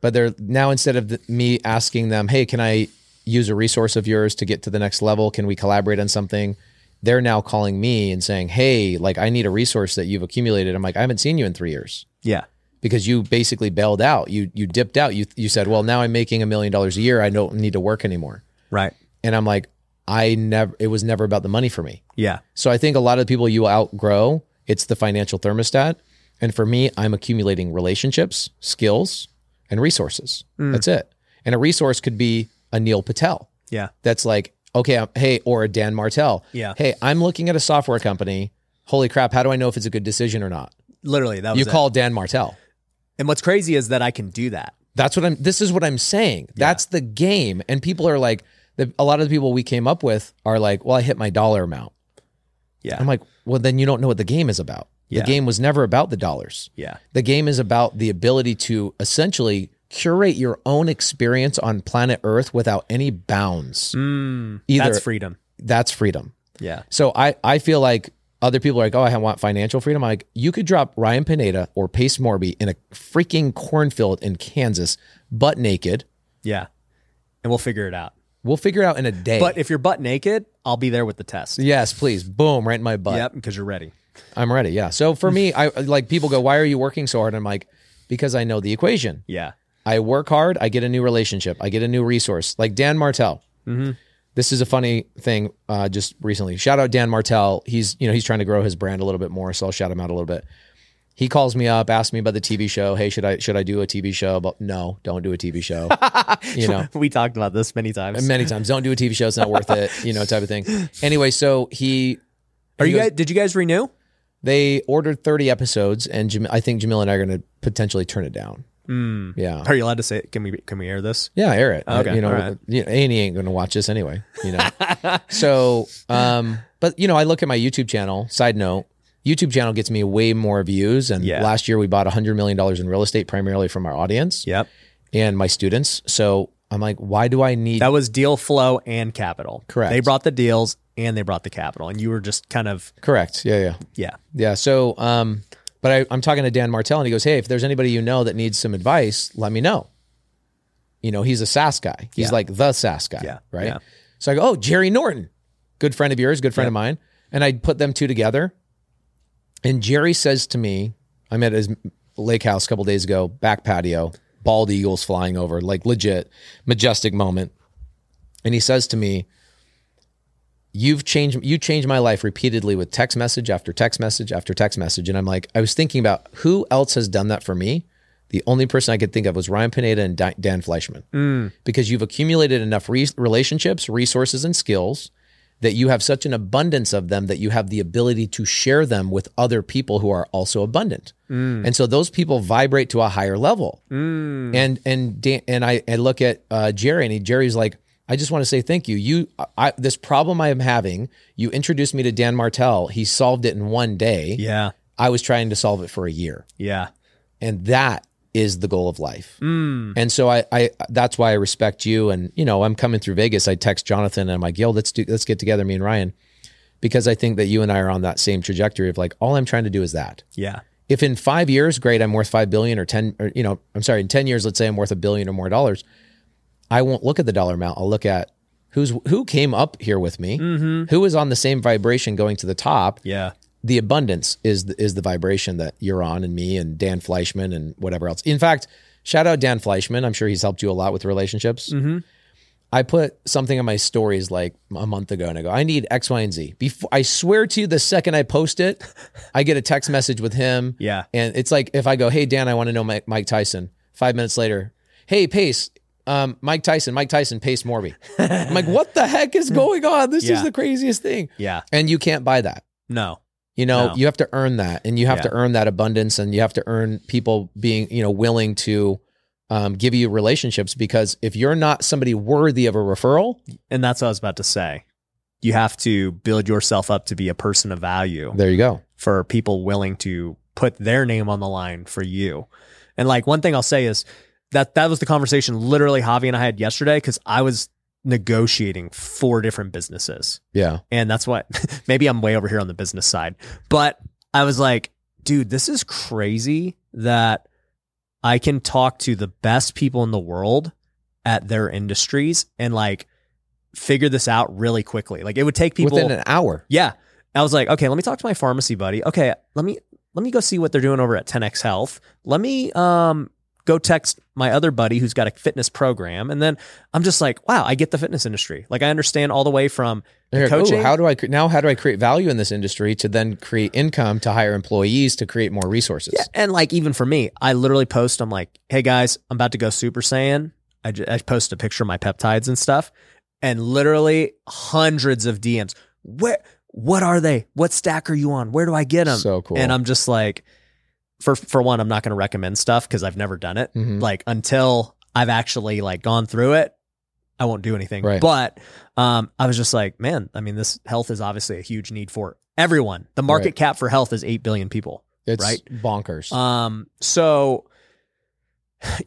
[SPEAKER 1] But they're now instead of the, me asking them, "Hey, can I use a resource of yours to get to the next level? Can we collaborate on something?" They're now calling me and saying, "Hey, like I need a resource that you've accumulated." I'm like, "I haven't seen you in 3 years."
[SPEAKER 2] yeah,
[SPEAKER 1] because you basically bailed out. You you dipped out. You you said, "Well, now I'm making a million dollars a year. I don't need to work anymore."
[SPEAKER 2] right.
[SPEAKER 1] And I'm like, I never, it was never about the money for me.
[SPEAKER 2] Yeah.
[SPEAKER 1] So I think a lot of the people you outgrow, it's the financial thermostat. And for me, I'm accumulating relationships, skills, and resources.
[SPEAKER 2] Mm.
[SPEAKER 1] That's it. And a resource could be a Neil Patel.
[SPEAKER 2] Yeah.
[SPEAKER 1] That's like, okay, I'm, hey, or a Dan Martell.
[SPEAKER 2] Yeah.
[SPEAKER 1] Hey, I'm looking at a software company. Holy crap, how do I know if it's a good decision or not?
[SPEAKER 2] Literally, that was
[SPEAKER 1] You
[SPEAKER 2] it.
[SPEAKER 1] call Dan Martell.
[SPEAKER 2] And what's crazy is that I can do that.
[SPEAKER 1] That's what I'm. This is what I'm saying. That's the game, and people are like, the, a lot of the people we came up with are like, "Well, I hit my dollar amount."
[SPEAKER 2] Yeah.
[SPEAKER 1] I'm like, "Well, then you don't know what the game is about.
[SPEAKER 2] Yeah.
[SPEAKER 1] The game was never about the dollars.
[SPEAKER 2] Yeah.
[SPEAKER 1] The game is about the ability to essentially curate your own experience on planet Earth without any bounds.
[SPEAKER 2] Mm,
[SPEAKER 1] Either-
[SPEAKER 2] that's freedom.
[SPEAKER 1] That's freedom.
[SPEAKER 2] Yeah.
[SPEAKER 1] So I I feel like other people are like, oh, I want financial freedom. I'm like, you could drop Ryan Pineda or Pace Morby in a freaking cornfield in Kansas, butt naked.
[SPEAKER 2] Yeah. And we'll figure it out.
[SPEAKER 1] We'll figure it out in a day.
[SPEAKER 2] But if you're butt naked, I'll be there with the test.
[SPEAKER 1] yes, please, boom, right in my butt.
[SPEAKER 2] Yep. Because you're ready.
[SPEAKER 1] I'm ready. Yeah. So for me, I like people go, why are you working so hard? I'm like, because I know the equation.
[SPEAKER 2] Yeah.
[SPEAKER 1] I work hard, I get a new relationship, I get a new resource. Like Dan Martell.
[SPEAKER 2] Mm-hmm.
[SPEAKER 1] This is a funny thing. Uh, just recently, shout out Dan Martell. He's you know he's trying to grow his brand a little bit more, so I'll shout him out a little bit. He calls me up, asks me about the TV show. Hey, should I should I do a TV show? But no, don't do a TV
[SPEAKER 2] [laughs]
[SPEAKER 1] show. you know,
[SPEAKER 2] [laughs] we talked about this many times.
[SPEAKER 1] many times. Don't do a TV show. It's not worth it. You know, type of thing. Anyway, so he
[SPEAKER 2] Are
[SPEAKER 1] he
[SPEAKER 2] you
[SPEAKER 1] goes-
[SPEAKER 2] guys? Did you guys renew?
[SPEAKER 1] they ordered 30 episodes, and Jam- I think Jamil and I are going to potentially turn it down.
[SPEAKER 2] Hmm.
[SPEAKER 1] Yeah.
[SPEAKER 2] Are you allowed to say? Can we? Can we air this?
[SPEAKER 1] Yeah, air it.
[SPEAKER 2] Okay,
[SPEAKER 1] you know,
[SPEAKER 2] all right.
[SPEAKER 1] you know, Annie ain't going to watch this anyway. You know, [laughs] so um, but you know, I look at my YouTube channel. Side note: YouTube channel gets me way more views. And
[SPEAKER 2] Yeah.
[SPEAKER 1] last year we bought hundred million dollars in real estate, primarily from our audience
[SPEAKER 2] Yep.
[SPEAKER 1] and my students. So I'm like, why do I need?
[SPEAKER 2] That was deal flow and capital.
[SPEAKER 1] Correct.
[SPEAKER 2] They brought the deals and they brought the capital, and you were just kind of
[SPEAKER 1] Correct. Yeah, yeah,
[SPEAKER 2] yeah.
[SPEAKER 1] yeah. So um, but I, I'm talking to Dan Martell, and he goes, "Hey, if there's anybody you know that needs some advice, let me know." You know, he's a SaaS guy. He's
[SPEAKER 2] Yeah.
[SPEAKER 1] like the SaaS guy.
[SPEAKER 2] Yeah,
[SPEAKER 1] Right.
[SPEAKER 2] yeah.
[SPEAKER 1] So I go, oh, Jerry Norton, good friend of yours, good friend of mine. And I put them two together. And Jerry says to me, I'm at his lake house a couple days ago, back patio, bald eagles flying over, like legit, majestic moment. And he says to me, You've changed you changed my life repeatedly with text message after text message after text message. And I'm like, I was thinking about who else has done that for me. The only person I could think of was Ryan Pineda and Di- Dan Fleischman because you've accumulated enough re- relationships, resources, and skills that you have such an abundance of them that you have the ability to share them with other people who are also abundant. And so those people vibrate to a higher level. And and Dan, and I, I look at uh, Jerry and he, Jerry's like, I just want to say thank you. You I, this problem I am having, you introduced me to Dan Martell. He solved it in one day.
[SPEAKER 2] Yeah.
[SPEAKER 1] I was trying to solve it for a year
[SPEAKER 2] Yeah.
[SPEAKER 1] and that is the goal of life. And so I, I, that's why I respect you. And you know, I'm coming through Vegas. I text Jonathan and I'm like, "Yo, let's do, let's get together, me and Ryan," because I think that you and I are on that same trajectory of like, all I'm trying to do is that.
[SPEAKER 2] Yeah.
[SPEAKER 1] If in five years, great, I'm worth five billion or ten, or you know, I'm sorry, in ten years, let's say I'm worth a billion or more dollars, I won't look at the dollar amount. I'll look at who's who came up here with me, who is on the same vibration going to the top,
[SPEAKER 2] [laughs] Yeah.
[SPEAKER 1] the abundance is the, is the vibration that you're on and me and Dan Fleischman and whatever else. In fact, shout out Dan Fleischman. I'm sure he's helped you a lot with relationships.
[SPEAKER 2] Mm-hmm.
[SPEAKER 1] I put something on my stories like a month ago and I go, I need X, Y, and Z. Before I swear to you, the second I post
[SPEAKER 2] [laughs]
[SPEAKER 1] it, I get a text message with him.
[SPEAKER 2] Yeah.
[SPEAKER 1] And it's like if I go, hey Dan, I want to know Mike, Mike Tyson. Five minutes later, hey Pace, um, Mike Tyson, Mike Tyson, Pace Morby. I'm like, what the heck
[SPEAKER 2] [laughs]
[SPEAKER 1] is going on? This
[SPEAKER 2] Yeah.
[SPEAKER 1] is the craziest thing.
[SPEAKER 2] Yeah.
[SPEAKER 1] And you can't buy that.
[SPEAKER 2] No.
[SPEAKER 1] You know,
[SPEAKER 2] No.
[SPEAKER 1] you have to earn that, and you have
[SPEAKER 2] Yeah.
[SPEAKER 1] to earn that abundance, and you have to earn people being, you know, willing to um, give you relationships. Because if you're not somebody worthy of a referral,
[SPEAKER 2] And that's what I was about to say. You have to build yourself up to be a person of value
[SPEAKER 1] there you go.
[SPEAKER 2] for people willing to put their name on the line for you. And like one thing I'll say is that that was the conversation literally Javi and I had yesterday because I was negotiating four different businesses.
[SPEAKER 1] Yeah,
[SPEAKER 2] And that's what [laughs] maybe I'm way over here on the business side. But I was like, dude, this is crazy that I can talk to the best people in the world at their industries and like figure this out really quickly. Like it would take people
[SPEAKER 1] within an hour.
[SPEAKER 2] yeah. I was like, okay, let me talk to my pharmacy buddy. Okay, let me let me go see what they're doing over at 10x Health. Let me um go text my other buddy who's got a fitness program. And then I'm just like, wow, I get the fitness industry. Like I understand all the way from the
[SPEAKER 1] You're like, "Ooh,
[SPEAKER 2] coaching.
[SPEAKER 1] how do I cre- now? How do I create value in this industry to then create income to hire employees to create more resources?
[SPEAKER 2] Yeah, and like even for me, I literally post. I'm like, hey guys, I'm about to go Super Saiyan. I, ju- I post a picture of my peptides and stuff, and literally hundreds of DMs. Where? What are they? What stack are you on? Where do I get them?
[SPEAKER 1] So cool.
[SPEAKER 2] And I'm just like, for for one, I'm not going to recommend stuff because I've never done it.
[SPEAKER 1] Mhm.
[SPEAKER 2] Like until I've actually like gone through it, I won't do anything.
[SPEAKER 1] Right.
[SPEAKER 2] But um, I was just like, man, I mean, this health is obviously a huge need for everyone. The market
[SPEAKER 1] Right.
[SPEAKER 2] cap for health is eight billion people.
[SPEAKER 1] it's
[SPEAKER 2] right.
[SPEAKER 1] bonkers.
[SPEAKER 2] Um, so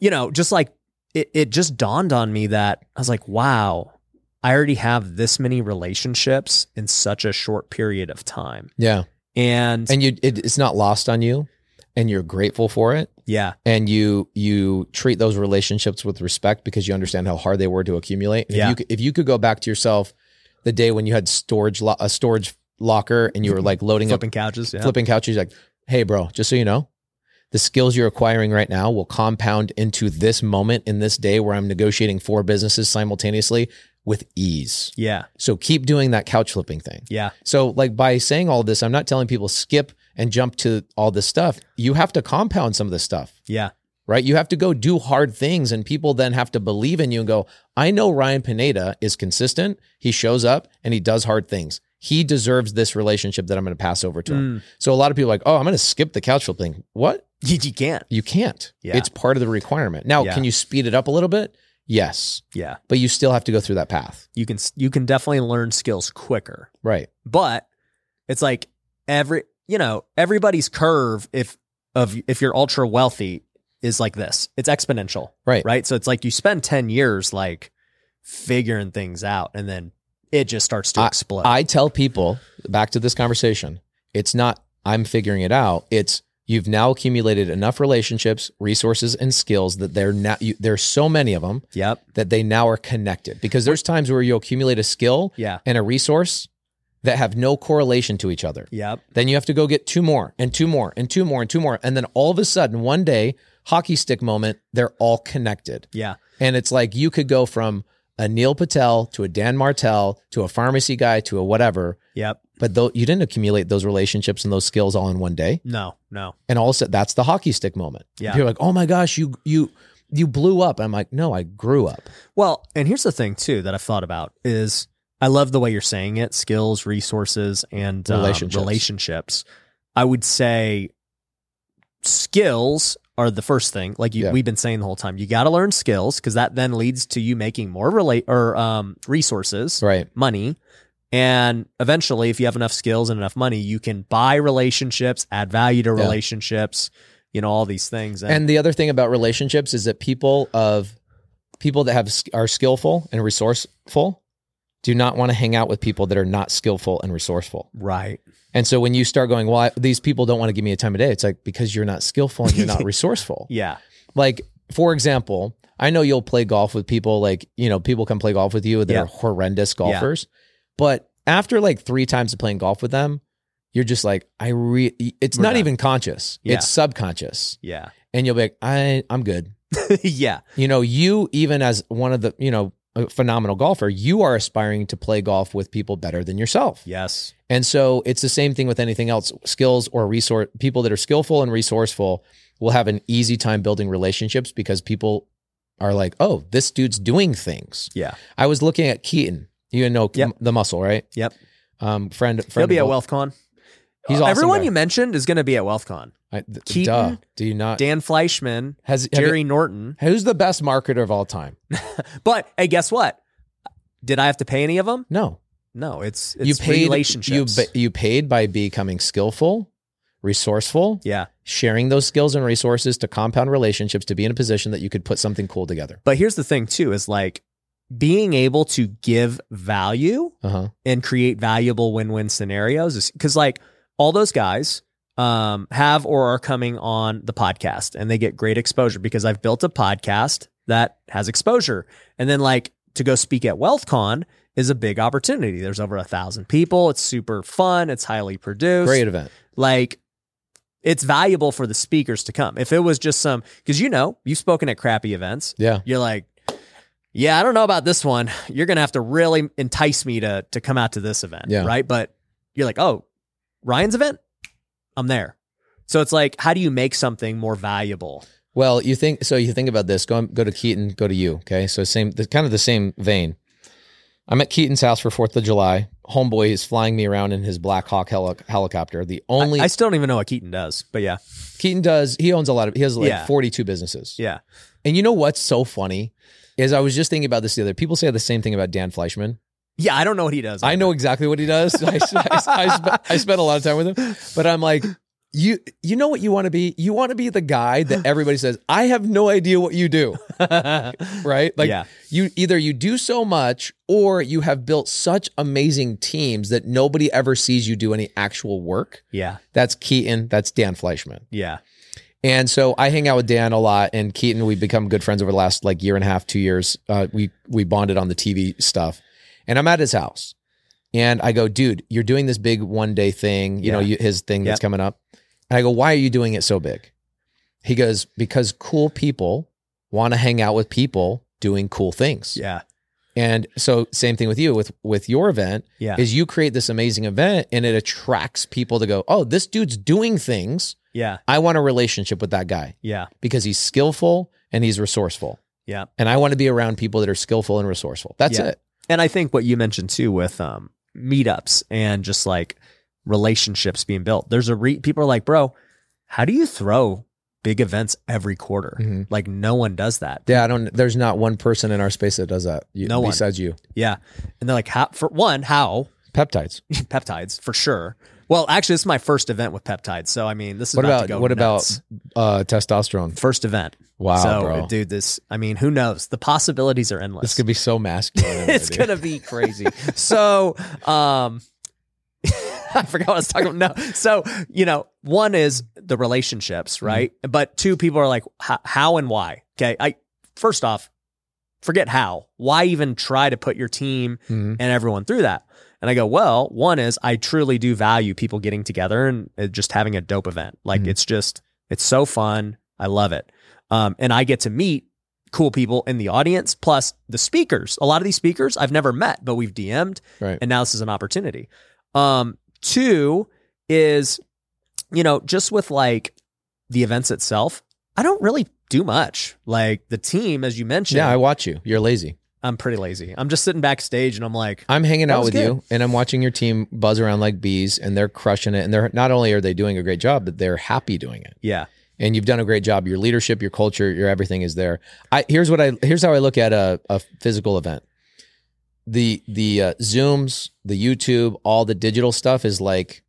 [SPEAKER 2] you know, just like it, it just dawned on me that I was like, wow, I already have this many relationships in such a short period of time.
[SPEAKER 1] yeah,
[SPEAKER 2] And,
[SPEAKER 1] and you it, it's not lost on you, and you're grateful for it,
[SPEAKER 2] yeah,
[SPEAKER 1] and you you treat those relationships with respect because you understand how hard they were to accumulate. And
[SPEAKER 2] Yeah.
[SPEAKER 1] If you, could- if you could go back to yourself, the day when you had storage lo- a storage locker and you were like loading up
[SPEAKER 2] flipping couches. Yeah.
[SPEAKER 1] flipping couches like hey bro just so you know the skills you're acquiring right now will compound into this moment in this day where i'm negotiating four businesses simultaneously with ease
[SPEAKER 2] Yeah.
[SPEAKER 1] so keep doing that couch flipping thing
[SPEAKER 2] Yeah.
[SPEAKER 1] so like by saying all this i'm not telling people skip and jump to all this stuff you have to compound some of this stuff
[SPEAKER 2] Yeah.
[SPEAKER 1] right you have to go do hard things and people then have to believe in you and go i know ryan pineda is consistent he shows up and he does hard things he deserves this relationship that i'm going to pass over to him
[SPEAKER 2] Mm.
[SPEAKER 1] so a lot of people are like, oh, I'm going to skip the couch flip thing. What?
[SPEAKER 2] You, you can't.
[SPEAKER 1] You can't.
[SPEAKER 2] Yeah.
[SPEAKER 1] It's part of the requirement. Now,
[SPEAKER 2] Yeah.
[SPEAKER 1] can you speed it up a little bit? Yes,
[SPEAKER 2] Yeah.
[SPEAKER 1] but you still have to go through that path.
[SPEAKER 2] You can, you can definitely learn skills quicker.
[SPEAKER 1] Right.
[SPEAKER 2] but it's like every you know everybody's curve if of if you're ultra wealthy is like this it's exponential
[SPEAKER 1] Right.
[SPEAKER 2] right so it's like you spend 10 years like figuring things out and then it just starts to explode
[SPEAKER 1] I tell people back to this conversation, it's not I'm figuring it out. It's you've now accumulated enough relationships, resources, and skills that they're now you, there's so many of them
[SPEAKER 2] yep
[SPEAKER 1] that they now are connected. Because there's times where you accumulate a skill
[SPEAKER 2] yeah
[SPEAKER 1] and a resource that have no correlation to each other.
[SPEAKER 2] yep
[SPEAKER 1] Then you have to go get two more and two more and two more and two more. And then all of a sudden, one day, hockey stick moment, they're all connected.
[SPEAKER 2] yeah
[SPEAKER 1] And it's like you could go from a Neil Patel to a Dan Martell to a pharmacy guy to a whatever,
[SPEAKER 2] yep
[SPEAKER 1] but though you didn't accumulate those relationships and those skills all in one day.
[SPEAKER 2] no no
[SPEAKER 1] And also that's the hockey stick moment.
[SPEAKER 2] Yeah.
[SPEAKER 1] People are like, oh my gosh, you you you blew up. I'm like, no, I grew up.
[SPEAKER 2] Well, and here's the thing too that I've thought about is I love the way you're saying it: skills, resources, and um,
[SPEAKER 1] Relationships.
[SPEAKER 2] relationships. I would say skills are the first thing. Like you,
[SPEAKER 1] Yeah.
[SPEAKER 2] we've been saying the whole time, you got to learn skills because that then leads to you making more relate or um, resources,
[SPEAKER 1] Right.
[SPEAKER 2] money. And eventually, if you have enough skills and enough money, you can buy relationships, add value to
[SPEAKER 1] Yeah.
[SPEAKER 2] relationships, you know, all these things.
[SPEAKER 1] And the other thing about relationships is that people of people that have are skillful and resourceful do not want to hang out with people that are not skillful and resourceful.
[SPEAKER 2] right.
[SPEAKER 1] And so when you start going, well, I, these people don't want to give me a time of day, it's like because you're not skillful and you're not resourceful.
[SPEAKER 2] Yeah.
[SPEAKER 1] Like for example, I know you'll play golf with people like you know people come play golf with you that
[SPEAKER 2] Yeah.
[SPEAKER 1] are horrendous golfers, but after like three times of playing golf with them. You're just like I re. It's
[SPEAKER 2] We're
[SPEAKER 1] not
[SPEAKER 2] done.
[SPEAKER 1] even conscious.
[SPEAKER 2] Yeah.
[SPEAKER 1] It's subconscious, [laughs]
[SPEAKER 2] Yeah.
[SPEAKER 1] and you'll be like, I, I'm good
[SPEAKER 2] yeah.
[SPEAKER 1] you know you even as one of the you know a phenomenal golfer you are aspiring to play golf with people better than yourself
[SPEAKER 2] Yes.
[SPEAKER 1] and so it's the same thing with anything else skills or resource people that are skillful and resourceful will have an easy time building relationships because people are like oh this dude's doing things
[SPEAKER 2] Yeah.
[SPEAKER 1] i was looking at keaton you know
[SPEAKER 2] Yep.
[SPEAKER 1] the muscle right
[SPEAKER 2] Yep.
[SPEAKER 1] um friend
[SPEAKER 2] He'll
[SPEAKER 1] friend
[SPEAKER 2] be
[SPEAKER 1] of
[SPEAKER 2] at
[SPEAKER 1] both-
[SPEAKER 2] WealthCon.
[SPEAKER 1] He's awesome
[SPEAKER 2] Everyone
[SPEAKER 1] guy.
[SPEAKER 2] you mentioned is going to be at WealthCon.
[SPEAKER 1] I, th-
[SPEAKER 2] Keaton,
[SPEAKER 1] duh, do you not
[SPEAKER 2] Dan Fleischman,
[SPEAKER 1] has Uh, have you-
[SPEAKER 2] Jerry Norton.
[SPEAKER 1] who's the best marketer of all time
[SPEAKER 2] But hey, guess what? Did I have to pay any of them?
[SPEAKER 1] no
[SPEAKER 2] No, it's, it's relationships.
[SPEAKER 1] You, ba- you paid by becoming skillful, resourceful,
[SPEAKER 2] yeah.
[SPEAKER 1] sharing those skills and resources to compound relationships to be in a position that you could put something cool together.
[SPEAKER 2] But here's the thing too is like being able to give value
[SPEAKER 1] Uh huh.
[SPEAKER 2] and create valuable win-win scenarios because like all those guys um, have or are coming on the podcast and they get great exposure because I've built a podcast that has exposure and then like to go speak at WealthCon is a big opportunity. There's over a thousand people. It's super fun. It's highly produced.
[SPEAKER 1] Great event.
[SPEAKER 2] Like it's valuable for the speakers to come. If it was just some, because you know, you've spoken at crappy events.
[SPEAKER 1] Yeah.
[SPEAKER 2] You're like, yeah, I don't know about this one. You're gonna have to really entice me to to come out to this event,
[SPEAKER 1] Yeah.
[SPEAKER 2] right? But you're like, oh, Ryan's event, I'm there. So it's like, how do you make something more valuable?
[SPEAKER 1] Well, you think so. You think about this. Go go to Keaton. Go to you. Okay, so same, the, kind of the same vein. I'm at Keaton's house for Fourth of July. Homeboy is flying me around in his Black Hawk heli- helicopter. The only
[SPEAKER 2] I still don't even know what Keaton does, but yeah,
[SPEAKER 1] Keaton does. He owns a lot of. He has like
[SPEAKER 2] Yeah.
[SPEAKER 1] 42 businesses.
[SPEAKER 2] yeah,
[SPEAKER 1] And you know what's so funny is I was just thinking about this the other. People say the same thing about Dan Fleischman.
[SPEAKER 2] yeah. I don't know what he does.
[SPEAKER 1] I know exactly what he does. [laughs] I, I, I, spe- I spent a lot of time with him, but I'm like, you you know what you want to be? You want to be the guy that everybody says, "I have no idea what you do."
[SPEAKER 2] [laughs]
[SPEAKER 1] right? Like
[SPEAKER 2] Yeah.
[SPEAKER 1] you either you do so much or you have built such amazing teams that nobody ever sees you do any actual work.
[SPEAKER 2] Yeah,
[SPEAKER 1] That's Keaton, that's Dan Fleischman.
[SPEAKER 2] yeah,
[SPEAKER 1] And so I hang out with Dan a lot and Keaton, we've become good friends over the last like year and a half, 2 years. Uh, we we bonded on the TV stuff. And I'm at his house. And I go, "Dude, you're doing this big one day thing, you know, you,
[SPEAKER 2] Yeah.
[SPEAKER 1] his thing that's
[SPEAKER 2] Yep.
[SPEAKER 1] coming up." And I go, "Why are you doing it so big?" He goes, "Because cool people want to hang out with people doing cool things."
[SPEAKER 2] yeah,
[SPEAKER 1] And so same thing with you with with your event
[SPEAKER 2] yeah,
[SPEAKER 1] is you create this amazing event and it attracts people to go, "Oh, this dude's doing things.
[SPEAKER 2] yeah,
[SPEAKER 1] I want a relationship with that guy
[SPEAKER 2] yeah,
[SPEAKER 1] because he's skillful and he's resourceful."
[SPEAKER 2] yeah.
[SPEAKER 1] And I want to be around people that are skillful and resourceful. That's
[SPEAKER 2] Yeah.
[SPEAKER 1] it.
[SPEAKER 2] And I think what you mentioned too with um, meetups and just like relationships being built. There's a re- people are like, bro, how do you throw big events every quarter?
[SPEAKER 1] Mhm.
[SPEAKER 2] Like no one does that.
[SPEAKER 1] Yeah, I don't there's not one person in our space that does that you,
[SPEAKER 2] No one.
[SPEAKER 1] besides you.
[SPEAKER 2] Yeah, and they're like, how for one, how [laughs]
[SPEAKER 1] Peptides.
[SPEAKER 2] peptides for sure. Well, actually, this is my first event with peptides, so I mean, this is
[SPEAKER 1] What
[SPEAKER 2] about,
[SPEAKER 1] about,
[SPEAKER 2] to go
[SPEAKER 1] what
[SPEAKER 2] nuts.
[SPEAKER 1] about uh testosterone?
[SPEAKER 2] first event?
[SPEAKER 1] Wow,
[SPEAKER 2] so,
[SPEAKER 1] bro.
[SPEAKER 2] dude, this I mean, who knows? The possibilities are endless.
[SPEAKER 1] this could be so
[SPEAKER 2] [laughs]
[SPEAKER 1] masculine.
[SPEAKER 2] it's
[SPEAKER 1] dude.
[SPEAKER 2] gonna be crazy. so, um, [laughs] I forgot what I was talking about. No, so you know, one is the relationships, right? But two, people are like, "H- how and why? Okay, I first off, forget how. Why even try to put your team
[SPEAKER 1] Mhm.
[SPEAKER 2] and everyone through that? And I go, well, one is I truly do value people getting together and uh, just having a dope event. Like
[SPEAKER 1] Mhm.
[SPEAKER 2] it's just, it's so fun. I love it. Um, and I get to meet cool people in the audience, plus the speakers. A lot of these speakers I've never met, but we've DM'd,
[SPEAKER 1] Right.
[SPEAKER 2] and now this is an opportunity. Um, two is, you know, just with like the events itself, I don't really do much. Like the team, as you mentioned,
[SPEAKER 1] Yeah, I watch you. You're lazy.
[SPEAKER 2] I'm pretty lazy. I'm just sitting backstage and I'm like,
[SPEAKER 1] I'm hanging
[SPEAKER 2] That
[SPEAKER 1] out
[SPEAKER 2] was
[SPEAKER 1] with you and I'm watching your team buzz around like bees and they're crushing it. And they're not only are they doing a great job, but they're happy doing it.
[SPEAKER 2] yeah,
[SPEAKER 1] And you've done a great job. Your leadership, your culture, your everything is there. I here's what I here's how I look at a, a physical event. The the uh, Zooms, the YouTube, all the digital stuff is like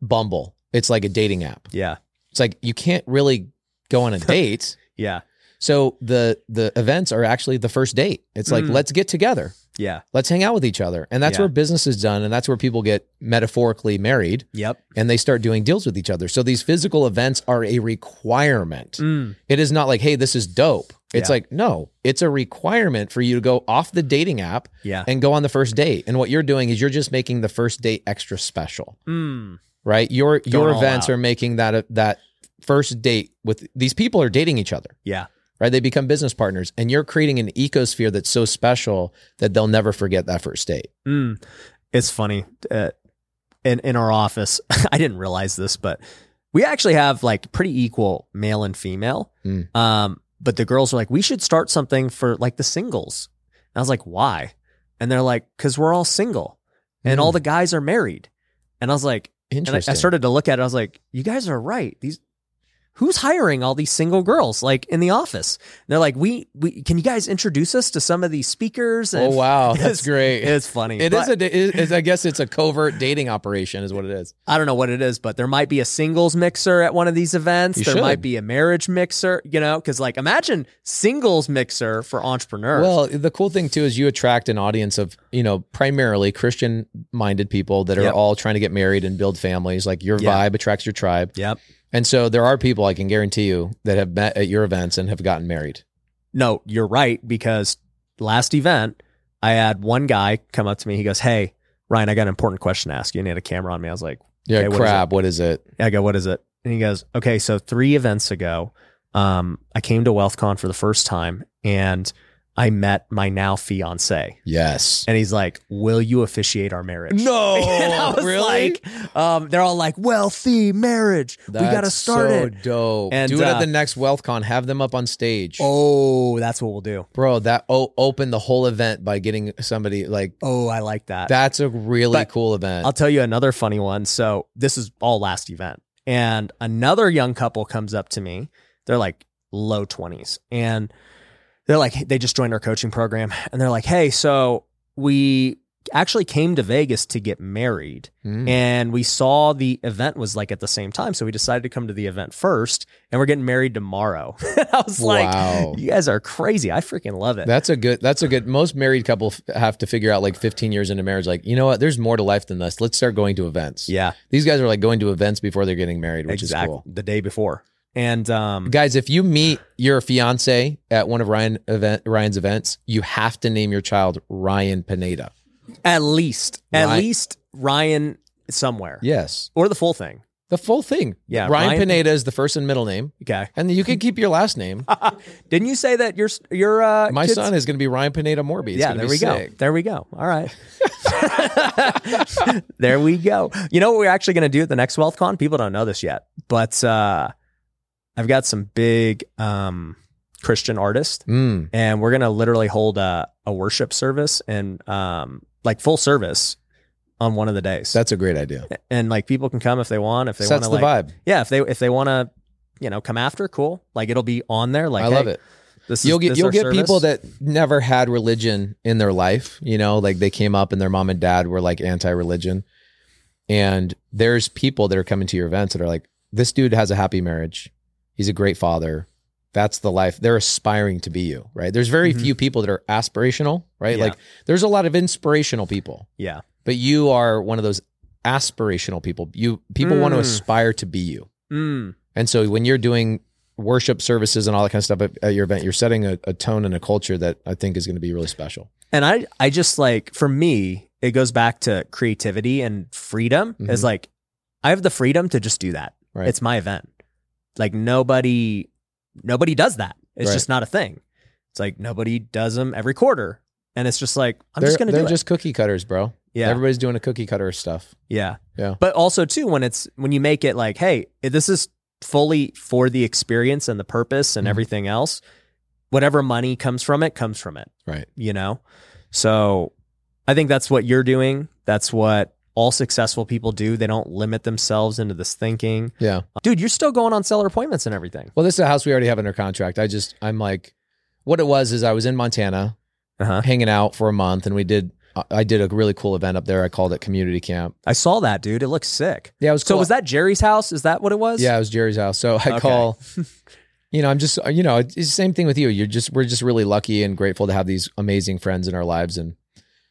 [SPEAKER 1] Bumble. It's like a dating app.
[SPEAKER 2] yeah,
[SPEAKER 1] It's like you can't really go
[SPEAKER 2] [laughs]
[SPEAKER 1] on a date.
[SPEAKER 2] yeah,
[SPEAKER 1] So the the events are actually the first date. It's like
[SPEAKER 2] Mm.
[SPEAKER 1] let's get together
[SPEAKER 2] yeah,
[SPEAKER 1] let's hang out with each other. And that's
[SPEAKER 2] Yeah.
[SPEAKER 1] where business is done. And that's where people get metaphorically married
[SPEAKER 2] yep.
[SPEAKER 1] and they start doing deals with each other. So these physical events are a requirement.
[SPEAKER 2] Mm,
[SPEAKER 1] It is not like, hey, this is dope. It's
[SPEAKER 2] Yeah.
[SPEAKER 1] like, no, it's a requirement for you to go off the dating app
[SPEAKER 2] yeah.
[SPEAKER 1] and go on the first date. And what you're doing is you're just making the first date extra special,
[SPEAKER 2] Mm,
[SPEAKER 1] right? Your your
[SPEAKER 2] all
[SPEAKER 1] events
[SPEAKER 2] out.
[SPEAKER 1] are making that uh, that first date with these people are dating each other,
[SPEAKER 2] yeah.
[SPEAKER 1] right? They become business partners and you're creating an ecosphere that's so special that they'll never forget that first date.
[SPEAKER 2] Mm. It's funny. Uh, in in our office, [laughs] I didn't realize this, but we actually have like pretty equal male and female.
[SPEAKER 1] Mm.
[SPEAKER 2] Um, but the girls were like, we should start something for like the singles. And I was like, why? And they're like, because we're all single, and all the guys are married. And I was like, And I,
[SPEAKER 1] Interesting.
[SPEAKER 2] I started to look at it. I was like, you guys are right. These, who's hiring all these single girls like in the office? And they're like, we, we, can you guys introduce us to some of these speakers?
[SPEAKER 1] Oh
[SPEAKER 2] And
[SPEAKER 1] wow,
[SPEAKER 2] [laughs]
[SPEAKER 1] that's
[SPEAKER 2] it's-
[SPEAKER 1] great.
[SPEAKER 2] It's funny.
[SPEAKER 1] It
[SPEAKER 2] But
[SPEAKER 1] is a. da- it is- I guess it's a covert dating operation, is what it is.
[SPEAKER 2] I don't know what it is, but there might be a singles mixer at one of these events.
[SPEAKER 1] You
[SPEAKER 2] there
[SPEAKER 1] should.
[SPEAKER 2] might be a marriage mixer, you know, because like imagine singles mixer for entrepreneurs.
[SPEAKER 1] Well, the cool thing too is you attract an audience of you know primarily Christian-minded people that are
[SPEAKER 2] Yep.
[SPEAKER 1] all trying to get married and build families. Like your
[SPEAKER 2] Yeah.
[SPEAKER 1] vibe attracts your tribe,
[SPEAKER 2] yep.
[SPEAKER 1] and so there are people I can guarantee you that have met at your events and have gotten married.
[SPEAKER 2] No, you're right because last event I had one guy come up to me. He goes, "Hey, Ryan, I got an important question to ask you." And he had a camera on me. I was like.
[SPEAKER 1] Yeah,
[SPEAKER 2] Okay, what is
[SPEAKER 1] crap. What is it?
[SPEAKER 2] I go, what is it? And he goes, okay, so three events ago, um, I came to WealthCon for the first time and I met my now fiance.
[SPEAKER 1] Yes.
[SPEAKER 2] And he's like, will you officiate our marriage?
[SPEAKER 1] No.
[SPEAKER 2] [laughs] And I was
[SPEAKER 1] really?
[SPEAKER 2] like, um, they're all like, wealthy marriage. we got to
[SPEAKER 1] That's
[SPEAKER 2] start
[SPEAKER 1] so
[SPEAKER 2] it.
[SPEAKER 1] dope.
[SPEAKER 2] And,
[SPEAKER 1] Do it
[SPEAKER 2] uh,
[SPEAKER 1] at the next WealthCon. Have them up on stage.
[SPEAKER 2] Oh, that's what we'll do.
[SPEAKER 1] Bro, that o- opened the whole event by getting somebody like
[SPEAKER 2] Oh, I like that.
[SPEAKER 1] that's a really
[SPEAKER 2] But
[SPEAKER 1] cool event.
[SPEAKER 2] I'll tell you another funny one. So this is all last event. And another young couple comes up to me. They're like low 20s. And they're like, they just joined our coaching program. And they're like, hey, so we actually came to Vegas to get married.
[SPEAKER 1] Mm.
[SPEAKER 2] And we saw the event was like at the same time. So we decided to come to the event first. And we're getting married tomorrow. [laughs] and I was like,
[SPEAKER 1] wow.
[SPEAKER 2] you guys are crazy. I freaking love it.
[SPEAKER 1] That's a good. That's a good. Most married couple f- have to figure out like 15 years into marriage, like you know what? There's more to life than this. Let's start going to events.
[SPEAKER 2] yeah,
[SPEAKER 1] These guys are like going to events before they're getting married, which
[SPEAKER 2] exactly.
[SPEAKER 1] is cool.
[SPEAKER 2] The day before. And um,
[SPEAKER 1] Guys, if you meet your fiance at one of Ryan event Ryan's events, you have to name your child Ryan Pineda.
[SPEAKER 2] At least, at
[SPEAKER 1] Ryan-
[SPEAKER 2] least Ryan somewhere,
[SPEAKER 1] Yes,
[SPEAKER 2] or the full thing.
[SPEAKER 1] the full thing.
[SPEAKER 2] Yeah,
[SPEAKER 1] Ryan,
[SPEAKER 2] Ryan-
[SPEAKER 1] Pineda is the first and middle name,
[SPEAKER 2] Okay. [laughs]
[SPEAKER 1] and you can keep your last name.
[SPEAKER 2] Didn't you say that your your [laughs] uh,
[SPEAKER 1] My
[SPEAKER 2] kids-
[SPEAKER 1] son is going to be Ryan Pineda Morby. It's
[SPEAKER 2] yeah,
[SPEAKER 1] gonna
[SPEAKER 2] there
[SPEAKER 1] be
[SPEAKER 2] we
[SPEAKER 1] sick.
[SPEAKER 2] go. There we go. All right. [laughs] there we go. You know what we're actually going to do at the next WealthCon? People don't know this yet, but uh, I've got some big um, Christian artists
[SPEAKER 1] Mm,
[SPEAKER 2] and we're gonna literally hold a, a worship service and um like full service on one of the days.
[SPEAKER 1] that's a great idea.
[SPEAKER 2] and like people can come if they want, if they want
[SPEAKER 1] Sets
[SPEAKER 2] to
[SPEAKER 1] the
[SPEAKER 2] like
[SPEAKER 1] vibe.
[SPEAKER 2] yeah, if they if they want to, you know, come after, cool. Like it'll be on there. Like
[SPEAKER 1] I love
[SPEAKER 2] hey,
[SPEAKER 1] it.
[SPEAKER 2] This is,
[SPEAKER 1] you'll get
[SPEAKER 2] this
[SPEAKER 1] you'll
[SPEAKER 2] our
[SPEAKER 1] get
[SPEAKER 2] service.
[SPEAKER 1] people that never had religion in their life. You know, like they came up and their mom and dad were like anti-religion, and there's people that are coming to your events that are like, "This dude has a happy marriage. He's a great father. That's the life they're aspiring to be." You right? There's very
[SPEAKER 2] Mhm.
[SPEAKER 1] few people that are aspirational, right?
[SPEAKER 2] Yeah.
[SPEAKER 1] Like there's a lot of inspirational people,
[SPEAKER 2] yeah,
[SPEAKER 1] but you are one of those aspirational people. You people want to
[SPEAKER 2] Mm.
[SPEAKER 1] aspire to be you.
[SPEAKER 2] mm,
[SPEAKER 1] And so when you're doing worship services and all that kind of stuff at, at your event, you're setting a, a tone and a culture that I think is going to be really special.
[SPEAKER 2] and I I just like for me it goes back to creativity and freedom.
[SPEAKER 1] Mhm.
[SPEAKER 2] Is like I have the freedom to just do that.
[SPEAKER 1] Right.
[SPEAKER 2] It's my event. Like nobody nobody does that. It's
[SPEAKER 1] Right.
[SPEAKER 2] just not a thing. It's like nobody does them every quarter, and it's just like I'm
[SPEAKER 1] they're
[SPEAKER 2] just gonna
[SPEAKER 1] they're
[SPEAKER 2] do
[SPEAKER 1] just cookie cutters, bro.
[SPEAKER 2] it. Yeah,
[SPEAKER 1] Everybody's doing a cookie cutter stuff.
[SPEAKER 2] Yeah.
[SPEAKER 1] Yeah.
[SPEAKER 2] But also too, when it's when you make it like, hey, this is fully for the experience and the purpose and
[SPEAKER 1] Mhm.
[SPEAKER 2] everything else, whatever money comes from it comes from it.
[SPEAKER 1] Right.
[SPEAKER 2] You know? So I think that's what you're doing. That's what all successful people do. They don't limit themselves into this thinking.
[SPEAKER 1] Yeah.
[SPEAKER 2] Dude, you're still going on seller appointments and everything.
[SPEAKER 1] Well, this is a house we already have under contract. I just, I'm like, what it was is I was in Montana
[SPEAKER 2] Uh-huh.
[SPEAKER 1] hanging out for a month and we did, I- I did a really cool event up there. I called it community camp.
[SPEAKER 2] I saw that, dude. It looks sick.
[SPEAKER 1] Yeah. It was
[SPEAKER 2] So
[SPEAKER 1] cool.
[SPEAKER 2] was that Jerry's house? Is that what it was?
[SPEAKER 1] Yeah, it was Jerry's house. So I
[SPEAKER 2] Okay. [laughs]
[SPEAKER 1] call. You know, I'm just you know, it's the same thing with you. You're just we're just really lucky and grateful to have these amazing friends in our lives. And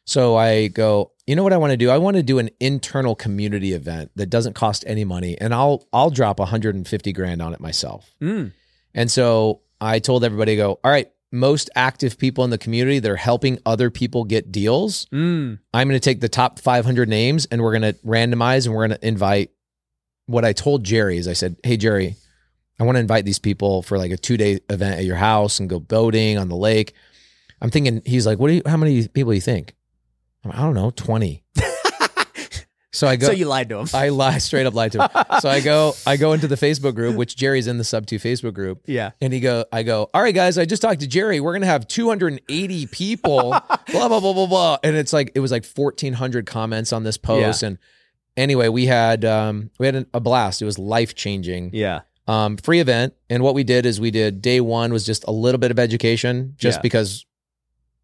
[SPEAKER 1] so I go, you know what I want to do? I want to do an internal community event that doesn't cost any money, and I'll I'll drop 150 grand on it myself.
[SPEAKER 2] Mm.
[SPEAKER 1] And so I told everybody, I go, all right, most active people in the community that are helping other people get deals,
[SPEAKER 2] Mm.
[SPEAKER 1] I'm going to take the top 500 names and we're going to randomize and we're going to invite what I told Jerry is I said, Hey, Jerry, I want to invite these people for like a two day event at your house and go boating on the lake. I'm thinking, he's like, What do you, how many people do you think? I'm like, I don't know,
[SPEAKER 2] [laughs]
[SPEAKER 1] 20. so I go,
[SPEAKER 2] So you lied to him.
[SPEAKER 1] I lie straight up lied to him. so I go, I go into the Facebook group, which Jerry's in the sub two Facebook group.
[SPEAKER 2] [laughs] yeah.
[SPEAKER 1] And he go, I go, all right, guys, I just talked to Jerry. We're gonna have 280
[SPEAKER 2] [laughs]
[SPEAKER 1] people, blah blah blah blah blah. And it's like it was like 1,400 comments on this post. And anyway, we had um, we had an, a blast. It was life changing.
[SPEAKER 2] Yeah.
[SPEAKER 1] Um, free event. And what we did is we did day one was just a little bit of education, just
[SPEAKER 2] Yeah.
[SPEAKER 1] because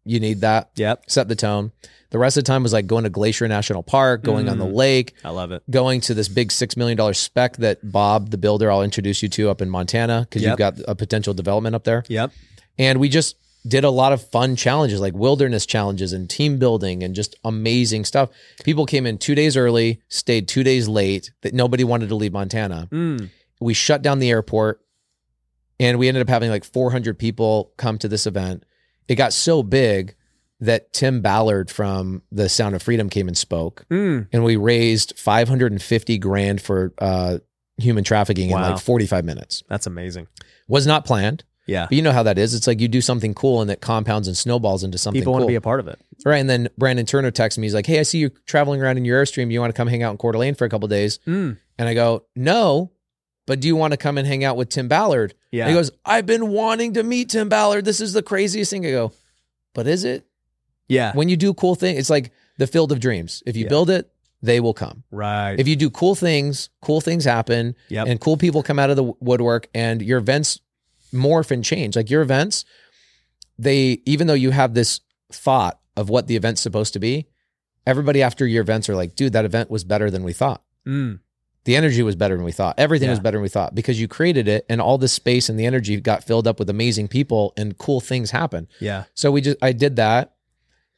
[SPEAKER 1] you need that
[SPEAKER 2] Yep.
[SPEAKER 1] set the tone. The rest of the time was like going to Glacier National Park, going on the
[SPEAKER 2] Mm.
[SPEAKER 1] lake,
[SPEAKER 2] I love it.
[SPEAKER 1] going to this big six million dollar spec that Bob, the builder, I'll introduce you to up in Montana because
[SPEAKER 2] Yep.
[SPEAKER 1] you've got a potential development up there.
[SPEAKER 2] Yep.
[SPEAKER 1] And we just did a lot of fun challenges like wilderness challenges and team building and just amazing stuff. People came in two days early, stayed two days late, that nobody wanted to leave Montana.
[SPEAKER 2] Mm.
[SPEAKER 1] We shut down the airport and we ended up having like 400 people come to this event. It got so big that Tim Ballard from the Sound of Freedom came and spoke
[SPEAKER 2] Mm.
[SPEAKER 1] and we raised 550 grand for uh human trafficking in
[SPEAKER 2] Wow.
[SPEAKER 1] like 45 minutes.
[SPEAKER 2] That's amazing.
[SPEAKER 1] Was not planned.
[SPEAKER 2] Yeah.
[SPEAKER 1] But you know how that is. It's like you do something cool and it compounds and snowballs into something
[SPEAKER 2] People want
[SPEAKER 1] cool.
[SPEAKER 2] to be a part of it.
[SPEAKER 1] right. And then Brandon Turner texts me. He's like, Hey, I see you traveling around in your Airstream. You want to come hang out in Coeur d'Alene for a couple days?
[SPEAKER 2] Mm.
[SPEAKER 1] And I go, No, but do you want to come and hang out with Tim Ballard?
[SPEAKER 2] Yeah.
[SPEAKER 1] And he goes, I've been wanting to meet Tim Ballard. This is the craziest thing. I go, But is it?
[SPEAKER 2] yeah.
[SPEAKER 1] When you do cool things, it's like the field of dreams. If you
[SPEAKER 2] Yeah.
[SPEAKER 1] build it, they will come.
[SPEAKER 2] Right.
[SPEAKER 1] If you do cool things, cool things happen
[SPEAKER 2] yep.
[SPEAKER 1] and cool people come out of the woodwork and your events morph and change. Like your events, they even though you have this thought of what the event's supposed to be, everybody after your events are like, dude, that event was better than we thought.
[SPEAKER 2] Mm.
[SPEAKER 1] The energy was better than we thought. Everything was
[SPEAKER 2] Yeah.
[SPEAKER 1] better than we thought because you created it and all this space and the energy got filled up with amazing people and cool things happen.
[SPEAKER 2] Yeah.
[SPEAKER 1] So we just I did that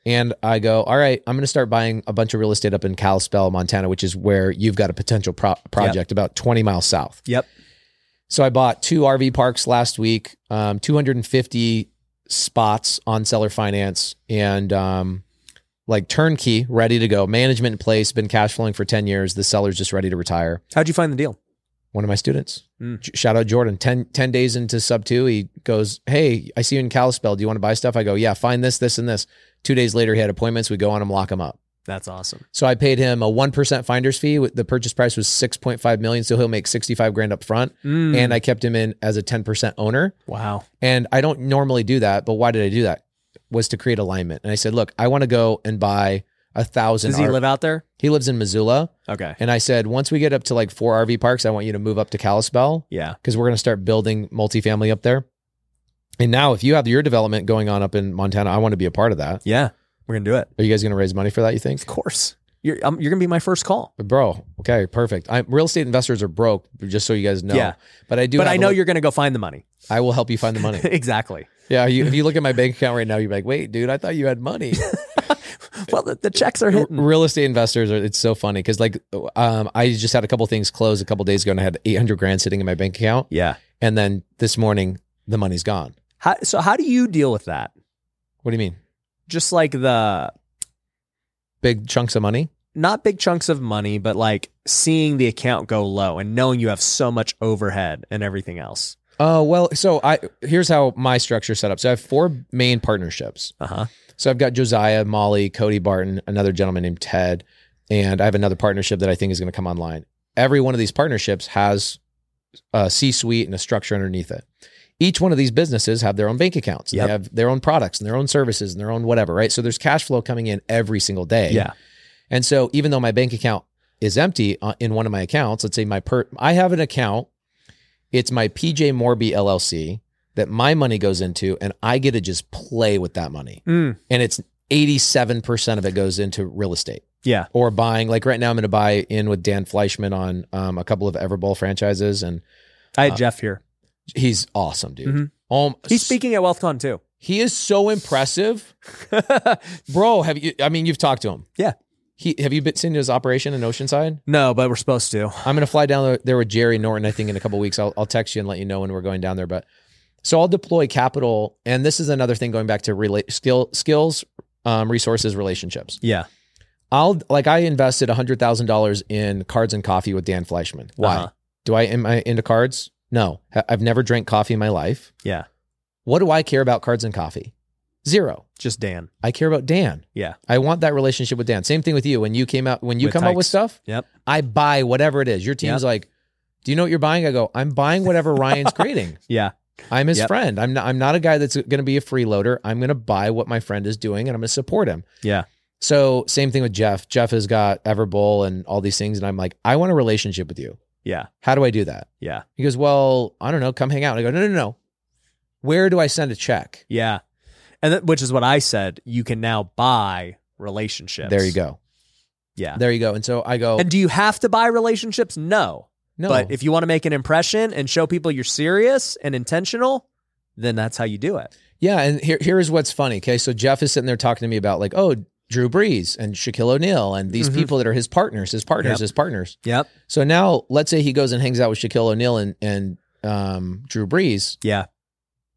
[SPEAKER 1] and I go, all right, I'm going to start buying a bunch of real estate up in Kalispell, Montana, which is where you've got a potential pro- project about 20 miles south.
[SPEAKER 2] Yep.
[SPEAKER 1] So I bought two RV parks last week, um, 250 spots on seller finance and um, like turnkey, ready to go. Management in place, been cash flowing for 10 years. The seller's just ready to retire.
[SPEAKER 2] How'd you find the deal?
[SPEAKER 1] One of my students,
[SPEAKER 2] Mm.
[SPEAKER 1] J- shout out Jordan, 10, 10 days into sub two, he goes, Hey, I see you in Kalispell. Do you want to buy stuff? I go, Yeah, find this, this, and this. Two days later, he had appointments. We go on him, lock him up.
[SPEAKER 2] That's awesome.
[SPEAKER 1] So I paid him a 1% finder's fee. with- The purchase price was 6.5 million. So he'll make 65 grand up front.
[SPEAKER 2] Mm.
[SPEAKER 1] And I kept him in as a 10% owner.
[SPEAKER 2] wow.
[SPEAKER 1] And I don't normally do that, but why did I do that? Was to create alignment. And I said, look, I want to go and buy a thousand.
[SPEAKER 2] Does he
[SPEAKER 1] R-
[SPEAKER 2] live out there?
[SPEAKER 1] he lives in Missoula.
[SPEAKER 2] Okay.
[SPEAKER 1] And I said, once we get up to like four RV parks, I want you to move up to Kalispell
[SPEAKER 2] Yeah.
[SPEAKER 1] because we're going to start building multifamily up there. And now, if you have your development going on up in Montana, I want to be a part of that.
[SPEAKER 2] Yeah. We're gonna do it.
[SPEAKER 1] Are you guys going to raise money for that? You think?
[SPEAKER 2] Of course. You're um, you're gonna be my first call.
[SPEAKER 1] Bro, okay, perfect. I, real estate investors are broke, just so you guys know.
[SPEAKER 2] Yeah.
[SPEAKER 1] But I do.
[SPEAKER 2] but
[SPEAKER 1] have
[SPEAKER 2] I
[SPEAKER 1] a
[SPEAKER 2] know
[SPEAKER 1] lit-
[SPEAKER 2] you're gonna go find the money.
[SPEAKER 1] I will help you find the
[SPEAKER 2] [laughs]
[SPEAKER 1] money.
[SPEAKER 2] exactly.
[SPEAKER 1] yeah. You, if you look at my bank account right now, you're like, wait, dude, I thought you had
[SPEAKER 2] [laughs]
[SPEAKER 1] money.
[SPEAKER 2] Well, the, the checks are hitting.
[SPEAKER 1] real estate investors are it's so funny because like um i just had a couple things close a couple days ago and i had 800 grand sitting in my bank account
[SPEAKER 2] Yeah.
[SPEAKER 1] and then this morning the money's gone
[SPEAKER 2] How, so how do you deal with that?
[SPEAKER 1] what do you mean
[SPEAKER 2] Just like the
[SPEAKER 1] big chunks of money
[SPEAKER 2] not big chunks of money, but like seeing the account go low and knowing you have so much overhead and everything else.
[SPEAKER 1] oh well so i here's how my structure set up so i have four main partnerships
[SPEAKER 2] Uh huh.
[SPEAKER 1] so i've got josiah molly cody barton another gentleman named ted and i have another partnership that i think is going to come online every one of these partnerships has a c-suite and a structure underneath it each one of these businesses have their own bank accounts and
[SPEAKER 2] Yep.
[SPEAKER 1] they have their own products and their own services and their own whatever right so there's cash flow coming in every single day
[SPEAKER 2] Yeah.
[SPEAKER 1] and so even though my bank account is empty uh, in one of my accounts let's say my per i have an account it's my pj morby llc that my money goes into and i get to just play with that money
[SPEAKER 2] Mm.
[SPEAKER 1] and it's 87% of it goes into real estate
[SPEAKER 2] Yeah.
[SPEAKER 1] or buying like right now i'm going to buy in with dan fleischman on um, a couple of everbowl franchises and
[SPEAKER 2] I had
[SPEAKER 1] Uh,
[SPEAKER 2] Jeff here.
[SPEAKER 1] he's awesome dude
[SPEAKER 2] Mhm.
[SPEAKER 1] um,
[SPEAKER 2] He's speaking at WealthCon too.
[SPEAKER 1] he is so impressive bro have you i mean you've talked to him
[SPEAKER 2] Yeah.
[SPEAKER 1] he have you been seen his operation in oceanside
[SPEAKER 2] no, but we're supposed to.
[SPEAKER 1] i'm gonna fly down there with jerry norton i think in a couple weeks I'll, I'll text you and let you know when we're going down there but so i'll deploy capital and this is another thing going back to rela- skill skills um, resources relationships
[SPEAKER 2] Yeah.
[SPEAKER 1] I'll like I invested hundred thousand dollars in cards and coffee with Dan Fleischman. Why?
[SPEAKER 2] Uh-huh.
[SPEAKER 1] Do I am I into cards? No, Ha- I've never drank coffee in my life.
[SPEAKER 2] Yeah.
[SPEAKER 1] What do I care about cards and coffee? Zero.
[SPEAKER 2] Just Dan.
[SPEAKER 1] I care about Dan.
[SPEAKER 2] Yeah.
[SPEAKER 1] I want that relationship with Dan. Same thing with you. When you came out, when you
[SPEAKER 2] With
[SPEAKER 1] come up with
[SPEAKER 2] Tykes.
[SPEAKER 1] stuff,
[SPEAKER 2] Yep.
[SPEAKER 1] I buy whatever it is. Your team's like, do you know what you're buying? I go, I'm buying whatever
[SPEAKER 2] [laughs]
[SPEAKER 1] Ryan's creating.
[SPEAKER 2] Yeah.
[SPEAKER 1] I'm his
[SPEAKER 2] Yep.
[SPEAKER 1] friend. I'm not. I'm not a guy that's going to be a freeloader. I'm going to buy what my friend is doing, and I'm going to support him.
[SPEAKER 2] Yeah.
[SPEAKER 1] So same thing with Jeff. Jeff has got Everbowl and all these things, and I'm like, I want a relationship with you.
[SPEAKER 2] Yeah.
[SPEAKER 1] How do I do that?
[SPEAKER 2] Yeah.
[SPEAKER 1] He goes, Well, I don't know. Come hang out. And I go, No, no, no. Where do I send a check?
[SPEAKER 2] Yeah. And that, which is what I said. You can now buy relationships.
[SPEAKER 1] There you go.
[SPEAKER 2] Yeah.
[SPEAKER 1] There you go. And so I go,
[SPEAKER 2] And do you have to buy relationships? No.
[SPEAKER 1] No,
[SPEAKER 2] But if you want to make an impression and show people you're serious and intentional, then that's how you do it.
[SPEAKER 1] Yeah, and here here is what's funny. Okay, so Jeff is sitting there talking to me about like, oh, Drew Brees and Shaquille O'Neal and these
[SPEAKER 2] Mhm.
[SPEAKER 1] people that are his partners, his partners,
[SPEAKER 2] Yep.
[SPEAKER 1] his partners.
[SPEAKER 2] Yep.
[SPEAKER 1] So now let's say he goes and hangs out with Shaquille O'Neal and and um, Drew Brees.
[SPEAKER 2] Yeah.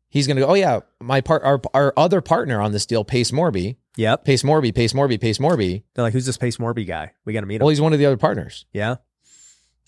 [SPEAKER 1] He's gonna go. Oh yeah, my part, our our other partner on this deal, Pace Morby,
[SPEAKER 2] Yep.
[SPEAKER 1] Pace Morby, Pace Morby, Pace Morby.
[SPEAKER 2] They're like, who's this Pace Morby guy? We got to meet him.
[SPEAKER 1] Well, he's one of the other partners.
[SPEAKER 2] yeah.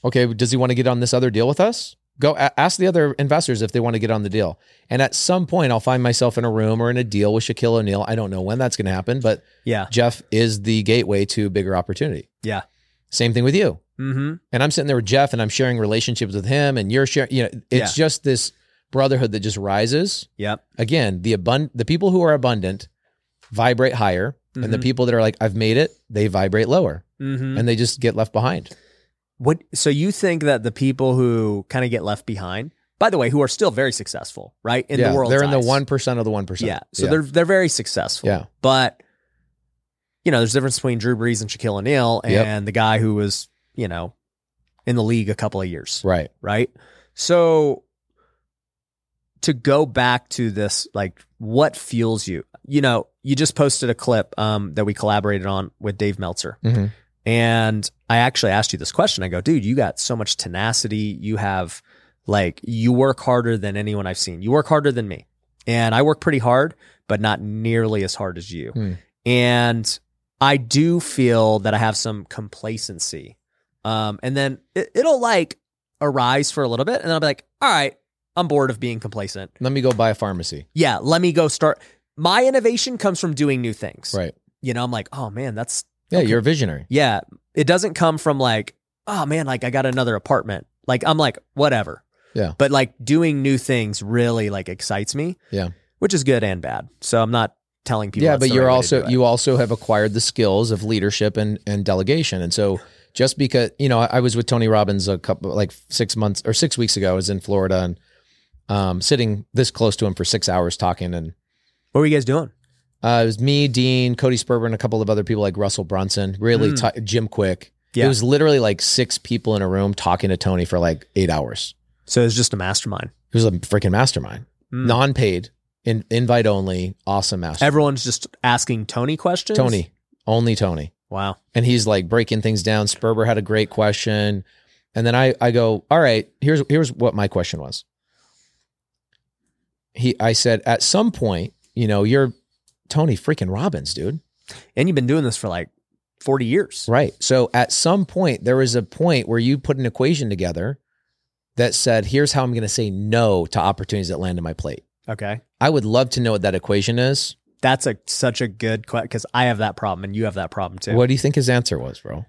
[SPEAKER 1] okay, does he want to get on this other deal with us? Go a- ask the other investors if they want to get on the deal. And at some point, I'll find myself in a room or in a deal with Shaquille O'Neal. I don't know when that's going to happen, but
[SPEAKER 2] Yeah.
[SPEAKER 1] Jeff is the gateway to bigger opportunity.
[SPEAKER 2] Yeah.
[SPEAKER 1] Same thing with you.
[SPEAKER 2] Mm-hmm.
[SPEAKER 1] And I'm sitting there with Jeff and I'm sharing relationships with him and you're sharing, you know, it's just this brotherhood that just rises.
[SPEAKER 2] Yep.
[SPEAKER 1] Again, the abund the people who are abundant vibrate higher and the
[SPEAKER 2] Mhm.
[SPEAKER 1] people that are like I've made it, they vibrate lower
[SPEAKER 2] Mm-hmm.
[SPEAKER 1] and they just get left behind.
[SPEAKER 2] What? So you think that the people who kind of get left behind, by the way, who are still very successful, right? In
[SPEAKER 1] Yeah,
[SPEAKER 2] the world,
[SPEAKER 1] they're in the 1% of the 1%.
[SPEAKER 2] Yeah. So they're they're very successful.
[SPEAKER 1] Yeah.
[SPEAKER 2] But you know, there's a difference between Drew Brees and Shaquille O'Neal and
[SPEAKER 1] Yep.
[SPEAKER 2] the guy who was you know in the league a couple of years,
[SPEAKER 1] right.
[SPEAKER 2] right? So to go back to this, like what fuels you? You know, you just posted a clip um, that we collaborated on with Dave Meltzer.
[SPEAKER 1] Mhm.
[SPEAKER 2] And I actually asked you this question. I go, dude, you got so much tenacity. You have like, you work harder than anyone I've seen. You work harder than me. And I work pretty hard, but not nearly as hard as you.
[SPEAKER 1] Hmm.
[SPEAKER 2] And I do feel that I have some complacency. Um, and then it, it'll like arise for a little bit. And then I'll be like, all right, I'm bored of being complacent.
[SPEAKER 1] Let me go buy a pharmacy.
[SPEAKER 2] Yeah, let me go start. My innovation comes from doing new things.
[SPEAKER 1] Right.
[SPEAKER 2] You know, I'm like, oh man, that's
[SPEAKER 1] Yeah,
[SPEAKER 2] Okay.
[SPEAKER 1] you're a visionary.
[SPEAKER 2] yeah, it doesn't come from like, oh man, like I got another apartment. Like I'm like whatever.
[SPEAKER 1] Yeah.
[SPEAKER 2] But like doing new things really like excites me.
[SPEAKER 1] Yeah.
[SPEAKER 2] Which is good and bad. So I'm not telling people.
[SPEAKER 1] yeah,
[SPEAKER 2] that's
[SPEAKER 1] but
[SPEAKER 2] the
[SPEAKER 1] you're
[SPEAKER 2] right way to
[SPEAKER 1] also
[SPEAKER 2] do it.
[SPEAKER 1] you also have acquired the skills of leadership and and delegation, and so just because you know I, I was with Tony Robbins a couple like six months or six weeks ago, I was in Florida and um, sitting this close to him for six hours talking, and
[SPEAKER 2] What were you guys doing?
[SPEAKER 1] uh, it was me, Dean, Cody Sperber, and a couple of other people like Russell Brunson, really
[SPEAKER 2] Mm.
[SPEAKER 1] ti- Jim Quick.
[SPEAKER 2] Yeah.
[SPEAKER 1] It was literally like six people in a room talking to Tony for like eight hours.
[SPEAKER 2] So it's just a mastermind.
[SPEAKER 1] It was a freaking mastermind,
[SPEAKER 2] Mm.
[SPEAKER 1] non paid, in, invite only, awesome mastermind.
[SPEAKER 2] Everyone's just asking Tony questions.
[SPEAKER 1] Tony, only Tony.
[SPEAKER 2] Wow.
[SPEAKER 1] and he's like breaking things down. Sperber had a great question, and then I I go, all right, here's here's what my question was. He I said at some point, you know, you're Tony freaking Robbins, dude.
[SPEAKER 2] And you've been doing this for like 40 years.
[SPEAKER 1] Right. So at some point, there was a point where you put an equation together that said, here's how I'm going to say no to opportunities that land in my plate.
[SPEAKER 2] Okay.
[SPEAKER 1] I would love to know what that equation is.
[SPEAKER 2] That's a such a good question because I have that problem and you have that problem too.
[SPEAKER 1] What do you think his answer was, bro?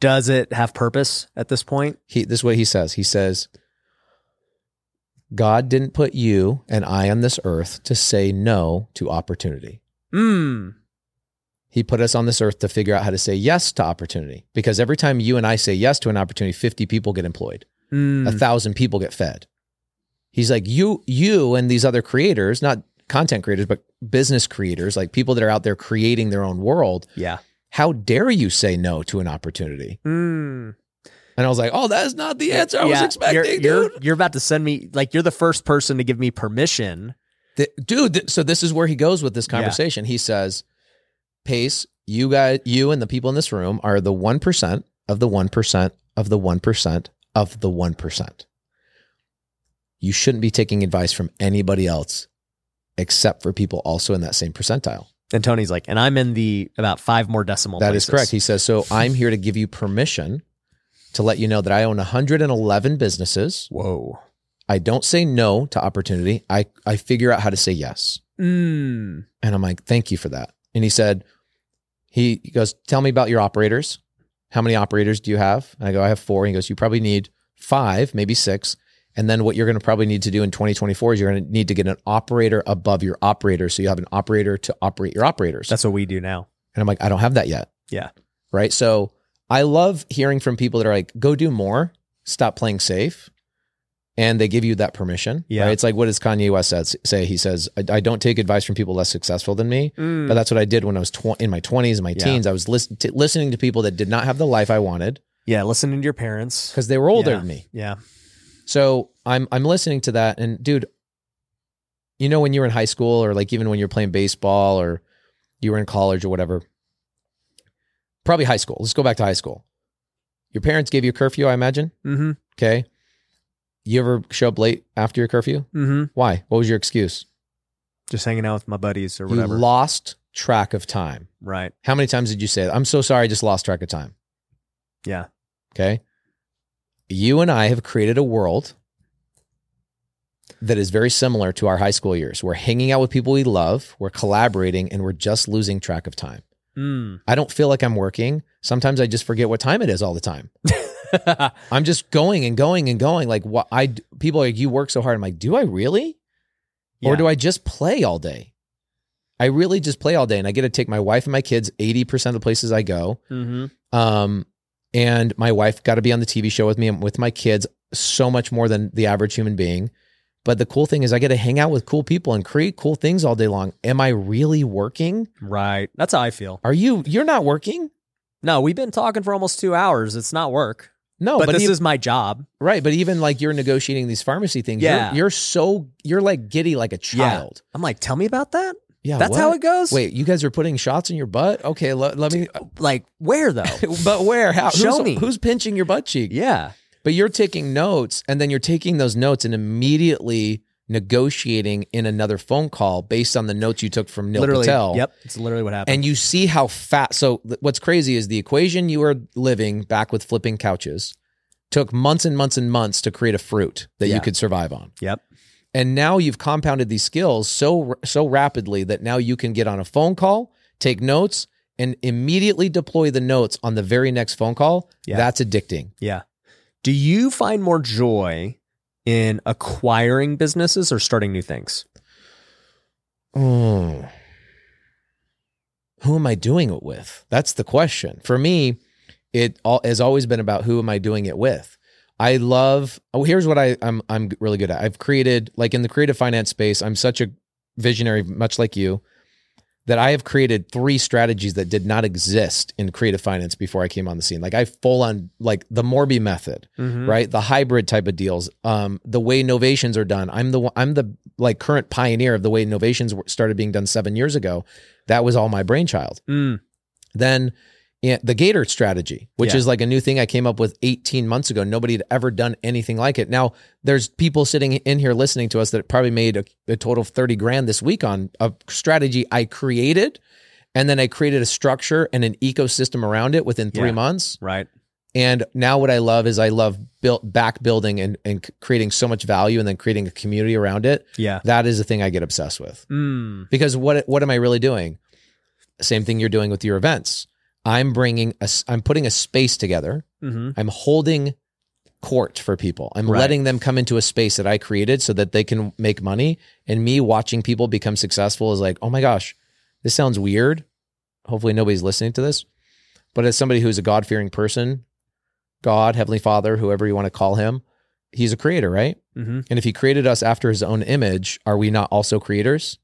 [SPEAKER 2] Does it have purpose at this point?
[SPEAKER 1] he this is what he says he says god didn't put you and i on this earth to say no to opportunity
[SPEAKER 2] Mm.
[SPEAKER 1] he put us on this earth to figure out how to say yes to opportunity because every time you and i say yes to an opportunity 50 people get employed
[SPEAKER 2] Mm.
[SPEAKER 1] a thousand people get fed he's like you you and these other creators not content creators but business creators like people that are out there creating their own world
[SPEAKER 2] yeah.
[SPEAKER 1] how dare you say no to an opportunity
[SPEAKER 2] Mm.
[SPEAKER 1] and i was like oh that's not the answer i was
[SPEAKER 2] Yeah,
[SPEAKER 1] expecting
[SPEAKER 2] you're,
[SPEAKER 1] dude.
[SPEAKER 2] You're, you're about to send me like you're the first person to give me permission.
[SPEAKER 1] The, dude, th- so this is where he goes with this
[SPEAKER 2] Yeah.
[SPEAKER 1] conversation. He says, Pace, you guys, you and the people in this room are the 1% of the 1% of the 1% of the 1%. You shouldn't be taking advice from anybody else except for people also in that same percentile.
[SPEAKER 2] And Tony's like, and I'm in the about five more decimal.
[SPEAKER 1] That is
[SPEAKER 2] places.
[SPEAKER 1] correct. He says, So I'm here to give you permission to let you know that I own 111 businesses.
[SPEAKER 2] Whoa.
[SPEAKER 1] I don't say no to opportunity, I, I figure out how to say yes.
[SPEAKER 2] Mm.
[SPEAKER 1] And I'm like, thank you for that. And he said, he, he goes, tell me about your operators. How many operators do you have? And I go, I have four. And he goes, you probably need five, maybe six. And then what you're going to probably need to do in 2024 is you're going to need to get an operator above your operator. So you have an operator to operate your operators.
[SPEAKER 2] That's what we do now.
[SPEAKER 1] and I'm like, I don't have that yet.
[SPEAKER 2] Yeah.
[SPEAKER 1] Right. So I love hearing from people that are like, go do more, stop playing safe. And they give you that permission.
[SPEAKER 2] Yeah.
[SPEAKER 1] Right? It's like, what does Kanye West says, say? He says, I, I don't take advice from people less successful than me. But that's what I did when I was tw- in my 20s and my
[SPEAKER 2] Yeah.
[SPEAKER 1] teens. I was listen- t- listening to people that did not have the life I wanted
[SPEAKER 2] yeah, listening to your parents.
[SPEAKER 1] because they were older than me.
[SPEAKER 2] Yeah.
[SPEAKER 1] So I'm I'm listening to that, and dude, you know when you were in high school, or like even when you were playing baseball, or you were in college or whatever. Probably high school. Let's go back to high school. Your parents gave you a curfew, I imagine.
[SPEAKER 2] Mm-hmm.
[SPEAKER 1] Okay. You ever show up late after your curfew?
[SPEAKER 2] Mm-hmm.
[SPEAKER 1] Why? What was your excuse?
[SPEAKER 2] Just hanging out with my buddies or
[SPEAKER 1] You
[SPEAKER 2] whatever.
[SPEAKER 1] lost track of time.
[SPEAKER 2] right.
[SPEAKER 1] How many times did you say, I'm so sorry, I just lost track of time?
[SPEAKER 2] Yeah.
[SPEAKER 1] Okay. You and I have created a world that is very similar to our high school years. We're hanging out with people we love, we're collaborating, and we're just losing track of time.
[SPEAKER 2] [laughs] Mm.
[SPEAKER 1] I don't feel like I'm working. Sometimes I just forget what time it is all the time. I'm just going and going and going. Like what I d- people are like you work so hard. I'm like, do I really? Or
[SPEAKER 2] Yeah.
[SPEAKER 1] do I just play all day? I really just play all day, and I get to take my wife and my kids 80% of the places I go.
[SPEAKER 2] mm-hmm.
[SPEAKER 1] Um, and my wife got to be on the TV show with me and with my kids so much more than the average human being. But the cool thing is, I get to hang out with cool people and create cool things all day long. Am I really working?
[SPEAKER 2] Right. That's how I feel.
[SPEAKER 1] Are you? You're not working?
[SPEAKER 2] No, we've been talking for almost two hours. It's not work,
[SPEAKER 1] No,
[SPEAKER 2] but,
[SPEAKER 1] but,
[SPEAKER 2] this
[SPEAKER 1] even,
[SPEAKER 2] is my job.
[SPEAKER 1] right. But even like you're negotiating these pharmacy things. you're-
[SPEAKER 2] Yeah.
[SPEAKER 1] You're, so you're like giddy like a child.
[SPEAKER 2] I'm like, tell me about that.
[SPEAKER 1] Yeah.
[SPEAKER 2] That's how
[SPEAKER 1] what?
[SPEAKER 2] it goes.
[SPEAKER 1] Wait, you guys are putting shots in your butt? Okay, let, let me.
[SPEAKER 2] like where though?
[SPEAKER 1] [laughs] But where? How?
[SPEAKER 2] Show
[SPEAKER 1] who's,
[SPEAKER 2] me.
[SPEAKER 1] Who's pinching your butt cheek?
[SPEAKER 2] yeah.
[SPEAKER 1] But you're taking notes and then you're taking those notes and immediately negotiating in another phone call based on the notes you took from Neil
[SPEAKER 2] literally.
[SPEAKER 1] Patel.
[SPEAKER 2] Yep. It's literally what happened.
[SPEAKER 1] And you see how fat. So, th- what's crazy is the equation you were living back with flipping couches took months and months and months to create a fruit that
[SPEAKER 2] Yeah.
[SPEAKER 1] you could survive on.
[SPEAKER 2] Yep.
[SPEAKER 1] And now you've compounded these skills so so rapidly that now you can get on a phone call, take notes, and immediately deploy the notes on the very next phone call.
[SPEAKER 2] Yeah.
[SPEAKER 1] That's addicting.
[SPEAKER 2] yeah. Do you find more joy in acquiring businesses or starting new things?
[SPEAKER 1] Mm. Who am I doing it with? That's the question. For me, it all, has always been about who am I doing it with. I love. Oh, here's what I, I'm I'm really good at. I've created like in the creative finance space. I'm such a visionary, much like you, that I have created three strategies that did not exist in creative finance before I came on the scene. Like I full on like the Morby method
[SPEAKER 2] Mm-hmm.
[SPEAKER 1] right? The hybrid type of deals, um, the way novations are done. I'm the one- I'm the like current pioneer of the way novations were- started being done seven years ago. That was all my brainchild.
[SPEAKER 2] Mm.
[SPEAKER 1] Then yeah, the Gator strategy, which
[SPEAKER 2] Yeah.
[SPEAKER 1] is like a new thing I came up with 18 months ago. Nobody had ever done anything like it. Now there's people sitting in here listening to us that probably made a, a total of 30 grand this week on a strategy I created. And then I created a structure and an ecosystem around it within three
[SPEAKER 2] Yeah.
[SPEAKER 1] months.
[SPEAKER 2] Right.
[SPEAKER 1] And now what I love is I love built back building and, and creating so much value and then creating a community around it.
[SPEAKER 2] Yeah.
[SPEAKER 1] That is the thing I get obsessed with.
[SPEAKER 2] Mm.
[SPEAKER 1] Because what what am I really doing? Same thing you're doing with your events. I'm bringing a s- I'm putting a space together.
[SPEAKER 2] Mm-hmm.
[SPEAKER 1] I'm holding court for people. I'm
[SPEAKER 2] Right.
[SPEAKER 1] letting them come into a space that I created so that they can make money and me watching people become successful is like, "Oh my gosh, this sounds weird." Hopefully nobody's listening to this. But as somebody who's a God-fearing person, God, Heavenly Father, whoever you want to call him, he's a creator, right?
[SPEAKER 2] Mm-hmm.
[SPEAKER 1] And if he created us after his own image, are we not also creators?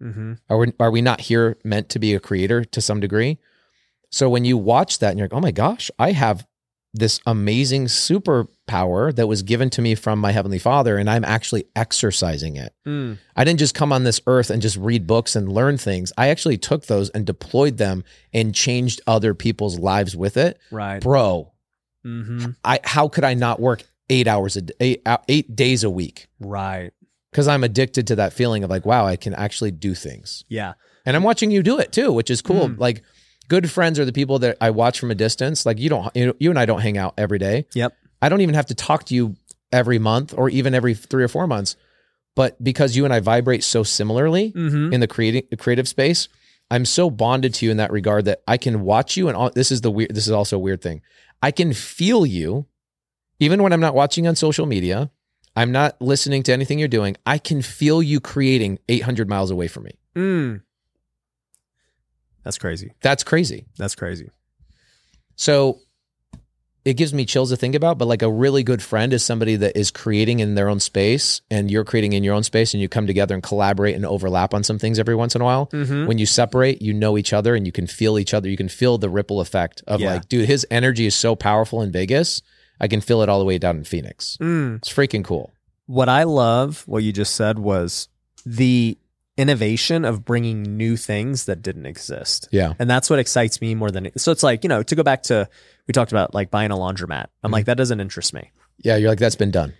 [SPEAKER 2] Mm-hmm.
[SPEAKER 1] Are we, are we not here meant to be a creator to some degree? So when you watch that and you're like, oh my gosh, I have this amazing superpower that was given to me from my heavenly father, and I'm actually exercising it.
[SPEAKER 2] Mm.
[SPEAKER 1] I didn't just come on this earth and just read books and learn things. I actually took those and deployed them and changed other people's lives with it.
[SPEAKER 2] Right.
[SPEAKER 1] Bro,
[SPEAKER 2] Mm-hmm.
[SPEAKER 1] I how could I not work eight hours a day, eight, hou- eight days a week?
[SPEAKER 2] Right.
[SPEAKER 1] Because I'm addicted to that feeling of like, wow, I can actually do things.
[SPEAKER 2] Yeah.
[SPEAKER 1] And I'm watching you do it too, which is cool.
[SPEAKER 2] Mm.
[SPEAKER 1] Like good friends are the people that I watch from a distance. Like you don't you, you and I don't hang out every day.
[SPEAKER 2] Yep.
[SPEAKER 1] I don't even have to talk to you every month or even every 3 or 4 months. But because you and I vibrate so similarly
[SPEAKER 2] Mm-hmm.
[SPEAKER 1] in the creating the creative space, I'm so bonded to you in that regard that I can watch you and all, this is the weird this is also a weird thing. I can feel you even when I'm not watching on social media. I'm not listening to anything you're doing. I can feel you creating 800 miles away from me.
[SPEAKER 2] Mm. That's crazy.
[SPEAKER 1] That's crazy.
[SPEAKER 2] That's crazy.
[SPEAKER 1] So it gives me chills to think about, but like a really good friend is somebody that is creating in their own space and you're creating in your own space and you come together and collaborate and overlap on some things every once in a while.
[SPEAKER 2] Mm-hmm.
[SPEAKER 1] When you separate, you know each other and you can feel each other. You can feel the ripple effect of
[SPEAKER 2] Yeah.
[SPEAKER 1] like, dude, his energy is so powerful in Vegas. I can feel it all the way down in Phoenix.
[SPEAKER 2] Mm.
[SPEAKER 1] It's freaking cool.
[SPEAKER 2] What I love, what you just said, was the innovation of bringing new things that didn't exist.
[SPEAKER 1] Yeah.
[SPEAKER 2] And that's what excites me more than so. It's like you know to go back to we talked about like buying a laundromat. I'm like that doesn't interest me.
[SPEAKER 1] Yeah. You're like, that's been done.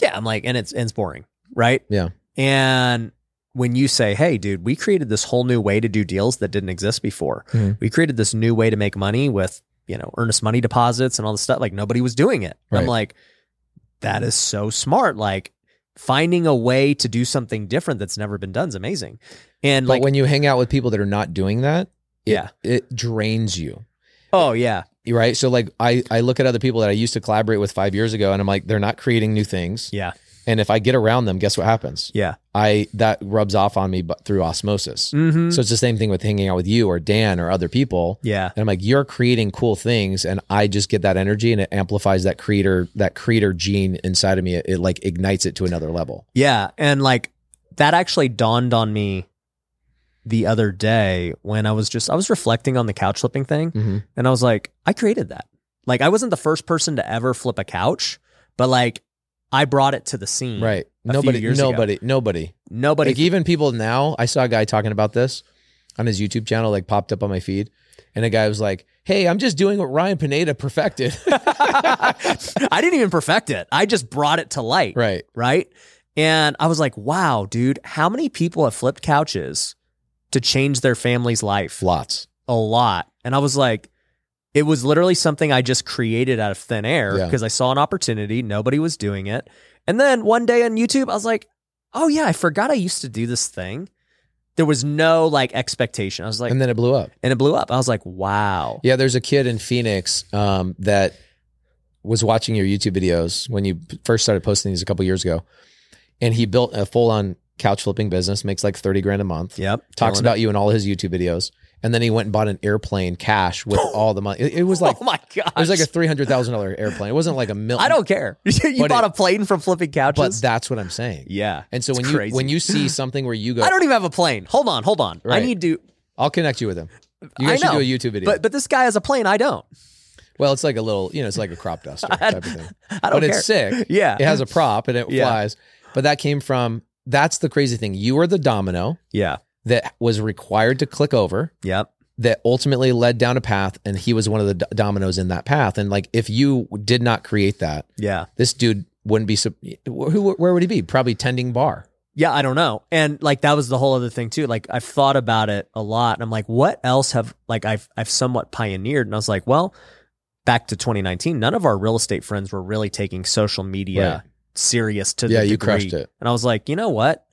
[SPEAKER 2] Yeah, I'm like, and it's and it's boring, right?
[SPEAKER 1] Yeah.
[SPEAKER 2] And when you say, "Hey, dude, we created this whole new way to do deals that didn't exist before.
[SPEAKER 1] Mhm.
[SPEAKER 2] We created this new way to make money with you know, earnest money deposits and all the stuff. Like nobody was doing it. And I'm
[SPEAKER 1] Right.
[SPEAKER 2] like, that is so smart. Like finding a way to do something different that's never been done is amazing. And
[SPEAKER 1] But
[SPEAKER 2] like,
[SPEAKER 1] when you hang out with people that are not doing that, it-
[SPEAKER 2] Yeah.
[SPEAKER 1] it drains you.
[SPEAKER 2] oh yeah,
[SPEAKER 1] right so like I, I look at other people that i used to collaborate with five years ago and i'm like they're not creating new things
[SPEAKER 2] Yeah.
[SPEAKER 1] and if i get around them guess what happens
[SPEAKER 2] yeah,
[SPEAKER 1] i that rubs off on me but through osmosis
[SPEAKER 2] mm-hmm.
[SPEAKER 1] so it's the same thing with hanging out with you or dan or other people
[SPEAKER 2] yeah,
[SPEAKER 1] and i'm like you're creating cool things and i just get that energy and it amplifies that creator that creator gene inside of me it, it like ignites it to another level
[SPEAKER 2] yeah. And like that actually dawned on me the other day when I was just I was reflecting on the couch flipping thing.
[SPEAKER 1] mm-hmm.
[SPEAKER 2] And I was like, I created that. Like, I wasn't the first person to ever flip a couch, but like, I brought it to the scene.
[SPEAKER 1] right
[SPEAKER 2] A few
[SPEAKER 1] nobody
[SPEAKER 2] years ago.
[SPEAKER 1] nobody nobody
[SPEAKER 2] Nobody.
[SPEAKER 1] like even people now, I saw a guy talking about this on his YouTube channel, like popped up on my feed, and a guy was like, "Hey, I'm just doing what Ryan Pineda perfected." [laughs]
[SPEAKER 2] [laughs] I didn't even perfect it. I just brought it to light.
[SPEAKER 1] right.
[SPEAKER 2] Right. And I was like, wow, dude, how many people have flipped couches to change their family's life?
[SPEAKER 1] Lots.
[SPEAKER 2] a lot. And I was like, it was literally something I just created out of thin air
[SPEAKER 1] Yeah.
[SPEAKER 2] because I saw an opportunity. Nobody was doing it. And then one day on YouTube, I was like, oh, yeah, I forgot I used to do this thing. There was no like expectation. I was like,
[SPEAKER 1] and
[SPEAKER 2] and,
[SPEAKER 1] then it blew up.
[SPEAKER 2] it blew up. I was like, wow.
[SPEAKER 1] Yeah, there's a kid in Phoenix um, that was watching your YouTube videos when you p- first started posting these a couple years ago, and he built a full-on couch flipping business, makes like thirty grand a month.
[SPEAKER 2] Yep.
[SPEAKER 1] Talks
[SPEAKER 2] Killing
[SPEAKER 1] about you in all his YouTube videos, and then he went and bought an airplane cash
[SPEAKER 2] [gasps]
[SPEAKER 1] with all the money. It, it was
[SPEAKER 2] it.
[SPEAKER 1] like
[SPEAKER 2] [laughs] oh my God.
[SPEAKER 1] it was like a three hundred thousand dollar airplane. It wasn't like a million.
[SPEAKER 2] I don't care. [laughs] you
[SPEAKER 1] But
[SPEAKER 2] bought
[SPEAKER 1] it-
[SPEAKER 2] a plane from flipping
[SPEAKER 1] but
[SPEAKER 2] couches?
[SPEAKER 1] that's what I'm saying.
[SPEAKER 2] yeah.
[SPEAKER 1] And so
[SPEAKER 2] It's
[SPEAKER 1] when you
[SPEAKER 2] crazy.
[SPEAKER 1] when you
[SPEAKER 2] [laughs]
[SPEAKER 1] see something where you go,
[SPEAKER 2] I don't even have a plane. Hold on. Hold on.
[SPEAKER 1] Right.
[SPEAKER 2] I need to,
[SPEAKER 1] I'll connect you with him. You
[SPEAKER 2] I
[SPEAKER 1] guys should do
[SPEAKER 2] know,
[SPEAKER 1] a YouTube video.
[SPEAKER 2] but but this guy has a plane. I don't.
[SPEAKER 1] well, it's like a little, you know, it's like a crop duster
[SPEAKER 2] [laughs] I
[SPEAKER 1] type of thing.
[SPEAKER 2] I
[SPEAKER 1] But
[SPEAKER 2] don't care.
[SPEAKER 1] it's
[SPEAKER 2] [laughs]
[SPEAKER 1] sick.
[SPEAKER 2] yeah.
[SPEAKER 1] It has a prop and it
[SPEAKER 2] Yeah.
[SPEAKER 1] flies. But that came from that's the crazy thing. You were the domino
[SPEAKER 2] Yeah.
[SPEAKER 1] that was required to click over
[SPEAKER 2] Yep.
[SPEAKER 1] that ultimately led down a path, and he was one of the do- dominoes in that path. And like, if you did not create that,
[SPEAKER 2] Yeah.
[SPEAKER 1] this dude wouldn't be. sup- Who? Where would he be? Probably tending bar.
[SPEAKER 2] Yeah, I don't know. And like that was the whole other thing too. Like I've thought about it a lot and I'm like, what else have like I've I've somewhat pioneered and I was like, well, back to 2019, none of our real estate friends were really taking social media
[SPEAKER 1] Right.
[SPEAKER 2] serious to
[SPEAKER 1] Yeah,
[SPEAKER 2] the
[SPEAKER 1] you
[SPEAKER 2] degree.
[SPEAKER 1] crushed it.
[SPEAKER 2] And I was like, you know what?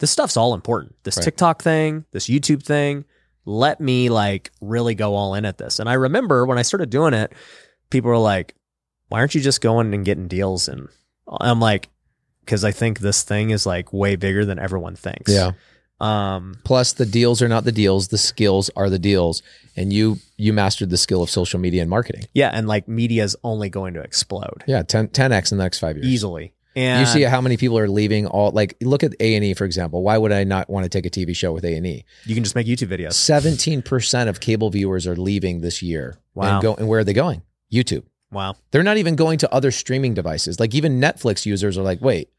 [SPEAKER 2] This stuff's all important. This
[SPEAKER 1] Right.
[SPEAKER 2] TikTok thing, this YouTube thing, let me like really go all in at this. And I remember when I started doing it, people were like, why aren't you just going and getting deals? And I'm like, because I think this thing is like way bigger than everyone thinks. Um,
[SPEAKER 1] plus the deals are not the deals the skills are the deals and you you mastered the skill of social media and marketing
[SPEAKER 2] yeah. And like media is only going to explode
[SPEAKER 1] yeah 10, 10x in the next five years
[SPEAKER 2] easily. And
[SPEAKER 1] you see how many people are leaving all like look at a&e for example why would i not want to take a tv show with a&e
[SPEAKER 2] you can just make YouTube videos.
[SPEAKER 1] 17% of cable viewers are leaving this year
[SPEAKER 2] Wow.
[SPEAKER 1] and, go, and where are they going youtube
[SPEAKER 2] Wow.
[SPEAKER 1] they're not even going to other streaming devices like even netflix users are like wait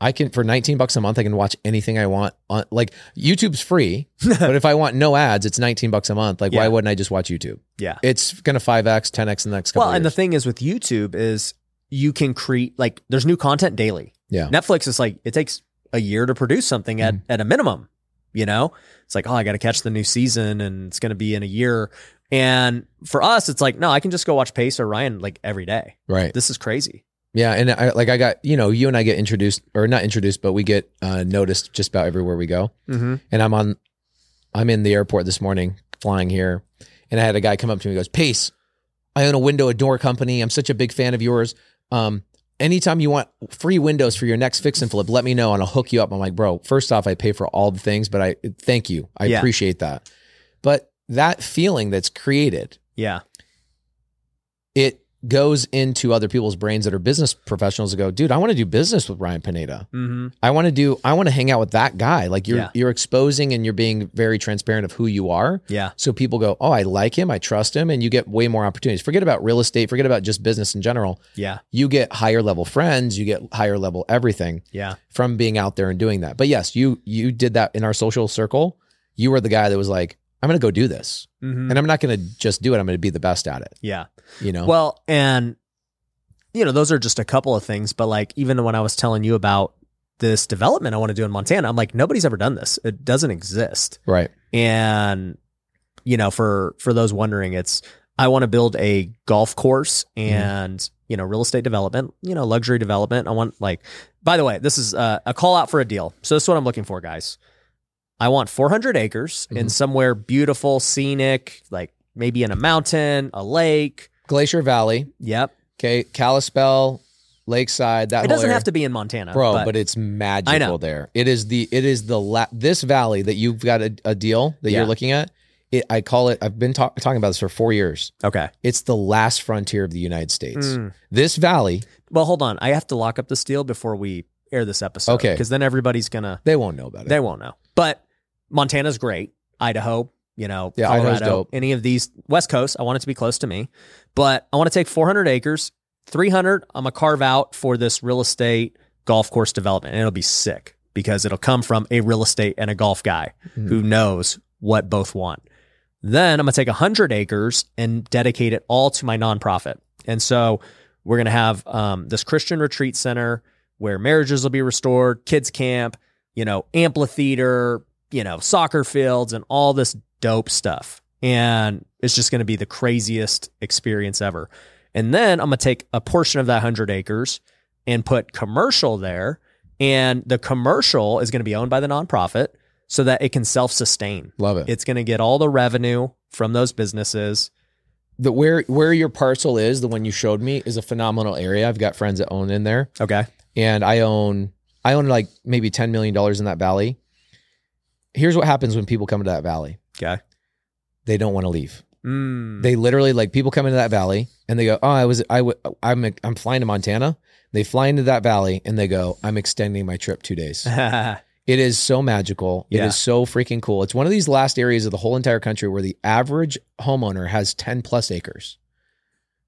[SPEAKER 1] i can for 19 bucks a month i can watch anything i want on like youtube's
[SPEAKER 2] [laughs]
[SPEAKER 1] free but if i want no ads it's 19 bucks a month like
[SPEAKER 2] Yeah.
[SPEAKER 1] why wouldn't i just watch youtube
[SPEAKER 2] Yeah.
[SPEAKER 1] it's gonna 5x 10x in the next couple
[SPEAKER 2] Well, and the
[SPEAKER 1] years.
[SPEAKER 2] thing is with YouTube is you can create like there's new content daily.
[SPEAKER 1] Yeah. Mm-hmm.
[SPEAKER 2] Netflix is like it takes a year to produce something at at a minimum. You know, it's like oh, I got to catch the new season, and it's going to be in a year. And for us, it's like no, I can just go watch Pace or Ryan like every day.
[SPEAKER 1] right
[SPEAKER 2] This is crazy.
[SPEAKER 1] yeah and I, like i got you know you and i get introduced or not introduced but we get uh, noticed just about everywhere we go
[SPEAKER 2] Mm-hmm.
[SPEAKER 1] and i'm on i'm in the airport this morning flying here and i had a guy come up to me and goes pace i own a window a door company i'm such a big fan of yours um anytime you want free windows for your next fix and flip let me know and i'll hook you up i'm like bro first off i pay for all the things but i thank you i
[SPEAKER 2] Yeah.
[SPEAKER 1] appreciate that but that feeling that's created
[SPEAKER 2] Yeah,
[SPEAKER 1] it goes into other people's brains that are business professionals that go, dude, I want to do business with Ryan Pineda.
[SPEAKER 2] mm-hmm.
[SPEAKER 1] I want to do, I want to hang out with that guy. Like you're,
[SPEAKER 2] Yeah.
[SPEAKER 1] you're exposing and you're being very transparent of who you are.
[SPEAKER 2] yeah,
[SPEAKER 1] So people go, oh, I like him. I trust him. And you get way more opportunities. Forget about real estate. Forget about just business in general.
[SPEAKER 2] yeah,
[SPEAKER 1] You get higher level friends. You get higher level everything
[SPEAKER 2] yeah,
[SPEAKER 1] from being out there and doing that. But yes, you, you did that in our social circle. You were the guy that was like, I'm going to go do this
[SPEAKER 2] mm-hmm.
[SPEAKER 1] and I'm not going to just do it. I'm going to be the best at it.
[SPEAKER 2] yeah.
[SPEAKER 1] You know?
[SPEAKER 2] Well, and you know, those are just a couple of things, but like even when I was telling you about this development I want to do in Montana, I'm like nobody's ever done this. It doesn't exist.
[SPEAKER 1] right.
[SPEAKER 2] And you know, for for those wondering, it's I I want to build a golf course and you know real estate development, you know luxury development. I want like. By the way, this is uh, a call out for a deal. So this is what I'm looking for, guys. I want 400 acres in
[SPEAKER 1] Mhm.
[SPEAKER 2] somewhere beautiful, scenic, like maybe in a mountain, a lake.
[SPEAKER 1] Glacier Valley,
[SPEAKER 2] Yep.
[SPEAKER 1] okay, Kalispell, Lakeside. That
[SPEAKER 2] It
[SPEAKER 1] whole
[SPEAKER 2] doesn't
[SPEAKER 1] area.
[SPEAKER 2] have to be in Montana,
[SPEAKER 1] bro,
[SPEAKER 2] But,
[SPEAKER 1] but, it's magical there. It is the it is the la- this valley that you've got a, a deal that
[SPEAKER 2] Yeah.
[SPEAKER 1] you're looking at. It, I call it. I've been ta- talking about this for four years.
[SPEAKER 2] okay.
[SPEAKER 1] It's the last frontier of the United States.
[SPEAKER 2] Mm.
[SPEAKER 1] This valley,
[SPEAKER 2] Well, hold on. I have to lock up this deal before we air this episode.
[SPEAKER 1] Okay.
[SPEAKER 2] Because then everybody's gonna
[SPEAKER 1] they won't know about it.
[SPEAKER 2] they won't know. But Montana's great. Idaho, you know,
[SPEAKER 1] Yeah, Idaho's
[SPEAKER 2] Colorado,
[SPEAKER 1] dope.
[SPEAKER 2] any of these West Coast. I want it to be close to me. But I want to take four hundred acres, three hundred, I'm gonna carve out for this real estate golf course development. And it'll be sick because it'll come from a real estate and a golf guy
[SPEAKER 1] Mhm.
[SPEAKER 2] who knows what both want. Then I'm gonna take hundred acres and dedicate it all to my nonprofit. And so we're going to have um, this Christian retreat center where marriages will be restored, kids camp, you know, amphitheater, you know, soccer fields, and all this dope stuff. And it's just going to be the craziest experience ever. And then I'm going to take a portion of that 100 acres and put commercial there. And the commercial is going to be owned by the nonprofit so that it can self sustain.
[SPEAKER 1] Love it.
[SPEAKER 2] It's going to get all the revenue from those businesses.
[SPEAKER 1] The where where your parcel is, the one you showed me, is a phenomenal area. I've got friends that own in there,
[SPEAKER 2] Okay.
[SPEAKER 1] and I own I own like maybe ten million dollars in that valley. Here's what happens when people come into that valley.
[SPEAKER 2] Okay.
[SPEAKER 1] They don't want to leave.
[SPEAKER 2] Mm.
[SPEAKER 1] Mm-hmm. They literally like people come into that valley and they go, "Oh, I was I w- I'm I'm flying to Montana." They fly into that valley and they go, "I'm extending my trip 2
[SPEAKER 2] [laughs]
[SPEAKER 1] days." it is so magical. It
[SPEAKER 2] Yeah.
[SPEAKER 1] is so freaking cool. It's one of these last areas of the whole entire country where the average homeowner has 10 plus acres.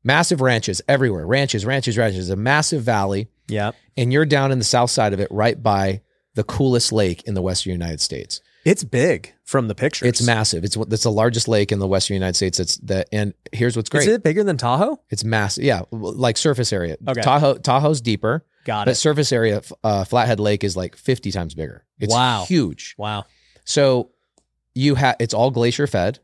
[SPEAKER 1] Massive ranches everywhere. Ranches, ranches, ranches. A massive valley
[SPEAKER 2] yeah.
[SPEAKER 1] and you're down in the south side of it right by the coolest lake in the western United States.
[SPEAKER 2] It's big from the pictures.
[SPEAKER 1] It's massive. It's that's the largest lake in the western United States. It's that and here's what's great.
[SPEAKER 2] Is it bigger than Tahoe?
[SPEAKER 1] It's massive. Yeah, well, like surface area.
[SPEAKER 2] Okay.
[SPEAKER 1] Tahoe Tahoe's deeper,
[SPEAKER 2] Got
[SPEAKER 1] but surface area f- uh, Flathead Lake is like 50 times bigger. It's
[SPEAKER 2] Wow.
[SPEAKER 1] huge.
[SPEAKER 2] Wow.
[SPEAKER 1] So you have it's all glacier fed,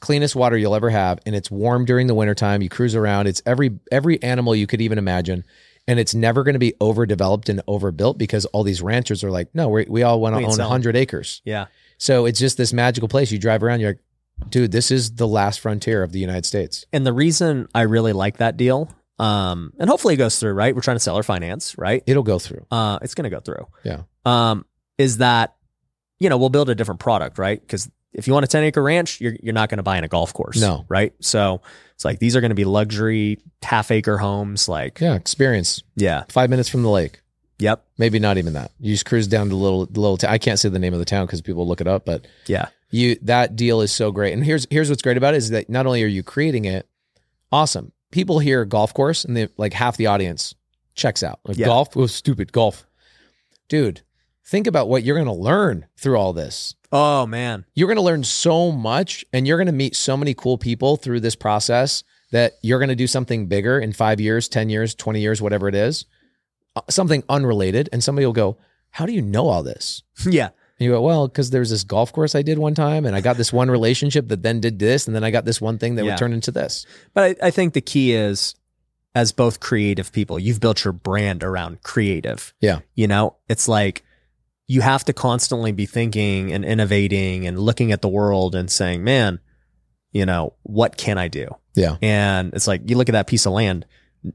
[SPEAKER 1] cleanest water you'll ever have and it's warm during the wintertime. You cruise around, it's every every animal you could even imagine. And it's never going to be overdeveloped and overbuilt because all these ranchers are like, no, we, we all want to
[SPEAKER 2] We ain't
[SPEAKER 1] own
[SPEAKER 2] selling.
[SPEAKER 1] 100 acres.
[SPEAKER 2] Yeah.
[SPEAKER 1] So it's just this magical place. You drive around, you're like, dude, this is the last frontier of the United States.
[SPEAKER 2] And the reason I really like that deal, um, and hopefully it goes through, right? We're trying to sell our finance, right?
[SPEAKER 1] It'll go through.
[SPEAKER 2] Uh, it's going to go through.
[SPEAKER 1] Yeah.
[SPEAKER 2] Um, is that, you know, we'll build a different product, right? Because if you want a 10 acre ranch, you're, you're not going to buy in a golf course.
[SPEAKER 1] No.
[SPEAKER 2] Right. So it's like these are going to be luxury half acre homes. Like,
[SPEAKER 1] Yeah, experience.
[SPEAKER 2] yeah.
[SPEAKER 1] five minutes from the lake.
[SPEAKER 2] Yep.
[SPEAKER 1] Maybe not even that. You just cruise down to little little. T- I can't say the name of the town because people look it up. But
[SPEAKER 2] Yeah.
[SPEAKER 1] you that deal is so great. And here's here's what's great about it is that not only are you creating it, awesome. People hear golf course and they, like half the audience checks out. Like
[SPEAKER 2] Yeah.
[SPEAKER 1] golf was stupid golf, dude. Think about what you're going to learn through all this.
[SPEAKER 2] Oh, man. [laughs]
[SPEAKER 1] You're going to learn so much, and you're going to meet so many cool people through this process that you're going to do something bigger in five years, 10 years, 20 years, whatever it is, uh, something unrelated. And somebody will go, How do you know all this?
[SPEAKER 2] yeah.
[SPEAKER 1] And you go, Well, because there's this golf course I did one time, and I got this one relationship that then did this, and then I got this one thing that
[SPEAKER 2] Yeah.
[SPEAKER 1] would turn into this.
[SPEAKER 2] But I, I think the key is, as both creative people, you've built your brand around creative.
[SPEAKER 1] Yeah.
[SPEAKER 2] You know, it's like you have to constantly be thinking and innovating and looking at the world and saying, man, you know, what can I do?
[SPEAKER 1] Yeah.
[SPEAKER 2] And it's like you look at that piece of land. n-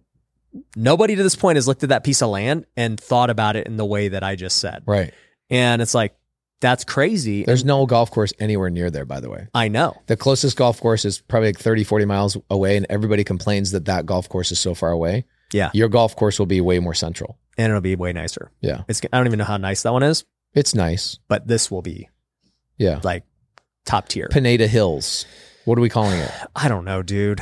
[SPEAKER 2] Nobody to this point has looked at that piece of land and thought about it in the way that I just said.
[SPEAKER 1] Right.
[SPEAKER 2] And it's like, that's crazy.
[SPEAKER 1] There's no golf course anywhere near there, by the way.
[SPEAKER 2] I know.
[SPEAKER 1] The closest golf course is probably like 30, 40 miles away, and everybody complains that that golf course is so far away.
[SPEAKER 2] Yeah.
[SPEAKER 1] Your golf course will be way more central.
[SPEAKER 2] And it'll be way nicer.
[SPEAKER 1] Yeah.
[SPEAKER 2] It's, I don't even know how nice that one is,
[SPEAKER 1] It's nice.
[SPEAKER 2] but this will be
[SPEAKER 1] Yeah.
[SPEAKER 2] like top tier.
[SPEAKER 1] Pineda Hills. What are we calling it?
[SPEAKER 2] I don't know, dude.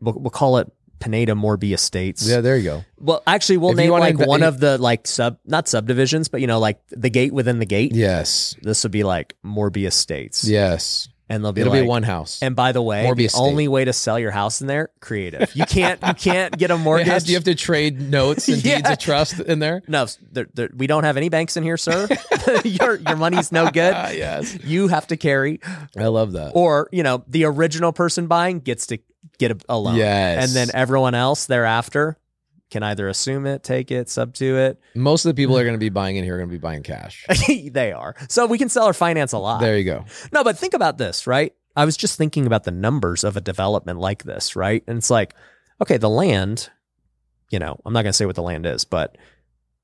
[SPEAKER 2] We'll, we'll call it Pineda Morbi Estates.
[SPEAKER 1] [sighs] Yeah, there you go.
[SPEAKER 2] Well, actually, we'll
[SPEAKER 1] If you
[SPEAKER 2] name
[SPEAKER 1] wanna
[SPEAKER 2] like
[SPEAKER 1] inv-
[SPEAKER 2] one of the like sub, not subdivisions, but you know, like the gate within the gate.
[SPEAKER 1] Yes.
[SPEAKER 2] This would be like Morbi Estates.
[SPEAKER 1] Yes.
[SPEAKER 2] and they'll be
[SPEAKER 1] It'll
[SPEAKER 2] like,
[SPEAKER 1] be one house.
[SPEAKER 2] and by the way, the
[SPEAKER 1] Morbius state.
[SPEAKER 2] only way to sell your house in there, creative. You can't you can't get a mortgage.
[SPEAKER 1] [laughs] It has- you have to trade notes [laughs] and deeds
[SPEAKER 2] Yeah.
[SPEAKER 1] of trust in there.
[SPEAKER 2] no, there, there, we don't have any banks in here, sir. [laughs] your your money's no good.
[SPEAKER 1] [laughs] Ah, [laughs] yes.
[SPEAKER 2] You have to carry,
[SPEAKER 1] I love that.
[SPEAKER 2] or you know, the original person buying gets to get a, a loan.
[SPEAKER 1] Yes.
[SPEAKER 2] and then everyone else thereafter can either assume it, take it, sub to it.
[SPEAKER 1] Most of the people that are going to be buying in here are going to be buying [laughs] cash.
[SPEAKER 2] [laughs] they are. So we can sell or finance a lot.
[SPEAKER 1] there you go.
[SPEAKER 2] No, but think about this, right? I was just thinking about the numbers of a development like this, right? And it's like, okay, the land, you know, I'm not going to say what the land is, but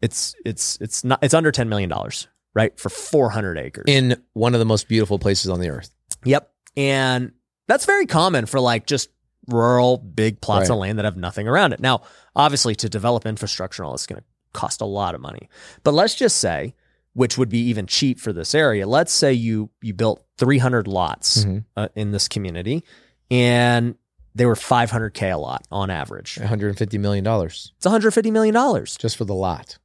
[SPEAKER 2] it's it's it's not it's under 10 million dollars, right? For 400 acres.
[SPEAKER 1] In one of the most beautiful places on the earth.
[SPEAKER 2] yep. And that's very common for like just rural big plots
[SPEAKER 1] Right.
[SPEAKER 2] of land that have nothing around it. Now, obviously to develop infrastructure and all it's going to cost a lot of money. But let's just say which would be even cheap for this area. Let's say you you built 300 lots
[SPEAKER 1] Mhm.
[SPEAKER 2] uh, in this community, and they were 500k a lot on average.
[SPEAKER 1] $150 million
[SPEAKER 2] It's 150 million dollars
[SPEAKER 1] just for the lot.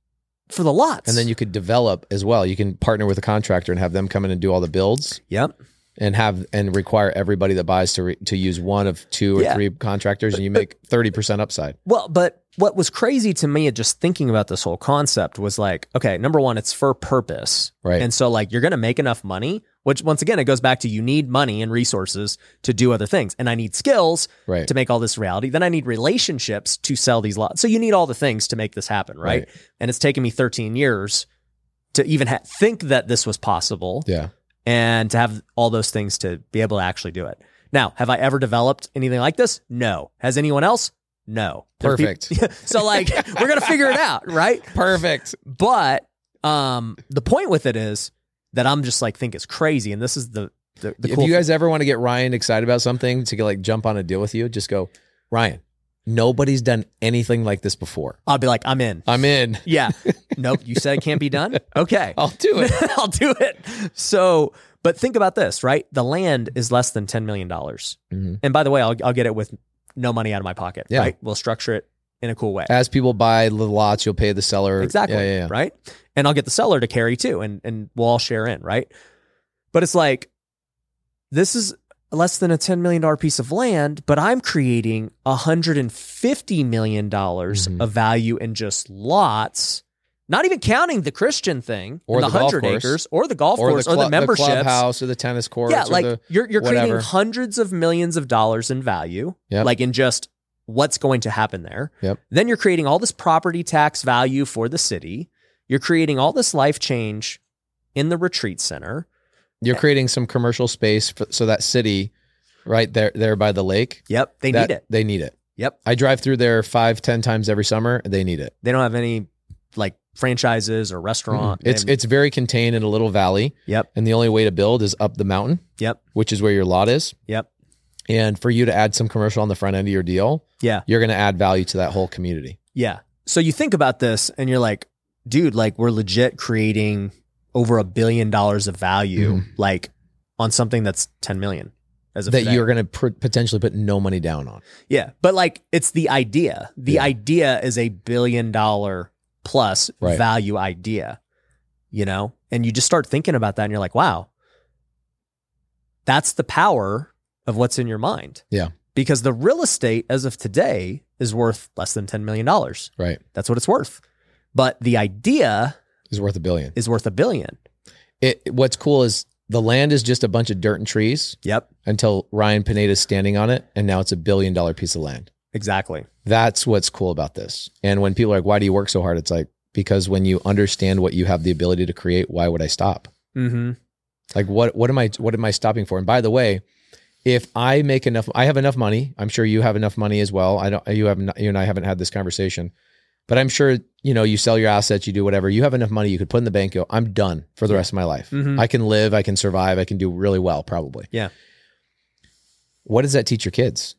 [SPEAKER 2] for the lots,
[SPEAKER 1] And then you could develop as well. You can partner with a contractor and have them come in and do all the builds
[SPEAKER 2] yep.
[SPEAKER 1] and have and require everybody that buys to re, to use one of two or
[SPEAKER 2] Yeah.
[SPEAKER 1] three contractors and you make 30% upside.
[SPEAKER 2] Well, but what was crazy to me, just thinking about this whole concept, was like, okay, number one, it's for purpose,
[SPEAKER 1] Right.
[SPEAKER 2] and so like you're going to make enough money, which once again it goes back to you need money and resources to do other things, and I need skills
[SPEAKER 1] right.
[SPEAKER 2] to make all this reality. Then I need relationships to sell these lots. So you need all the things to make this happen, right?
[SPEAKER 1] Right.
[SPEAKER 2] And it's taken me 13 years to even ha- think that this was possible
[SPEAKER 1] yeah.
[SPEAKER 2] and to have all those things to be able to actually do it. Now, have I ever developed anything like this? No. Has anyone else? No. There are peop-
[SPEAKER 1] Perfect.
[SPEAKER 2] [laughs] so
[SPEAKER 1] [laughs]
[SPEAKER 2] like we're going to figure it out, right?
[SPEAKER 1] Perfect.
[SPEAKER 2] But um the point with it is that I'm just like think it's crazy and this is the the, the
[SPEAKER 1] if
[SPEAKER 2] cool
[SPEAKER 1] you guys ever want to get Ryan excited about something to get like jump on a deal with you, just go, Ryan, nobody's done anything like this before.
[SPEAKER 2] I'll be like I'm in.
[SPEAKER 1] I'm in. [laughs]
[SPEAKER 2] Yeah. nope, you said it can't be done? Okay.
[SPEAKER 1] I'll do
[SPEAKER 2] [laughs]
[SPEAKER 1] it.
[SPEAKER 2] I'll do it. So, but think about this, right? The land is less than $10 million.
[SPEAKER 1] Mhm.
[SPEAKER 2] And by the way, I'll, I'll get it with no money out of my pocket,
[SPEAKER 1] Yeah.
[SPEAKER 2] right? We'll structure it in a cool way.
[SPEAKER 1] As people buy the lots, you'll pay the seller.
[SPEAKER 2] Exactly.
[SPEAKER 1] Yeah, yeah, yeah.
[SPEAKER 2] Right. And I'll get the seller to carry too, and, and we'll all share in, right? But it's like, this is less than a $10 million piece of land, but I'm creating $150 million
[SPEAKER 1] Mhm.
[SPEAKER 2] of value in just lots. Not even counting the Christian thing,
[SPEAKER 1] Or
[SPEAKER 2] and
[SPEAKER 1] the golf
[SPEAKER 2] hundred
[SPEAKER 1] course.
[SPEAKER 2] acres, or the golf course,
[SPEAKER 1] clu-
[SPEAKER 2] or the memberships,
[SPEAKER 1] clubhouse or the tennis courts.
[SPEAKER 2] yeah,
[SPEAKER 1] or
[SPEAKER 2] like
[SPEAKER 1] the-
[SPEAKER 2] you're you're creating
[SPEAKER 1] whatever.
[SPEAKER 2] hundreds of millions of dollars in value,
[SPEAKER 1] Yep.
[SPEAKER 2] like in just what's going to happen there.
[SPEAKER 1] Yep.
[SPEAKER 2] Then you're creating all this property tax value for the city. You're creating all this life change in the retreat center.
[SPEAKER 1] you're
[SPEAKER 2] eh.
[SPEAKER 1] creating some commercial space for, so that city right there there by the lake.
[SPEAKER 2] Yep, they
[SPEAKER 1] that-
[SPEAKER 2] need it.
[SPEAKER 1] They need it.
[SPEAKER 2] Yep,
[SPEAKER 1] I drive through there five, ten times every summer. They need it.
[SPEAKER 2] they don't have any like franchises or restaurant.
[SPEAKER 1] Hmm, It's
[SPEAKER 2] They-
[SPEAKER 1] it's very contained in a little valley,
[SPEAKER 2] yep,
[SPEAKER 1] and the only way to build is up the mountain,
[SPEAKER 2] yep,
[SPEAKER 1] which is where your lot is.
[SPEAKER 2] yep.
[SPEAKER 1] And for you to add some commercial on the front end of your deal,
[SPEAKER 2] Yeah.
[SPEAKER 1] you're going to add value to that whole community.
[SPEAKER 2] Yeah. So you think about this and you're like, dude, like we're legit creating over a billion dollars of value, like on something that's 10 million as of
[SPEAKER 1] Hmm. that
[SPEAKER 2] today.
[SPEAKER 1] you're going to pr- potentially put no money down on.
[SPEAKER 2] yeah. But like it's the idea. The
[SPEAKER 1] Yeah.
[SPEAKER 2] idea is a billion dollar plus
[SPEAKER 1] Right.
[SPEAKER 2] value idea, you know? And you just start thinking about that and you're like, wow, that's the power of what's in your mind.
[SPEAKER 1] Yeah.
[SPEAKER 2] Because the real estate as of today is worth less than $10 million.
[SPEAKER 1] Right.
[SPEAKER 2] That's what it's worth. But the idea
[SPEAKER 1] Is worth a billion.
[SPEAKER 2] is worth a billion.
[SPEAKER 1] It, what's cool is the land is just a bunch of dirt and trees
[SPEAKER 2] Yep.
[SPEAKER 1] until Ryan Pineda is standing on it. And now it's a billion dollar piece of land.
[SPEAKER 2] Exactly.
[SPEAKER 1] That's what's cool about this. And when people are like, why do you work so hard? It's like, because when you understand what you have the ability to create, why would I stop?
[SPEAKER 2] Mm-hmm.
[SPEAKER 1] Like what what am I what am I stopping for? And by the way, if I make enough, I have enough money. I'm sure you have enough money as well. I don't. You have. Not, you and I haven't had this conversation, but I'm sure you know. You sell your assets. You do whatever. You have enough money. You could put in the bank. Go. I'm done for the rest of my life.
[SPEAKER 2] Mhm.
[SPEAKER 1] I can live. I can survive. I can do really well. Probably.
[SPEAKER 2] Yeah.
[SPEAKER 1] What does that teach your kids?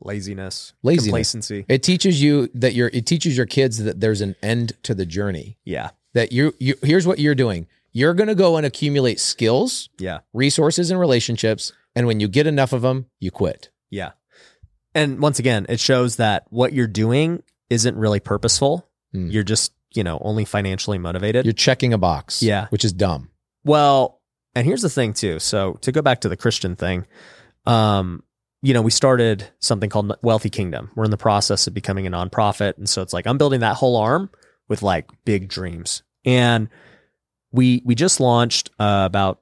[SPEAKER 2] Laziness.
[SPEAKER 1] Laziness.
[SPEAKER 2] Complacency.
[SPEAKER 1] It teaches you that your. It teaches your kids that there's an end to the journey.
[SPEAKER 2] Yeah.
[SPEAKER 1] That you. You. Here's what you're doing. You're gonna go and accumulate skills
[SPEAKER 2] Yeah.
[SPEAKER 1] resources and relationships. And when you get enough of them, you quit.
[SPEAKER 2] Yeah. And once again, it shows that what you're doing isn't really purposeful.
[SPEAKER 1] Mm.
[SPEAKER 2] You're just, you know, only financially motivated.
[SPEAKER 1] You're checking a box.
[SPEAKER 2] Yeah.
[SPEAKER 1] Which is dumb.
[SPEAKER 2] well, And here's the thing too. So to go back to the Christian thing, um, you know, we started something called Wealthy Kingdom. We're in the process of becoming a nonprofit, and so it's like I'm building that whole arm with like big dreams. And we we just launched uh, about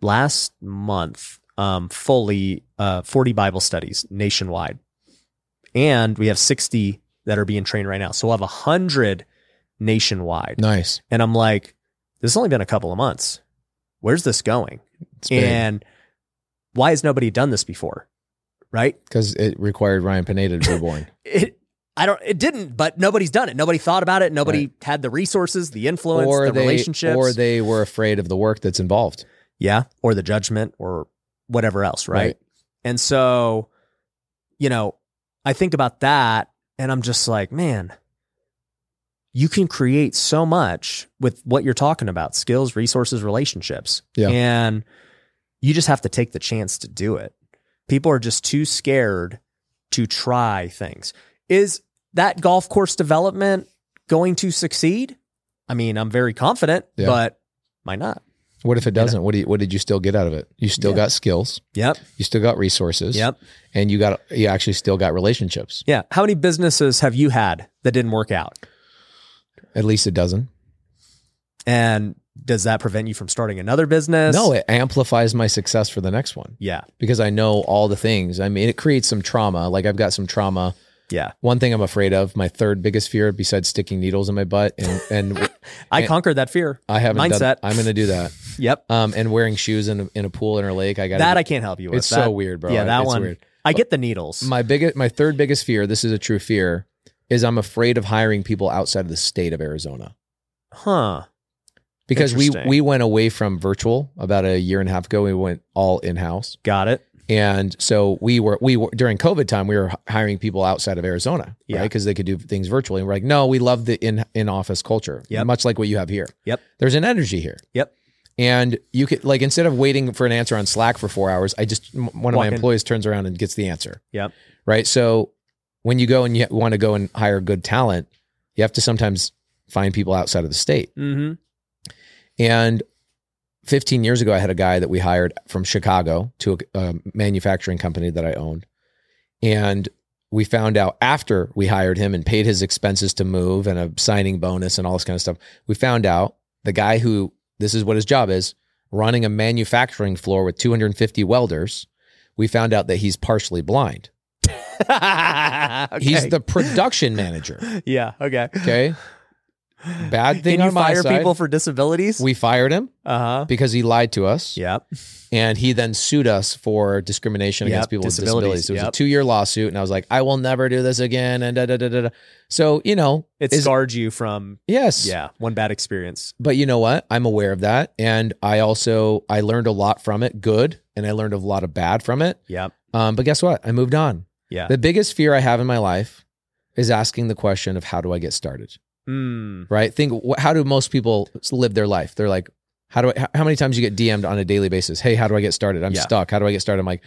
[SPEAKER 2] last month um, fully uh, 40 Bible studies nationwide, and we have 60 that are being trained right now. So we'll have hundred nationwide.
[SPEAKER 1] Nice.
[SPEAKER 2] And I'm like, this has only been a couple of months. Where's this going?
[SPEAKER 1] It's big
[SPEAKER 2] And why has nobody done this before? Right?
[SPEAKER 1] because it required Ryan Pineda to be born.
[SPEAKER 2] It I don't it didn't, but nobody's done it. Nobody thought about it. Nobody
[SPEAKER 1] Right.
[SPEAKER 2] had the resources, the [laughs] influence, the relationships.
[SPEAKER 1] or they were afraid of the work that's involved.
[SPEAKER 2] yeah, or the judgment or whatever else, right?
[SPEAKER 1] Right.
[SPEAKER 2] And so, you know, I think about that and I'm just like, man, you can create so much with what you're talking about, skills, resources, relationships.
[SPEAKER 1] Yeah.
[SPEAKER 2] And you just have to take the chance to do it. People are just too scared to try things. Is that golf course development going to succeed? I mean, I'm very confident,
[SPEAKER 1] Yeah.
[SPEAKER 2] but might not.
[SPEAKER 1] What if it doesn't? What do you, what did you still get out of it? You still
[SPEAKER 2] Yeah.
[SPEAKER 1] got skills.
[SPEAKER 2] Yep.
[SPEAKER 1] You still got resources.
[SPEAKER 2] Yep.
[SPEAKER 1] And you got you actually still got relationships.
[SPEAKER 2] Yeah. How many businesses have you had that didn't work out?
[SPEAKER 1] At least a dozen.
[SPEAKER 2] And does that prevent you from starting another business?
[SPEAKER 1] No, it amplifies my success for the next one
[SPEAKER 2] yeah.
[SPEAKER 1] because I know all the things. I mean, it creates some trauma. Like I've got some trauma.
[SPEAKER 2] Yeah.
[SPEAKER 1] One thing I'm afraid of, my third biggest fear besides sticking needles in my butt, and and
[SPEAKER 2] I
[SPEAKER 1] And-
[SPEAKER 2] conquered that fear.
[SPEAKER 1] I haven't done.
[SPEAKER 2] Mindset.
[SPEAKER 1] I'm going to do that.
[SPEAKER 2] Yep.
[SPEAKER 1] Um, and wearing shoes in a, in a pool in a lake. I got
[SPEAKER 2] That I can't help you with.
[SPEAKER 1] It's
[SPEAKER 2] That-
[SPEAKER 1] so weird, bro.
[SPEAKER 2] Yeah, that
[SPEAKER 1] It's
[SPEAKER 2] one.
[SPEAKER 1] weird.
[SPEAKER 2] I get the needles.
[SPEAKER 1] My biggest, my third biggest fear. This is a true fear. Is I'm afraid of hiring people outside of the state of Arizona
[SPEAKER 2] huh.
[SPEAKER 1] because we
[SPEAKER 2] Interesting.
[SPEAKER 1] we went away from virtual about a year and a half ago. We went all in house,
[SPEAKER 2] Got it.
[SPEAKER 1] and so we were we were during COVID time we were h- hiring people outside of Arizona,
[SPEAKER 2] Yeah.
[SPEAKER 1] right? Because they could do things virtually. And we're like, no, we love the in in office culture,
[SPEAKER 2] Yep.
[SPEAKER 1] much like what you have here.
[SPEAKER 2] Yep.
[SPEAKER 1] there's an energy here.
[SPEAKER 2] Yep.
[SPEAKER 1] And you could like instead of waiting for an answer on Slack for four hours, I just m- one of
[SPEAKER 2] Walk
[SPEAKER 1] my
[SPEAKER 2] in.
[SPEAKER 1] employees turns around and gets the answer.
[SPEAKER 2] Yep.
[SPEAKER 1] Right. So when you go and you want to go and hire good talent, you have to sometimes find people outside of the state.
[SPEAKER 2] Mm-hmm. [laughs]
[SPEAKER 1] And 15 years ago, I had a guy that we hired from Chicago to a, a manufacturing company that I owned. And we found out after we hired him and paid his expenses to move and a signing bonus and all this kind of stuff. We found out the guy who, this is what his job is, running a manufacturing floor with 250 welders. We found out that he's partially blind. He's the production manager.
[SPEAKER 2] yeah. Okay. [laughs]
[SPEAKER 1] Okay. Bad thing
[SPEAKER 2] Can you
[SPEAKER 1] on my
[SPEAKER 2] fire
[SPEAKER 1] side.
[SPEAKER 2] people for disabilities?
[SPEAKER 1] We fired him
[SPEAKER 2] uh huh.
[SPEAKER 1] because he lied to us.
[SPEAKER 2] Yep.
[SPEAKER 1] and he then sued us for discrimination against
[SPEAKER 2] Yep,
[SPEAKER 1] people with
[SPEAKER 2] disabilities,
[SPEAKER 1] disabilities. It was a
[SPEAKER 2] yep.
[SPEAKER 1] two year lawsuit, and I was like, I will never do this again. And da da da da. da. So you know,
[SPEAKER 2] It
[SPEAKER 1] Is-
[SPEAKER 2] scarred you from
[SPEAKER 1] yes,
[SPEAKER 2] yeah one bad experience.
[SPEAKER 1] But you know what? I'm aware of that, and I also I learned a lot from it, good, and I learned a lot of bad from it.
[SPEAKER 2] Yep.
[SPEAKER 1] Um, but guess what? I moved on.
[SPEAKER 2] Yeah.
[SPEAKER 1] The biggest fear I have in my life is asking the question of how do I get started.
[SPEAKER 2] Mm.
[SPEAKER 1] Right? Think wh- how do most people live their life? They're like, how do I? h- How many times you get DM'd on a daily basis? Hey, how do I get started? I'm
[SPEAKER 2] Yeah.
[SPEAKER 1] stuck. How do I get started? I'm like,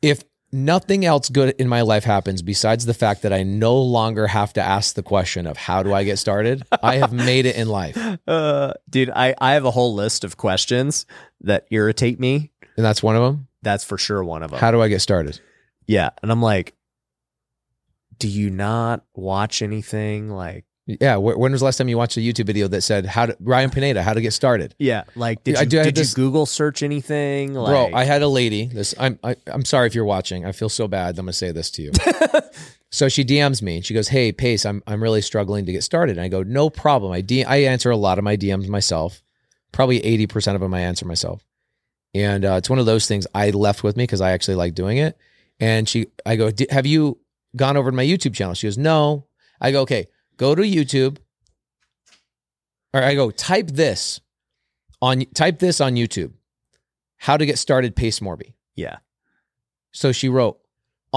[SPEAKER 1] if nothing else good in my life happens besides the fact that I no longer have to ask the question of how do I get started, I have made it in life, and
[SPEAKER 2] [gasps] Uh, dude, I I have a whole list of questions that irritate me.
[SPEAKER 1] that's one of them.
[SPEAKER 2] That's for sure one of them.
[SPEAKER 1] How do I get started?
[SPEAKER 2] Yeah. And I'm like, do you not watch anything? Like,
[SPEAKER 1] Yeah. wh- When was the last time you watched a YouTube video that said how to, Ryan Pineda, how to get started?
[SPEAKER 2] yeah. Like, did
[SPEAKER 1] Yeah, I
[SPEAKER 2] you,
[SPEAKER 1] do have
[SPEAKER 2] did
[SPEAKER 1] this-
[SPEAKER 2] you Google search anything? Like,
[SPEAKER 1] Bro, I had a lady. This I'm I, I'm sorry if you're watching. I feel so bad. that I'm gonna say this to you. so she DMs me and she goes, "Hey, Pace, I'm I'm really struggling to get started." And I go, "No problem. I D- I answer a lot of my DMs myself. Probably eighty percent of them I answer myself. And uh, it's one of those things I left with me because I actually like doing it. And she, I go, "D- "Have you gone over to my YouTube channel?" She goes, "No." I go, "Okay, go to YouTube." Or I go, "Type this on type this on YouTube." How to get started, Pace Morby.
[SPEAKER 2] yeah. [laughs]
[SPEAKER 1] So she wrote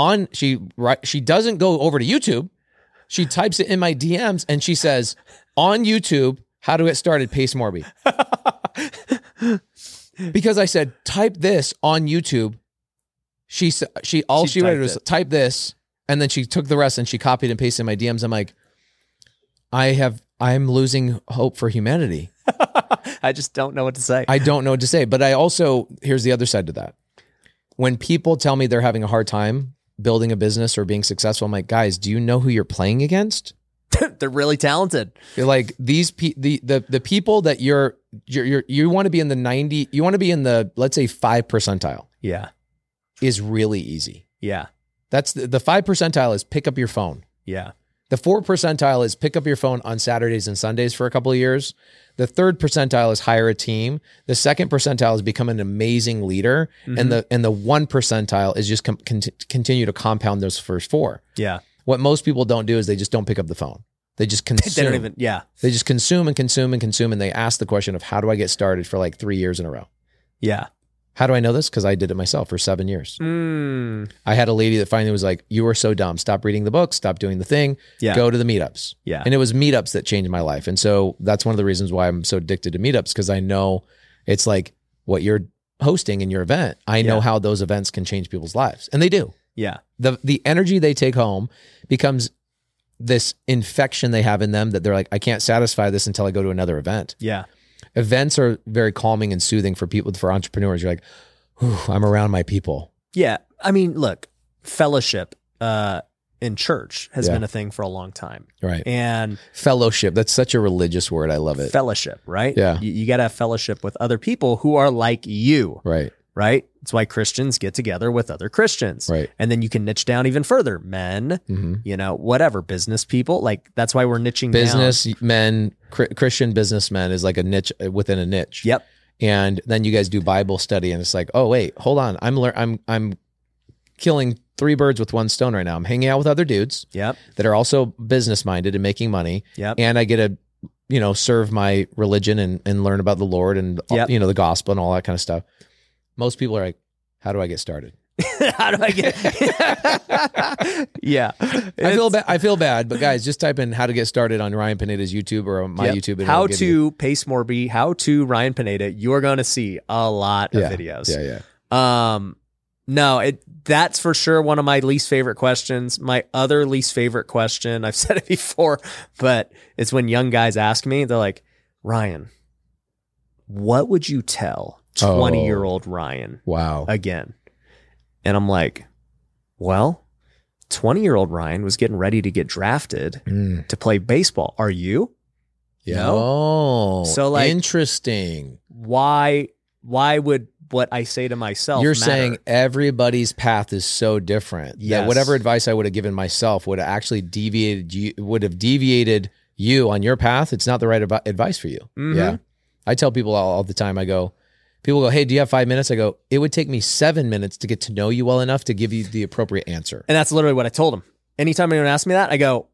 [SPEAKER 1] on she right she doesn't go over to YouTube. She types it in my DMs and she says on YouTube how to get started Pace Morby because I said type this on YouTube. She s- she all she,
[SPEAKER 2] She
[SPEAKER 1] read
[SPEAKER 2] typed
[SPEAKER 1] was
[SPEAKER 2] it.
[SPEAKER 1] type this and then she took the rest and she copied and pasted in my DMs. I'm like, I have I'm losing hope for humanity.
[SPEAKER 2] I just don't know what to say.
[SPEAKER 1] I don't know what to say. But I also, here's the other side to that. When people tell me they're having a hard time building a business or being successful, I'm like, guys, do you know who you're playing against?
[SPEAKER 2] [laughs] They're really talented.
[SPEAKER 1] You're like these pe- the, the the people that you're you're, you're you want to be in the 90 you want to be in the let's say 5 percentile
[SPEAKER 2] Yeah.
[SPEAKER 1] is really easy.
[SPEAKER 2] Yeah.
[SPEAKER 1] That's the, the 5 percentile is pick up your phone.
[SPEAKER 2] Yeah.
[SPEAKER 1] The 4 percentile is pick up your phone on Saturdays and Sundays for a couple of years. The third percentile is hire a team. The second percentile is become an amazing leader
[SPEAKER 2] Mhm.
[SPEAKER 1] and the and the 1 percentile is just com- cont- continue to compound those first four.
[SPEAKER 2] yeah.
[SPEAKER 1] What most people don't do is they just don't pick up the phone. [laughs] They just consume.
[SPEAKER 2] [laughs] They don't even yeah.
[SPEAKER 1] They just consume and consume and consume, and they ask the question of how do I get started for like three years in a row.
[SPEAKER 2] Yeah.
[SPEAKER 1] How do I know this? Because I did it myself for seven years.
[SPEAKER 2] Mm.
[SPEAKER 1] I had a lady that finally was like, "You are so dumb. Stop reading the book. Stop doing the thing.
[SPEAKER 2] Yeah.
[SPEAKER 1] Go to the meetups."
[SPEAKER 2] Yeah.
[SPEAKER 1] And it was meetups that changed my life, and so that's one of the reasons why I'm so addicted to meetups because I know it's like what you're hosting in your event. I know
[SPEAKER 2] Yeah.
[SPEAKER 1] how those events can change people's lives, and they do.
[SPEAKER 2] yeah.
[SPEAKER 1] the the energy they take home becomes this infection they have in them that they're like, I can't satisfy this until I go to another event.
[SPEAKER 2] Yeah.
[SPEAKER 1] Events are very calming and soothing for people for entrepreneurs. You're like, "Whew, I'm around my people.
[SPEAKER 2] Yeah. I mean, look, fellowship uh in church has
[SPEAKER 1] Yeah.
[SPEAKER 2] been a thing for a long time.
[SPEAKER 1] Right.
[SPEAKER 2] And
[SPEAKER 1] Fellowship. That's such a religious word. I love it.
[SPEAKER 2] fellowship, right?
[SPEAKER 1] Yeah.
[SPEAKER 2] You, you got to have fellowship with other people who are like you,
[SPEAKER 1] right.
[SPEAKER 2] right? It's why Christians get together with other Christians.
[SPEAKER 1] Right.
[SPEAKER 2] And then you can niche down even further men,
[SPEAKER 1] hmm
[SPEAKER 2] you know, whatever, business people. Like, that's why we're niching down.
[SPEAKER 1] Businessmen, cr- Christian businessmen is like a niche uh, within a niche.
[SPEAKER 2] Yep.
[SPEAKER 1] And then you guys do Bible study, and it's like, oh wait, hold on, I'm lear- I'm I'm killing three birds with one stone right now. I'm hanging out with other dudes.
[SPEAKER 2] Yep.
[SPEAKER 1] that are also business minded and making money
[SPEAKER 2] Yep.
[SPEAKER 1] and i get to you know serve my religion and, and learn about the lord and uh,
[SPEAKER 2] Yep.
[SPEAKER 1] you know the gospel and all that kind of stuff most people are like how do i get started
[SPEAKER 2] [laughs] How do I get? [laughs] yeah.
[SPEAKER 1] i feel bad i feel bad but guys just type in how to get started on ryan pineda's youtube or my
[SPEAKER 2] Yep.
[SPEAKER 1] youtube and
[SPEAKER 2] How
[SPEAKER 1] it'll give you-
[SPEAKER 2] to Pace Morby, how to Ryan Pineda. You're going to see a lot of videos.
[SPEAKER 1] yeah yeah
[SPEAKER 2] Um, no, it that's for sure one of my least favorite questions. My other least favorite question, [laughs] I've said it before, but it's when young guys ask me, they're like, Ryan, what would you tell 20
[SPEAKER 1] Oh.
[SPEAKER 2] year old Ryan
[SPEAKER 1] wow
[SPEAKER 2] again? And I'm like, well, 20 year old Ryan was getting ready to get drafted
[SPEAKER 1] Mm.
[SPEAKER 2] to play baseball. Are you?
[SPEAKER 1] yeah
[SPEAKER 2] No.
[SPEAKER 1] oh
[SPEAKER 2] So, like-
[SPEAKER 1] interesting
[SPEAKER 2] Why? Why would what I say to myself?
[SPEAKER 1] You're
[SPEAKER 2] matter?
[SPEAKER 1] saying everybody's path is so different that
[SPEAKER 2] Yes.
[SPEAKER 1] whatever advice I would have given myself would have actually deviated you would have deviated you on your path. It's not the right advi- advice for you.
[SPEAKER 2] Mhm.
[SPEAKER 1] Yeah, I tell people all, all the time. I go, people go, hey, do you have five minutes? I go, it would take me seven minutes to get to know you well enough to give you the appropriate answer.
[SPEAKER 2] And that's literally what I told him. Anytime anyone asks me that, I go,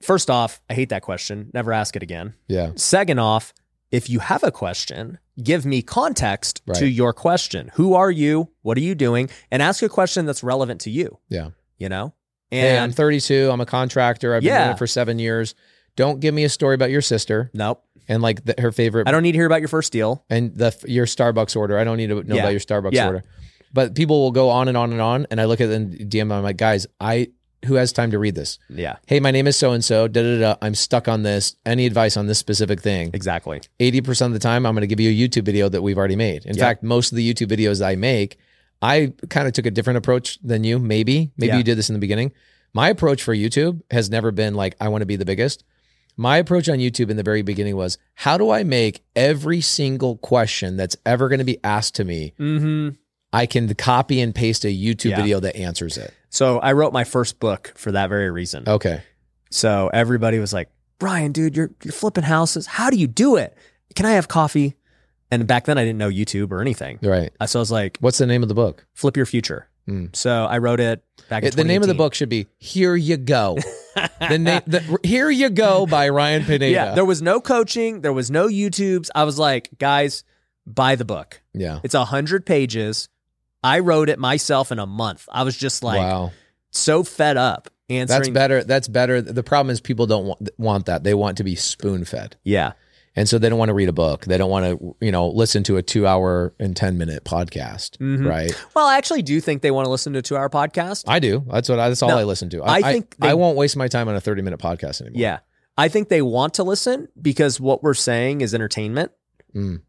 [SPEAKER 2] first off, I hate that question. Never ask it again.
[SPEAKER 1] Yeah,
[SPEAKER 2] Second off, if you have a question, give me context to
[SPEAKER 1] Right.
[SPEAKER 2] your question. Who are you? What are you doing? And ask a question that's relevant to you.
[SPEAKER 1] Yeah.
[SPEAKER 2] You know?
[SPEAKER 1] hey, I'm
[SPEAKER 2] And
[SPEAKER 1] 32. I'm a contractor. I've been
[SPEAKER 2] Yeah.
[SPEAKER 1] doing it for seven years. Don't give me a story about your sister
[SPEAKER 2] nope.
[SPEAKER 1] and like the, her favorite
[SPEAKER 2] I don't need to hear about your first deal.
[SPEAKER 1] and the your Starbucks order. I don't need to know
[SPEAKER 2] Yeah.
[SPEAKER 1] about your Starbucks
[SPEAKER 2] Yeah.
[SPEAKER 1] order. But people will go on and on and on, and I look at them DM. I'm like, guys, I who has time to read this?
[SPEAKER 2] Yeah.
[SPEAKER 1] Hey, my name is so and so. Da da da. I'm stuck on this. Any advice on this specific thing?
[SPEAKER 2] Exactly.
[SPEAKER 1] Eighty percent of the time, I'm going to give you a YouTube video that we've already made. In
[SPEAKER 2] Yeah.
[SPEAKER 1] fact, most of the YouTube videos I make, I kind of took a different approach than you. Maybe, maybe
[SPEAKER 2] Yeah.
[SPEAKER 1] you did this in the beginning. My approach for YouTube has never been like I want to be the biggest. My approach on YouTube in the very beginning was how do I make every single question that's ever going to be asked to me,
[SPEAKER 2] hmm
[SPEAKER 1] I can copy and paste a YouTube
[SPEAKER 2] Yeah.
[SPEAKER 1] video that answers it.
[SPEAKER 2] So I wrote my first book for that very reason.
[SPEAKER 1] Okay.
[SPEAKER 2] So everybody was like, Brian, dude, you're you're flipping houses. How do you do it? Can I have coffee? And back then I didn't know YouTube or anything.
[SPEAKER 1] Right.
[SPEAKER 2] Uh, So I was like,
[SPEAKER 1] What's the name of the book?
[SPEAKER 2] flip your future.
[SPEAKER 1] Mm.
[SPEAKER 2] So I wrote it back in
[SPEAKER 1] It- the name of the
[SPEAKER 2] 2018.
[SPEAKER 1] book should be Here You Go. [laughs]
[SPEAKER 2] [laughs]
[SPEAKER 1] the name the, Here You Go by Ryan Pineda.
[SPEAKER 2] Yeah. There was no coaching. There was no YouTubes. I was like, guys, buy the book.
[SPEAKER 1] yeah.
[SPEAKER 2] It's a hundred pages. I wrote it myself in a month. I was just like
[SPEAKER 1] wow.
[SPEAKER 2] so fed up answering.
[SPEAKER 1] That's better. That's better. The problem is people don't want, want that. They want to be spoon fed.
[SPEAKER 2] Yeah.
[SPEAKER 1] And so they don't want to read a book. They don't want to, you know, listen to a two hour and 10 minute podcast.
[SPEAKER 2] Mhm.
[SPEAKER 1] Right.
[SPEAKER 2] Well, I actually do think they want to listen to a two hour podcast.
[SPEAKER 1] I do. That's what I, that's all
[SPEAKER 2] No,
[SPEAKER 1] I listen to.
[SPEAKER 2] I think
[SPEAKER 1] I,
[SPEAKER 2] they-
[SPEAKER 1] won't waste my time on a 30 minute podcast anymore.
[SPEAKER 2] Yeah. I think they want to listen because what we're saying is entertainment.
[SPEAKER 1] Mm.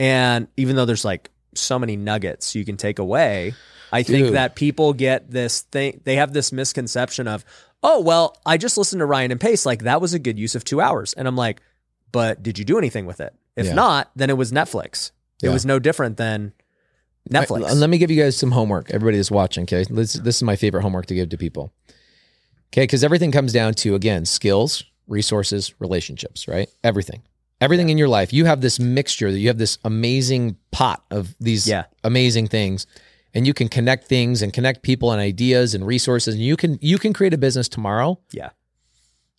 [SPEAKER 2] And even though there's like so many nuggets you can take away, I think
[SPEAKER 1] Dude.
[SPEAKER 2] that people get this thing, they have this misconception of, oh, well, I just listened to Ryan and Pace. Like, that was a good use of two hours. And I'm like, but did you do anything with it? If
[SPEAKER 1] Yeah.
[SPEAKER 2] not, then it was Netflix. It
[SPEAKER 1] Yeah.
[SPEAKER 2] was no different than Netflix.
[SPEAKER 1] Let me give you guys some homework. Everybody that's watching, okay? This, this is my favorite homework to give to people. Okay, because everything comes down to, again, skills, resources, relationships, right? Everything. Everything in your life. You have this mixture that you have this amazing pot of these
[SPEAKER 2] Yeah.
[SPEAKER 1] amazing things. And you can connect things and connect people and ideas and resources. And you can you can create a business tomorrow.
[SPEAKER 2] Yeah.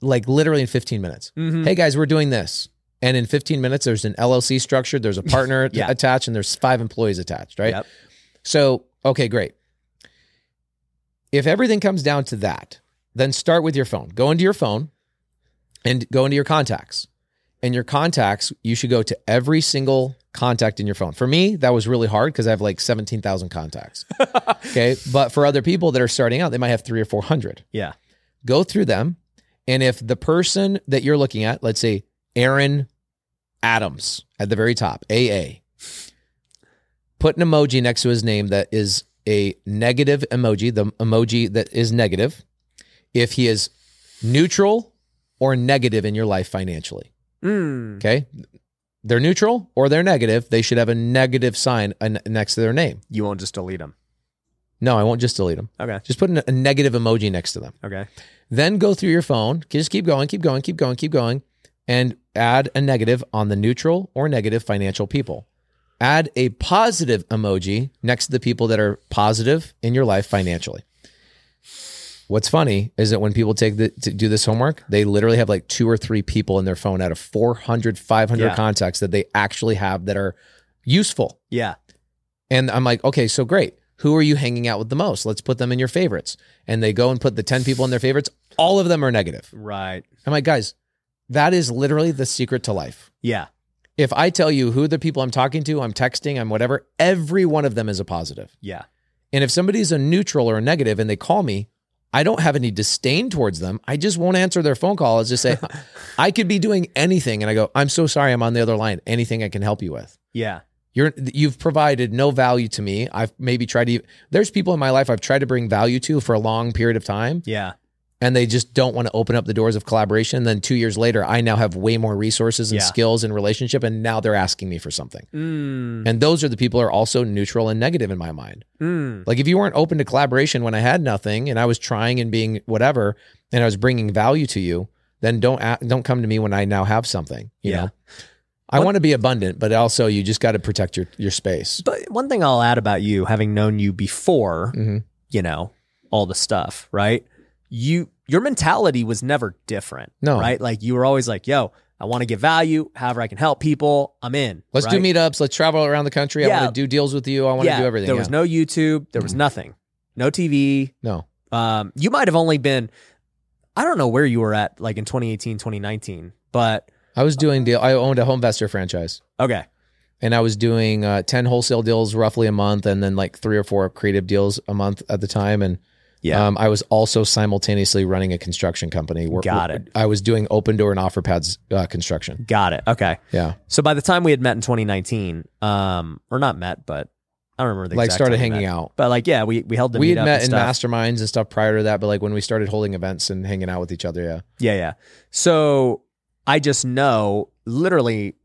[SPEAKER 1] Like literally in 15 minutes.
[SPEAKER 2] Mhm.
[SPEAKER 1] Hey guys, we're doing this. And in 15 minutes, there's an LLC structured, there's a partner
[SPEAKER 2] [laughs] Yeah.
[SPEAKER 1] attached, and there's five employees attached, right?
[SPEAKER 2] Yep.
[SPEAKER 1] So, okay, great. If everything comes down to that, then start with your phone. Go into your phone and go into your contacts. And your contacts, you should go to every single contact in your phone. For me, that was really hard because I have like 17,000
[SPEAKER 2] [laughs]
[SPEAKER 1] contacts. okay. But for other people that are starting out, they might have three or 400.
[SPEAKER 2] Yeah.
[SPEAKER 1] Go through them. And if the person that you're looking at, let's say Aaron Adams at the very top, AA, put an emoji next to his name that is a negative emoji, the emoji that is negative, if he is neutral or negative in your life financially.
[SPEAKER 2] Mm.
[SPEAKER 1] Okay. They're neutral or they're negative. They should have a negative sign uh, next to their name.
[SPEAKER 2] You won't just delete them.
[SPEAKER 1] No, I won't just delete them.
[SPEAKER 2] Okay.
[SPEAKER 1] Just put an- a negative emoji next to them.
[SPEAKER 2] Okay.
[SPEAKER 1] Then go through your phone. Just keep going, keep going, keep going, keep going, and add a negative on the neutral or negative financial people. Add a positive emoji next to the people that are positive in your life financially. What's funny is that when people take the, to do this homework, they literally have like two or three people in their phone out of 400, 500
[SPEAKER 2] Yeah.
[SPEAKER 1] contacts that they actually have that are useful.
[SPEAKER 2] Yeah.
[SPEAKER 1] And I'm like, okay, so great. Who are you hanging out with the most? Let's put them in your favorites. And they go and put the 10 people in their favorites. All of them are negative.
[SPEAKER 2] Right.
[SPEAKER 1] I'm like, guys, that is literally the secret to life.
[SPEAKER 2] Yeah.
[SPEAKER 1] If I tell you who the people I'm talking to, I'm texting, I'm whatever, every one of them is a positive.
[SPEAKER 2] Yeah.
[SPEAKER 1] And if somebody's a neutral or a negative and they call me, I don't have any disdain towards them. I just won't answer their phone call. I'll just say, I could be doing anything. And I go, I'm so sorry, I'm on the other line. Anything I can help you with
[SPEAKER 2] Yeah.
[SPEAKER 1] you're you've provided no value to me i've maybe tried to there's people in my life i've tried to bring value to for a long period of time
[SPEAKER 2] Yeah.
[SPEAKER 1] and they just don't want to open up the doors of collaboration and then two years later i now have way more resources and
[SPEAKER 2] Yeah.
[SPEAKER 1] skills and relationship and now they're asking me for something
[SPEAKER 2] Mm.
[SPEAKER 1] and those are the people who are also neutral and negative in my mind
[SPEAKER 2] Mm.
[SPEAKER 1] like if you weren't open to collaboration when i had nothing and i was trying and being whatever and i was bringing value to you then don't a- don't come to me when i now have something you
[SPEAKER 2] Yeah.
[SPEAKER 1] know i
[SPEAKER 2] What-
[SPEAKER 1] want to be abundant but also you just got to protect your your space
[SPEAKER 2] But one thing I'll add about you, having known you before,
[SPEAKER 1] mm-hmm.
[SPEAKER 2] you know, all the stuff, right? You your mentality was never different.
[SPEAKER 1] No.
[SPEAKER 2] Right? Like you were always like, yo, I want to give value, however I can help people, I'm in.
[SPEAKER 1] Let's do
[SPEAKER 2] right?
[SPEAKER 1] meetups. Let's travel around the country. I
[SPEAKER 2] Yeah.
[SPEAKER 1] want to do deals with you. I want
[SPEAKER 2] Yeah,
[SPEAKER 1] to do everything.
[SPEAKER 2] There
[SPEAKER 1] yeah. Mm.
[SPEAKER 2] was no YouTube, there was nothing. No TV.
[SPEAKER 1] no.
[SPEAKER 2] Um, you might have only been I don't know where you were at like in 2018, 2019, but
[SPEAKER 1] I was doing deal. I owned a home investor franchise,
[SPEAKER 2] okay.
[SPEAKER 1] and I was doing uh, ten wholesale deals roughly a month, and then like three or four creative deals a month at the time. And
[SPEAKER 2] Yeah.
[SPEAKER 1] um, I was also simultaneously running a construction company. Where,
[SPEAKER 2] Got it.
[SPEAKER 1] I was doing open door and offer pads uh, construction.
[SPEAKER 2] Got it. Okay.
[SPEAKER 1] Yeah,
[SPEAKER 2] So by the time we had met in 2019, um, or not met, but I don't remember the
[SPEAKER 1] like
[SPEAKER 2] exact
[SPEAKER 1] started
[SPEAKER 2] time we
[SPEAKER 1] hanging
[SPEAKER 2] met.
[SPEAKER 1] out.
[SPEAKER 2] But like, yeah, we we held the
[SPEAKER 1] We had
[SPEAKER 2] meetup
[SPEAKER 1] met in
[SPEAKER 2] and stuff.
[SPEAKER 1] masterminds and stuff prior to that, but like when we started holding events and hanging out with each other, yeah.
[SPEAKER 2] yeah, yeah. So I just know, literally,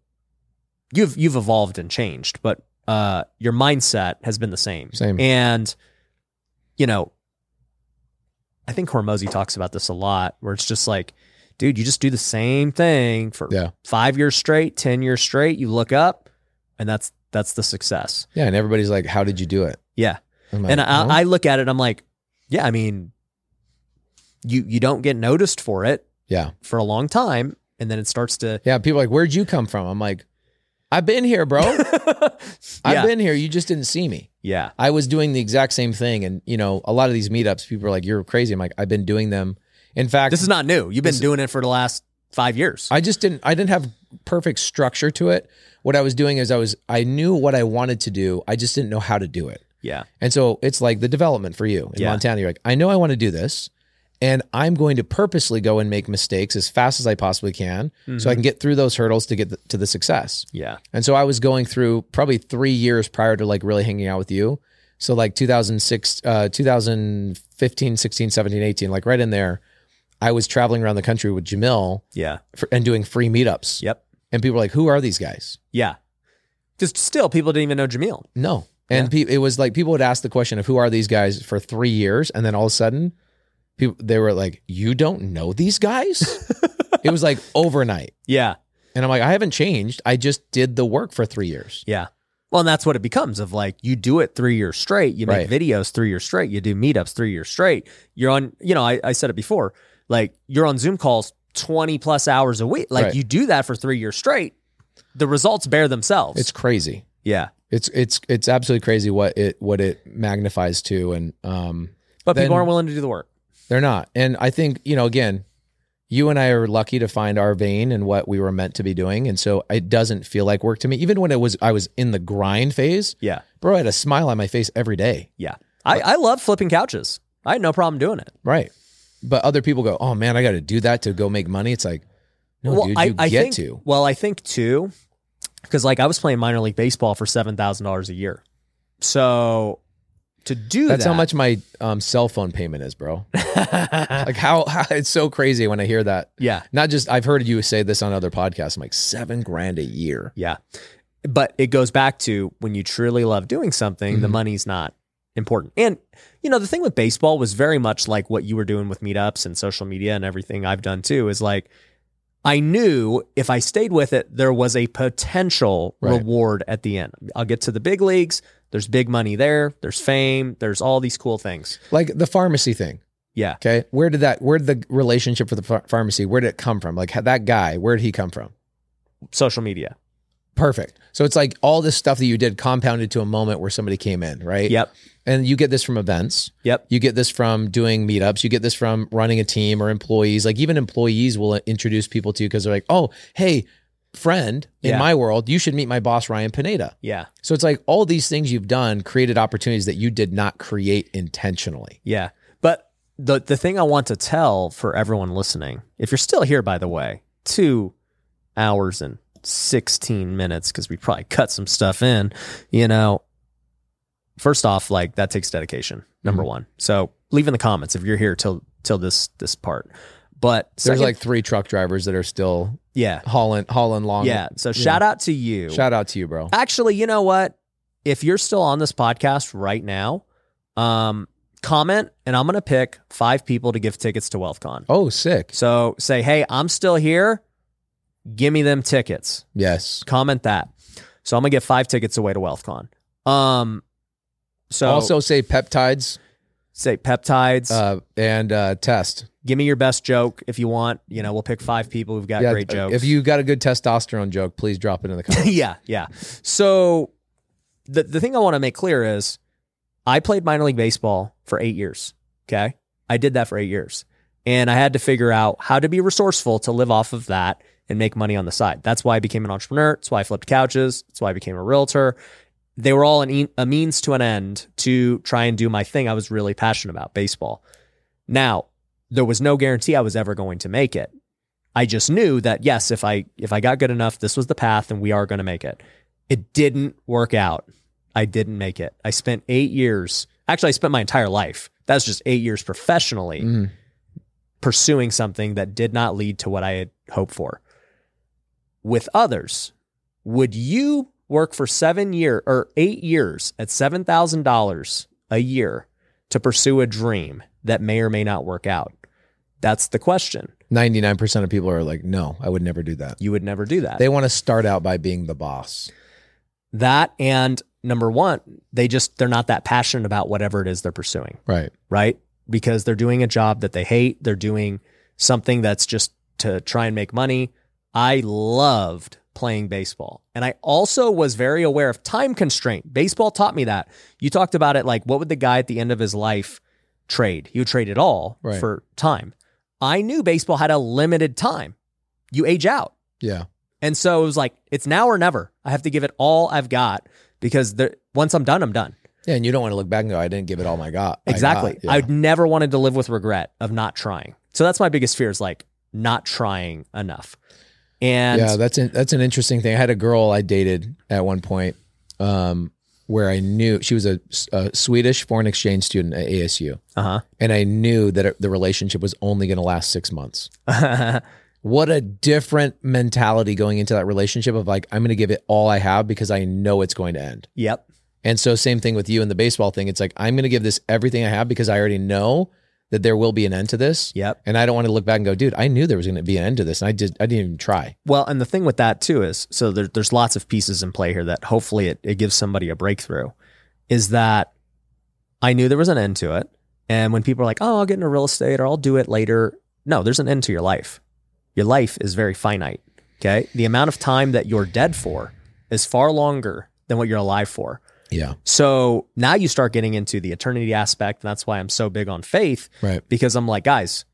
[SPEAKER 2] you've you've evolved and changed, but uh, your mindset has been the same.
[SPEAKER 1] Same.
[SPEAKER 2] and you know, I think Hormozy talks about this a lot, where it's just like. Dude, you just do the same thing for
[SPEAKER 1] Yeah.
[SPEAKER 2] five years straight, ten years straight. You look up, and that's that's the success.
[SPEAKER 1] Yeah, and everybody's like, "How did you do it?"
[SPEAKER 2] Yeah.
[SPEAKER 1] I'm like,
[SPEAKER 2] and I,
[SPEAKER 1] "No."
[SPEAKER 2] I look at it, I'm like, yeah, I mean, you you don't get noticed for it
[SPEAKER 1] yeah.
[SPEAKER 2] for a long time, and then it starts to [laughs]
[SPEAKER 1] Yeah, people are like, "Where'd you come from?" I'm like, "I've been here,
[SPEAKER 2] [laughs]
[SPEAKER 1] bro. I've
[SPEAKER 2] yeah,
[SPEAKER 1] been here. You just didn't see me.
[SPEAKER 2] yeah,
[SPEAKER 1] I was doing the exact same thing." And you know, a lot of these meetups, people are like, "You're crazy." I'm like, "I've been doing them. In fact,
[SPEAKER 2] this is not new. You've been
[SPEAKER 1] This-
[SPEAKER 2] doing it for the last five years.
[SPEAKER 1] I just didn't. I didn't have perfect structure to it. What I was doing is I was. I knew what I wanted to do. I just didn't know how to do it.
[SPEAKER 2] yeah,
[SPEAKER 1] And so it's like the development for you in
[SPEAKER 2] Yeah.
[SPEAKER 1] Montana. You're like, I know I want to do this. And I'm going to purposely go and make mistakes as fast as I possibly can
[SPEAKER 2] Mm-hmm.
[SPEAKER 1] so I can get through those hurdles to get the, to the success.
[SPEAKER 2] Yeah.
[SPEAKER 1] And so I was going through probably three years prior to like really hanging out with you. So like 2006, uh, 2015, 16, 17, 18, like right in there, I was traveling around the country with Jamil
[SPEAKER 2] Yeah.
[SPEAKER 1] for, and doing free meetups.
[SPEAKER 2] Yep.
[SPEAKER 1] And people were like, who are these guys?
[SPEAKER 2] Yeah. Because still, people didn't even know Jameel.
[SPEAKER 1] No. And pe- it was like people would ask the question of who are these guys for three years. And then all of a sudden, people, they were like, you don't know these guys? it was like overnight.
[SPEAKER 2] Yeah.
[SPEAKER 1] And I'm like, I haven't changed. I just did the work for three years.
[SPEAKER 2] Yeah. Well, and that's what it becomes of like you do it three years straight, you make videos three years straight, you do meetups three years straight. You're on, you know, I, I said it before, like you're on Zoom calls 20 plus hours a week. Like
[SPEAKER 1] Right.
[SPEAKER 2] you do that for three years straight, the results bear themselves.
[SPEAKER 1] It's crazy.
[SPEAKER 2] yeah.
[SPEAKER 1] It's it's it's absolutely crazy what it what it magnifies to, and um,
[SPEAKER 2] But
[SPEAKER 1] Then-
[SPEAKER 2] people aren't willing to do the work.
[SPEAKER 1] they're not. And I think you know, again, you and I are lucky to find our vein and what we were meant to be doing, and so it doesn't feel like work to me. Even when it was, I was in the grind phase,
[SPEAKER 2] Yeah.
[SPEAKER 1] bro. I had a smile on my face every day,
[SPEAKER 2] Yeah. I, I love flipping couches. I had no problem doing it.
[SPEAKER 1] right? But other people go, "Oh man, I got to do that to go make money." It's like, no, dude, you get
[SPEAKER 2] think,
[SPEAKER 1] to.
[SPEAKER 2] Well, I think too, because like I was playing minor league baseball for seven thousand dollars a year. So to do
[SPEAKER 1] That's
[SPEAKER 2] that,
[SPEAKER 1] how much my um, cell phone payment is, bro.
[SPEAKER 2] [laughs]
[SPEAKER 1] like how, [laughs] how it's so crazy when I hear that.
[SPEAKER 2] yeah,
[SPEAKER 1] Not just I've heard you say this on other podcasts. I'm like seven grand a year.
[SPEAKER 2] yeah. But it goes back to when you truly love doing something, the
[SPEAKER 1] Mhm.
[SPEAKER 2] money's not important. And you know, the thing with baseball was very much like what you were doing with meetups and social media and everything I've done too, is like I knew if I stayed with it, there was a potential
[SPEAKER 1] Right.
[SPEAKER 2] reward at the end. I'll get to the big leagues. There's big money there. There's fame. There's all these cool things.
[SPEAKER 1] Like the pharmacy thing.
[SPEAKER 2] Yeah.
[SPEAKER 1] Okay, where did that? Where did the relationship with the ph- pharmacy? Where did it come from? Like how- that guy. Where did he come from?
[SPEAKER 2] Social media.
[SPEAKER 1] Perfect. So it's like all this stuff that you did compounded to a moment where somebody came in, right?
[SPEAKER 2] Yep.
[SPEAKER 1] And you get this from events.
[SPEAKER 2] Yep.
[SPEAKER 1] You get this from doing meetups. You get this from running a team or employees. Like even employees will introduce people to you because they're like, oh, hey, friend, in
[SPEAKER 2] Yeah.
[SPEAKER 1] my world, you should meet my boss, Ryan Pineda.
[SPEAKER 2] Yeah.
[SPEAKER 1] So it's like all these things you've done created opportunities that you did not create intentionally.
[SPEAKER 2] Yeah. But the the thing I want to tell for everyone listening, if you're still here by the way, 2 hours and 16 minutes cuz we probably cut some stuff in, you know. First off, like that takes dedication. Number
[SPEAKER 1] Mhm.
[SPEAKER 2] 1. So, leave in the comments if you're here till till this this part. But
[SPEAKER 1] There's
[SPEAKER 2] second-
[SPEAKER 1] like three truck drivers that are still
[SPEAKER 2] yeah.
[SPEAKER 1] hauling hauling long.
[SPEAKER 2] Yeah. Uh, So, shout out to you.
[SPEAKER 1] Shout out to you, bro.
[SPEAKER 2] Actually, you know what? If you're still on this podcast right now, um, comment and I'm going to pick five people to give tickets to WealthCon.
[SPEAKER 1] Oh, sick.
[SPEAKER 2] So say, hey, I'm still here. Give me them tickets.
[SPEAKER 1] Yes.
[SPEAKER 2] Comment that. So I'm going to get five tickets away to WealthCon. Um, so
[SPEAKER 1] also say peptides
[SPEAKER 2] say peptides.
[SPEAKER 1] uh, and uh, test.
[SPEAKER 2] give me your best joke if you want. You know, we'll pick five people who've got great jokes.
[SPEAKER 1] If you got a good testosterone joke, please drop it in the
[SPEAKER 2] [laughs]
[SPEAKER 1] comments.
[SPEAKER 2] yeah, yeah. So the the thing I want to make clear is I played minor league baseball for 8 years, okay? I did that for 8 years. And I had to figure out how to be resourceful to live off of that and make money on the side. That's why I became an entrepreneur, that's why I flipped couches, that's why I became a realtor. They were all an e- a means to an end to try and do my thing I was really passionate about, baseball. Now, there was no guarantee I was ever going to make it. I just knew that yes, if I if I got good enough, this was the path and we are going to make it. It didn't work out. I didn't make it. I spent 8 years. Actually, I spent my entire life. That's just 8 years professionally
[SPEAKER 1] Mm.
[SPEAKER 2] pursuing something that did not lead to what I had hoped for. With others, would you work for 7 year or 8 years at $7,000 a year to pursue a dream that may or may not work out? That's the question.
[SPEAKER 1] 99% of people are like, no, I would never do that.
[SPEAKER 2] You would never do that.
[SPEAKER 1] They want to start out by being the boss.
[SPEAKER 2] that and number one they just they're not that passionate about whatever it is they're pursuing
[SPEAKER 1] Right.
[SPEAKER 2] right because they're doing a job that they hate they're doing something that's just to try and make money i loved playing baseball and i also was very aware of time constraint baseball taught me that you talked about it like what would the guy at the end of his life trade he would trade it all
[SPEAKER 1] Right.
[SPEAKER 2] for time i knew baseball had a limited time you age out
[SPEAKER 1] Yeah.
[SPEAKER 2] and so it was like, it's now or never. I have to give it all I've got because there, once I'm done, I'm done.
[SPEAKER 1] Yeah, and you don't want to look back and go, I didn't give it all my got. I got."
[SPEAKER 2] Exactly.
[SPEAKER 1] Yeah.
[SPEAKER 2] I'd never wanted to live with regret of not trying. So that's my biggest fear is like not trying enough. And
[SPEAKER 1] yeah, that's an, that's an interesting thing. I had a girl I dated at one point, um, where I knew she was a, a Swedish foreign exchange student at ASU,
[SPEAKER 2] uh
[SPEAKER 1] and I knew that it, the relationship was only going to last six months.
[SPEAKER 2] huh.
[SPEAKER 1] What a different mentality going into that relationship of like, I'm going to give it all I have because I know it's going to end.
[SPEAKER 2] [laughs] yep.
[SPEAKER 1] And so, same thing with you and the baseball thing. It's like I'm going to give this everything I have because I already know that there will be an end to this.
[SPEAKER 2] Yep.
[SPEAKER 1] And I don't want to look back and go, dude, I knew there was going to be an end to this, and I did. I didn't even try.
[SPEAKER 2] Well, and the thing with that too is so there, there's lots of pieces in play here that hopefully it, it gives somebody a breakthrough. Is that I knew there was an end to it. And when people are like, oh, I'll get into real estate or I'll do it later, no, there's an end to your life. Your life is very finite. Okay. The amount of time that you're dead for is far longer than what you're alive for.
[SPEAKER 1] Yeah.
[SPEAKER 2] So now you start getting into the eternity aspect. And that's why I'm so big on faith
[SPEAKER 1] Right.
[SPEAKER 2] because I'm like, guys,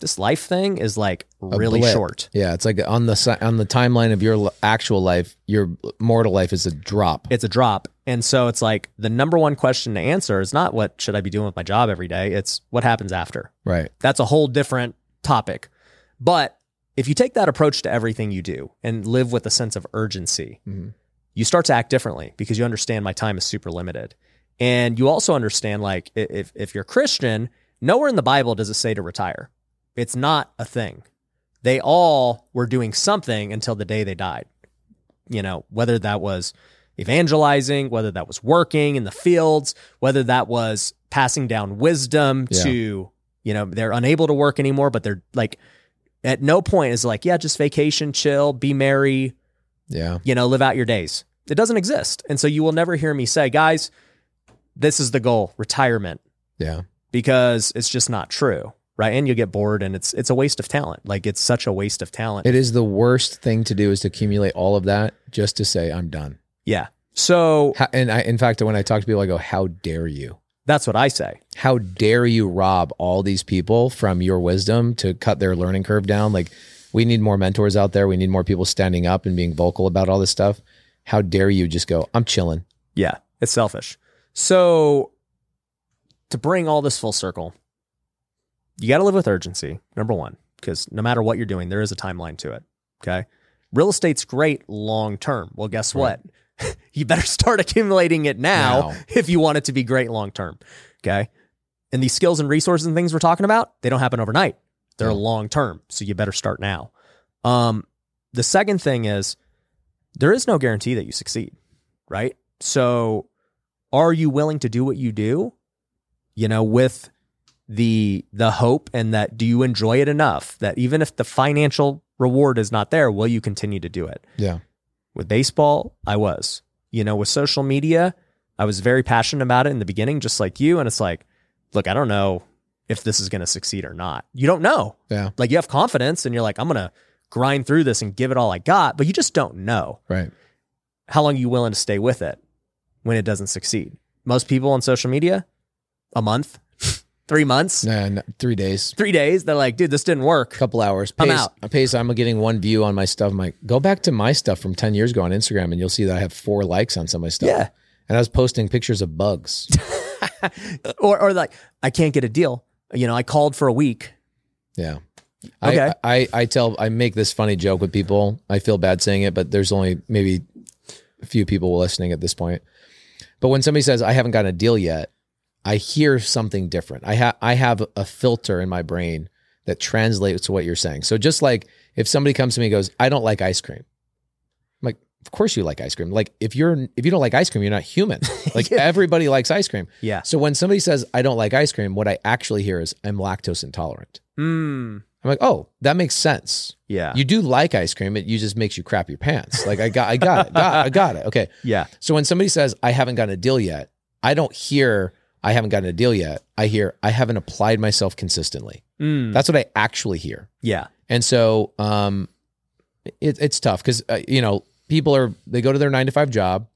[SPEAKER 2] this life thing is like really
[SPEAKER 1] blip.
[SPEAKER 2] short.
[SPEAKER 1] Yeah, it's like on the si- on the timeline of your l- actual life, your mortal life is a drop.
[SPEAKER 2] It's a drop. And so it's like the number one question to answer is not what should I be doing with my job every day? It's what happens after.
[SPEAKER 1] Right.
[SPEAKER 2] That's a whole different topic. But if you take that approach to everything you do and live with a sense of urgency,
[SPEAKER 1] Mhm.
[SPEAKER 2] you start to act differently because you understand my time is super limited. And you also understand, like, i- if, if you're Christian, nowhere in the Bible does it say to retire. It's not a thing. They all were doing something until the day they died. You know, whether that was evangelizing, whether that was working in the fields, whether that was passing down wisdom
[SPEAKER 1] Yeah.
[SPEAKER 2] to, you know, they're unable to work anymore, but they're like, at no point is it like, yeah, just vacation, chill, be merry,
[SPEAKER 1] Yeah.
[SPEAKER 2] you know, live out your days. It doesn't exist. And so you will never hear me say, guys, this is the goal, retirement,
[SPEAKER 1] Yeah.
[SPEAKER 2] because it's just not true. Right. And you get bored and it's it's a waste of talent. Like it's such a waste of talent.
[SPEAKER 1] It is the worst thing to do is to accumulate all of that just to say I'm done.
[SPEAKER 2] yeah. So
[SPEAKER 1] How, and I, in fact, when I talk to people, I go, "How dare you?
[SPEAKER 2] that's what I say.
[SPEAKER 1] How dare you rob all these people from your wisdom to cut their learning curve down? Like, we need more mentors out there. We need more people standing up and being vocal about all this stuff. How dare you just go? I'm chilling.
[SPEAKER 2] Yeah. It's selfish. So to bring all this full circle, you got to live with urgency, number one, because no matter what you're doing, there is a timeline to it. Okay. Real estate's great long term. Well, guess
[SPEAKER 1] Right.
[SPEAKER 2] what? [laughs] you better start accumulating it now,
[SPEAKER 1] Now.
[SPEAKER 2] [laughs] if you want it to be great long term. Okay. And these skills and resources and things we're talking about, they don't happen overnight. They're
[SPEAKER 1] Yeah.
[SPEAKER 2] long term. So you better start now. Um, the second thing is there is no guarantee that you succeed, right? So are you willing to do what you do, you know, with the the hope and that do you enjoy it enough that even if the financial reward is not there, will you continue to do it?
[SPEAKER 1] Yeah.
[SPEAKER 2] With baseball, I was. You know, with social media, I was very passionate about it in the beginning, just like you. And it's like, look, I don't know if this is going to succeed or not. You don't know.
[SPEAKER 1] Yeah.
[SPEAKER 2] Like you have confidence and you're like, I'm going to grind through this and give it all I got, but you just don't know
[SPEAKER 1] Right.
[SPEAKER 2] how long you willing to stay with it when it doesn't succeed. Most people on social media, a month, [laughs] three months,
[SPEAKER 1] And three days.
[SPEAKER 2] three days, they're like, dude, this didn't work.
[SPEAKER 1] couple hours.
[SPEAKER 2] I'm
[SPEAKER 1] Pace,
[SPEAKER 2] out.
[SPEAKER 1] Pace, I'm getting one view on my stuff. I'm like, go back to my stuff from 10 years ago on Instagram and you'll see that I have four likes on some of my stuff.
[SPEAKER 2] Yeah.
[SPEAKER 1] And I was posting pictures of bugs.
[SPEAKER 2] or, or like, I can't get a deal. You know, I called for a week.
[SPEAKER 1] Yeah.
[SPEAKER 2] Okay.
[SPEAKER 1] I, I, I tell, I make this funny joke with people. I feel bad saying it, but there's only maybe a few people listening at this point. But when somebody says, I haven't gotten a deal yet, I hear something different. I, ha- I have a filter in my brain that translates to what you're saying. So just like if somebody comes to me and goes, I don't like ice cream. I'm like, of course you like ice cream. Like if you're if you don't like ice cream, you're not
[SPEAKER 2] [laughs]
[SPEAKER 1] human. Like
[SPEAKER 2] Yeah.
[SPEAKER 1] everybody likes ice cream.
[SPEAKER 2] Yeah.
[SPEAKER 1] So when somebody says I don't like ice cream, what I actually hear is I'm lactose intolerant.
[SPEAKER 2] Mm.
[SPEAKER 1] I'm like, oh, that makes sense.
[SPEAKER 2] Yeah.
[SPEAKER 1] You do like ice cream. It you just makes you crap your pants. Like I got, I got it. Got, I got it. Okay.
[SPEAKER 2] yeah.
[SPEAKER 1] So when somebody says I haven't gotten a deal yet, I don't hear I haven't gotten a deal yet. I hear I haven't applied myself consistently.
[SPEAKER 2] Mm.
[SPEAKER 1] That's what I actually hear.
[SPEAKER 2] yeah.
[SPEAKER 1] And so, um, it, it's tough because uh, you know people are they go to their nine to five job,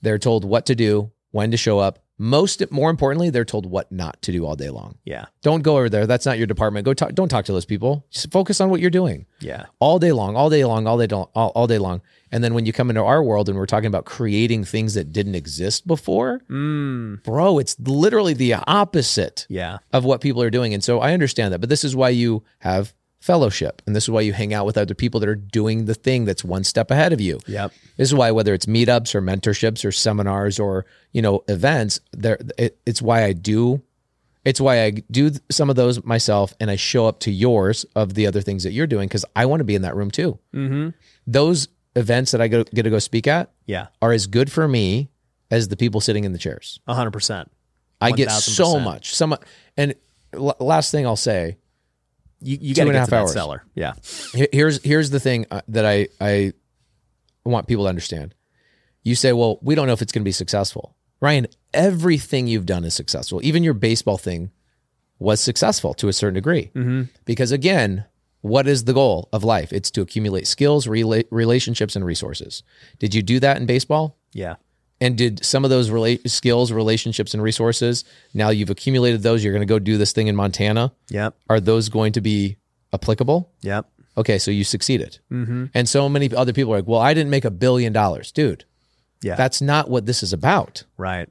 [SPEAKER 1] they're told what to do, when to show up, Most more importantly, they're told what not to do all day long.
[SPEAKER 2] Yeah.
[SPEAKER 1] Don't go over there. That's not your department. Go talk. Don't talk to those people. Just focus on what you're doing
[SPEAKER 2] Yeah.
[SPEAKER 1] all day long, all day long, all day long, all, all day long. And then when you come into our world and we're talking about creating things that didn't exist before,
[SPEAKER 2] Mm.
[SPEAKER 1] bro, it's literally the opposite
[SPEAKER 2] Yeah.
[SPEAKER 1] of what people are doing. And so I understand that, but this is why you have fellowship and this is why you hang out with other people that are doing the thing that's one step ahead of you.
[SPEAKER 2] Yep.
[SPEAKER 1] This is why whether it's meetups or mentorships or seminars or, you know, events, there it, it's why I do it's why I do th- some of those myself and I show up to yours of the other things that you're doing cuz I want to be in that room too.
[SPEAKER 2] Mm-hmm.
[SPEAKER 1] Those events that I go, get to go speak at
[SPEAKER 2] Yeah.
[SPEAKER 1] are as good for me as the people sitting in the chairs.
[SPEAKER 2] hundred percent.
[SPEAKER 1] I get
[SPEAKER 2] 1000%.
[SPEAKER 1] so much. So much. And l- last thing I'll say,
[SPEAKER 2] You you
[SPEAKER 1] Two
[SPEAKER 2] got to
[SPEAKER 1] and a
[SPEAKER 2] get
[SPEAKER 1] half
[SPEAKER 2] to that
[SPEAKER 1] hours.
[SPEAKER 2] seller. Yeah.
[SPEAKER 1] he- here's here's the thing uh, that I I want people to understand. You say, "Well, we don't know if it's going to be successful." Ryan, everything you've done is successful. Even your baseball thing was successful to a certain degree. Because again, what is the goal of life? It's to accumulate skills, rela- relationships and resources. Did you do that in baseball?
[SPEAKER 2] Yeah.
[SPEAKER 1] And did some of those rela- skills, relationships, and resources, now you've accumulated those, you're going to go do this thing in Montana?
[SPEAKER 2] Yep.
[SPEAKER 1] Are those going to be applicable?
[SPEAKER 2] Yep.
[SPEAKER 1] Okay, so you succeeded. And so many other people are like, well, I didn't make a billion dollars. Dude,
[SPEAKER 2] Yeah.
[SPEAKER 1] that's not what this is about.
[SPEAKER 2] right.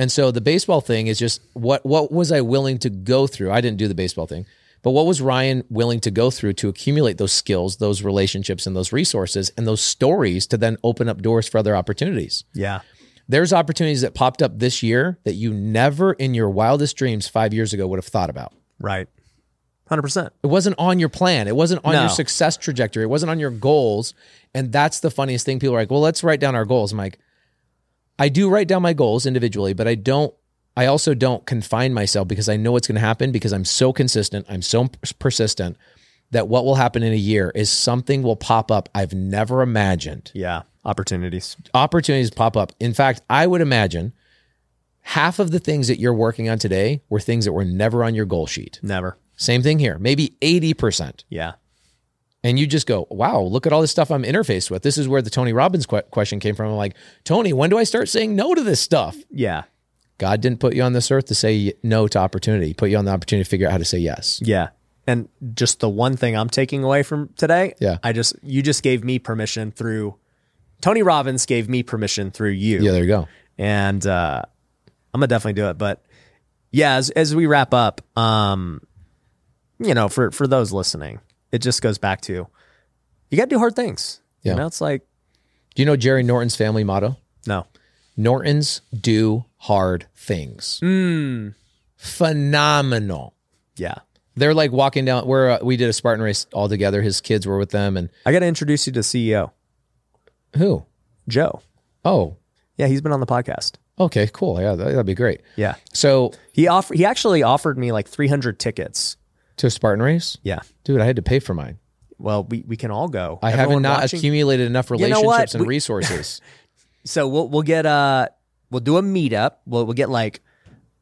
[SPEAKER 1] And so the baseball thing is just what what was I willing to go through? I didn't do the baseball thing, but what was Ryan willing to go through to accumulate those skills, those relationships, and those resources and those stories to then open up doors for other opportunities?
[SPEAKER 2] Yeah.
[SPEAKER 1] There's opportunities that popped up this year that you never in your wildest dreams five years ago would have thought about.
[SPEAKER 2] Right. Hundred percent.
[SPEAKER 1] It wasn't on your plan. It wasn't on
[SPEAKER 2] No.
[SPEAKER 1] your success trajectory. It wasn't on your goals. And that's the funniest thing. People are like, well, let's write down our goals. I'm like, I do write down my goals individually, but I don't, I also don't confine myself because I know what's going to happen because I'm so consistent. I'm so persistent that what will happen in a year is something will pop up I've never imagined.
[SPEAKER 2] Yeah. Opportunities.
[SPEAKER 1] Opportunities pop up. In fact, I would imagine half of the things that you're working on today were things that were never on your goal sheet.
[SPEAKER 2] Never.
[SPEAKER 1] Same thing here, maybe 80%
[SPEAKER 2] Yeah.
[SPEAKER 1] and you just go, wow, look at all this stuff I'm interfaced with. This is where the Tony Robbins que- question came from. I'm like, Tony, when do I start saying no to this stuff?
[SPEAKER 2] Yeah.
[SPEAKER 1] God didn't put you on this earth to say no to opportunity. He put you on the opportunity to figure out how to say yes.
[SPEAKER 2] Yeah. And just the one thing I'm taking away from today,
[SPEAKER 1] Yeah.
[SPEAKER 2] I just you just gave me permission through Tony Robbins gave me permission through you.
[SPEAKER 1] Yeah, there you go.
[SPEAKER 2] and uh, I'm gonna definitely do it. But yeah, as as we wrap up, um, you know, for for those listening, it just goes back to you got to do hard things.
[SPEAKER 1] Yeah.
[SPEAKER 2] You know, it's like
[SPEAKER 1] Do you know Jerry Norton's family motto?
[SPEAKER 2] no,
[SPEAKER 1] Norton's do hard things. Phenomenal.
[SPEAKER 2] yeah,
[SPEAKER 1] They're like walking down where uh, we did a Spartan race all together. His kids were with them and
[SPEAKER 2] I got to introduce you to CEO
[SPEAKER 1] who?
[SPEAKER 2] Joe.
[SPEAKER 1] Oh,
[SPEAKER 2] Yeah, he's been on the podcast.
[SPEAKER 1] okay, cool. Yeah, that, that'd be great.
[SPEAKER 2] Yeah,
[SPEAKER 1] So
[SPEAKER 2] he offer he actually offered me like 300 tickets.
[SPEAKER 1] to a Spartan race,
[SPEAKER 2] Yeah.
[SPEAKER 1] dude, I had to pay for mine.
[SPEAKER 2] Well, we, we can all go.
[SPEAKER 1] I
[SPEAKER 2] Everyone
[SPEAKER 1] haven't not
[SPEAKER 2] watching-
[SPEAKER 1] accumulated enough
[SPEAKER 2] know
[SPEAKER 1] relationships
[SPEAKER 2] what?
[SPEAKER 1] and
[SPEAKER 2] We-
[SPEAKER 1] resources. [laughs]
[SPEAKER 2] So we'll we'll get uh we'll do a meetup. We'll we'll get like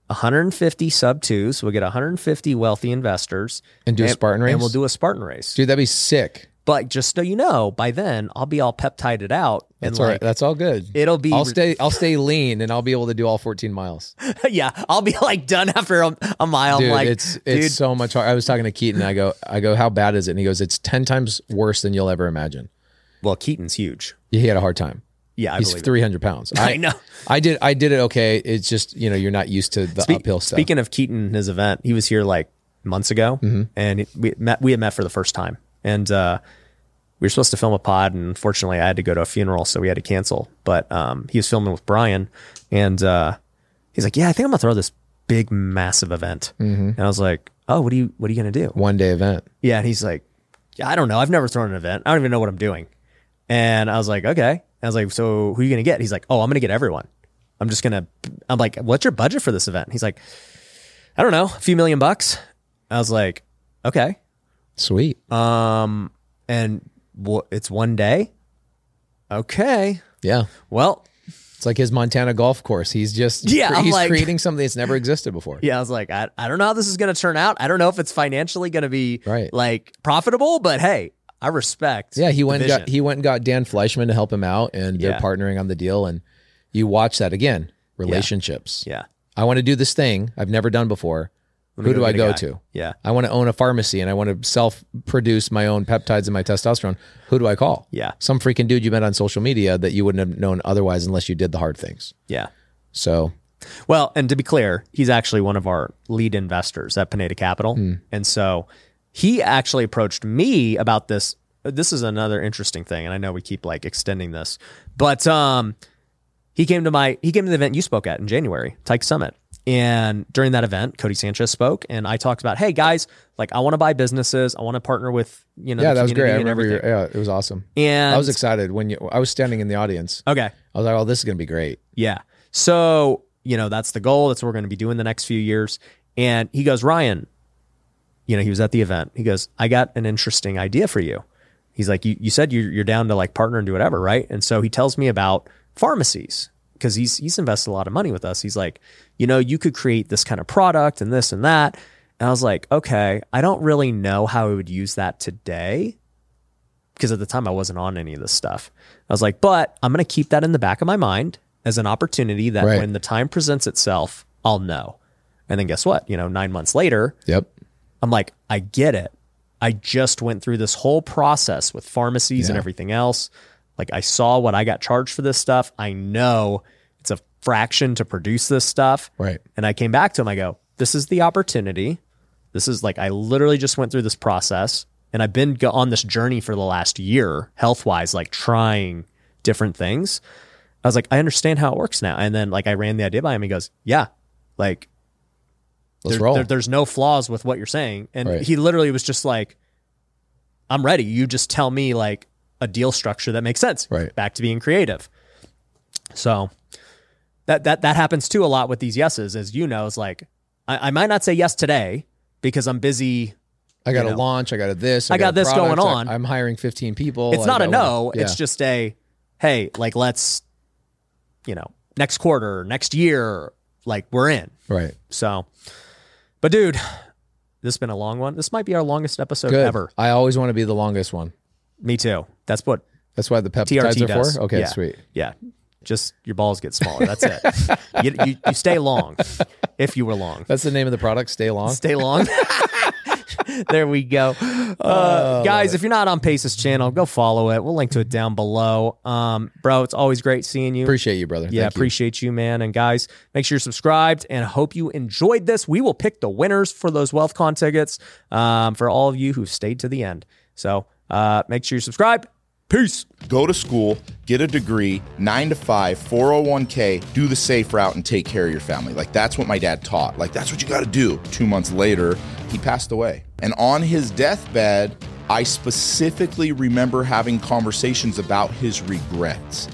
[SPEAKER 2] 150 sub twos. We'll get 150 wealthy investors
[SPEAKER 1] And do a Spartan race?
[SPEAKER 2] and we'll do a Spartan race.
[SPEAKER 1] Dude, that'd be sick.
[SPEAKER 2] But just so you know, by then I'll be all peptided out and
[SPEAKER 1] That's all
[SPEAKER 2] like
[SPEAKER 1] right. That's all good.
[SPEAKER 2] it'll be
[SPEAKER 1] I'll stay I'll stay lean and I'll be able to do all 14
[SPEAKER 2] [laughs]
[SPEAKER 1] miles.
[SPEAKER 2] yeah I'll be like done after a, a mile.
[SPEAKER 1] Dude,
[SPEAKER 2] like
[SPEAKER 1] it's
[SPEAKER 2] dude,
[SPEAKER 1] it's so much hard. I was talking to Keaton I go I go how bad is it? And he goes it's 10 times worse than you'll ever imagine.
[SPEAKER 2] well Keaton's huge.
[SPEAKER 1] He had a hard time.
[SPEAKER 2] Yeah, I
[SPEAKER 1] He's
[SPEAKER 2] believe it.
[SPEAKER 1] 300 pounds.
[SPEAKER 2] [laughs] I know.
[SPEAKER 1] I did I did it okay. It's just, you know, you're not used to the
[SPEAKER 2] Spe-
[SPEAKER 1] uphill stuff.
[SPEAKER 2] Speaking of Keaton, and his event, he was here like months ago,
[SPEAKER 1] Mm-hmm.
[SPEAKER 2] and it- we met. We had met for the first time, and uh, we were supposed to film a pod, and unfortunately, I had to go to a funeral, so we had to cancel. But um, he was filming with Brian, and uh, he's like, "Yeah, I think I'm gonna throw this big, massive event,"
[SPEAKER 1] Mm-hmm.
[SPEAKER 2] and I was like, "Oh, what are you? What are you gonna do?"
[SPEAKER 1] One day event.
[SPEAKER 2] Yeah, and he's like, "Yeah, I don't know. I've never thrown an event. I don't even know what I'm doing." And I was like, "Okay." And I was like, "So who are you gonna get?" He's like, "Oh, I'm gonna get everyone. I'm just gonna." I'm like, "What's your budget for this event?" He's like, "I don't know, a few million bucks." I was like, "Okay."
[SPEAKER 1] Sweet.
[SPEAKER 2] Um, and wha it's one day. Okay.
[SPEAKER 1] yeah.
[SPEAKER 2] Well,
[SPEAKER 1] It's like his Montana golf course. He's just
[SPEAKER 2] Yeah, I'm
[SPEAKER 1] he's
[SPEAKER 2] like-
[SPEAKER 1] creating something that's never existed before.
[SPEAKER 2] yeah, I was like, I, I don't know how this is gonna turn out. I don't know if it's financially gonna be
[SPEAKER 1] Right.
[SPEAKER 2] like profitable, but hey, I respect.
[SPEAKER 1] Yeah, he
[SPEAKER 2] the
[SPEAKER 1] went and got,
[SPEAKER 2] vision.
[SPEAKER 1] he went and got Dan Fleischman to help him out, and
[SPEAKER 2] Yeah.
[SPEAKER 1] they're partnering on the deal. And you watch that again. relationships.
[SPEAKER 2] Yeah.
[SPEAKER 1] I want to do this thing I've never done before.
[SPEAKER 2] Let me
[SPEAKER 1] Who do
[SPEAKER 2] get
[SPEAKER 1] I
[SPEAKER 2] a
[SPEAKER 1] go
[SPEAKER 2] guy.
[SPEAKER 1] to?
[SPEAKER 2] Yeah.
[SPEAKER 1] I want to own a pharmacy and I want to self produce my own peptides and my testosterone. Who do I call?
[SPEAKER 2] Yeah.
[SPEAKER 1] Some freaking dude you met on social media that you wouldn't have known otherwise unless you did the hard things.
[SPEAKER 2] Yeah.
[SPEAKER 1] So
[SPEAKER 2] Well, and to be clear, he's actually one of our lead investors at Pineda Capital.
[SPEAKER 1] Hmm.
[SPEAKER 2] And so he actually approached me about this. This is another interesting thing. And I know we keep like extending this, but um, he came to my, he came to the event you spoke at in January, Tyke Summit. And during that event, Cody Sanchez spoke and I talked about, hey guys, like I want to buy businesses. I want to partner with, you know,
[SPEAKER 1] yeah,
[SPEAKER 2] the
[SPEAKER 1] that was great.
[SPEAKER 2] community
[SPEAKER 1] I
[SPEAKER 2] and
[SPEAKER 1] remember. Your,
[SPEAKER 2] everything.
[SPEAKER 1] yeah, it was awesome.
[SPEAKER 2] And
[SPEAKER 1] I was excited when you. I was standing in the audience.
[SPEAKER 2] okay.
[SPEAKER 1] I was like, "Oh, this is gonna be great."
[SPEAKER 2] Yeah. So, you know, that's the goal. That's what we're going to be doing the next few years. And he goes, Ryan, you know, he was at the event. He goes, I got an interesting idea for you. He's like, you, you said you're, you're down to like partner and do whatever, right? And so he tells me about pharmacies because he's, he's invested a lot of money with us. He's like, you know, you could create this kind of product and this and that. And I was like, okay, I don't really know how I would use that today because at the time I wasn't on any of this stuff. I was like, but I'm going to keep that in the back of my mind as an opportunity that
[SPEAKER 1] Right.
[SPEAKER 2] when the time presents itself, I'll know. And then guess what? You know, nine months later,
[SPEAKER 1] Yep.
[SPEAKER 2] I'm like, I get it. I just went through this whole process with pharmacies and
[SPEAKER 1] Yeah.
[SPEAKER 2] everything else. Like, I saw what I got charged for this stuff. I know it's a fraction to produce this stuff.
[SPEAKER 1] Right.
[SPEAKER 2] And I came back to him. I go, this is the opportunity. This is like, I literally just went through this process and I've been go- on this journey for the last year, health wise, like trying different things. I was like, I understand how it works now. And then, like, I ran the idea by him. He goes, Yeah, like,
[SPEAKER 1] Let's
[SPEAKER 2] there-
[SPEAKER 1] roll.
[SPEAKER 2] there- there's no flaws with what you're saying. And
[SPEAKER 1] Right.
[SPEAKER 2] he literally was just like, I'm ready. You just tell me like a deal structure that makes sense.
[SPEAKER 1] Right.
[SPEAKER 2] Back to being creative. So that that that happens too a lot with these yeses, as you know, is like I, I might not say yes today because I'm busy.
[SPEAKER 1] I got
[SPEAKER 2] you
[SPEAKER 1] a
[SPEAKER 2] know.
[SPEAKER 1] launch. I got a this.
[SPEAKER 2] I got
[SPEAKER 1] a
[SPEAKER 2] this going
[SPEAKER 1] product, I-
[SPEAKER 2] on.
[SPEAKER 1] I'm hiring 15 people.
[SPEAKER 2] it's not
[SPEAKER 1] I
[SPEAKER 2] a no.
[SPEAKER 1] got- yeah.
[SPEAKER 2] It's just a hey, like let's, you know, next quarter, next year, like we're in.
[SPEAKER 1] right.
[SPEAKER 2] So, but dude, this has been a long one. This might be our longest episode
[SPEAKER 1] Good.
[SPEAKER 2] ever.
[SPEAKER 1] I always want to be the longest one.
[SPEAKER 2] Me too. That's what.
[SPEAKER 1] That's why the peptides
[SPEAKER 2] TRT
[SPEAKER 1] are
[SPEAKER 2] does.
[SPEAKER 1] for. Okay,
[SPEAKER 2] Yeah.
[SPEAKER 1] sweet.
[SPEAKER 2] Yeah, just your balls get smaller. That's it. you, you you stay long if you were long.
[SPEAKER 1] That's the name of the product. Stay long.
[SPEAKER 2] Stay long. [laughs] there we go. Uh,
[SPEAKER 1] Oh,
[SPEAKER 2] guys, if you're not on Pace's channel, go follow it. We'll link to it down below. Um, bro, it's always great seeing you.
[SPEAKER 1] Appreciate you, brother.
[SPEAKER 2] yeah,
[SPEAKER 1] Thank you.
[SPEAKER 2] appreciate you, man. And guys, make sure you're subscribed and I hope you enjoyed this. We will pick the winners for those WealthCon tickets um, for all of you who've stayed to the end. So uh, make sure you subscribe. Peace.
[SPEAKER 3] Go to school, get a degree, nine to five, 401k, do the safe route and take care of your family. Like that's what my dad taught. Like that's what you got to do. Two months later, he passed away. And on his deathbed, I specifically remember having conversations about his regrets.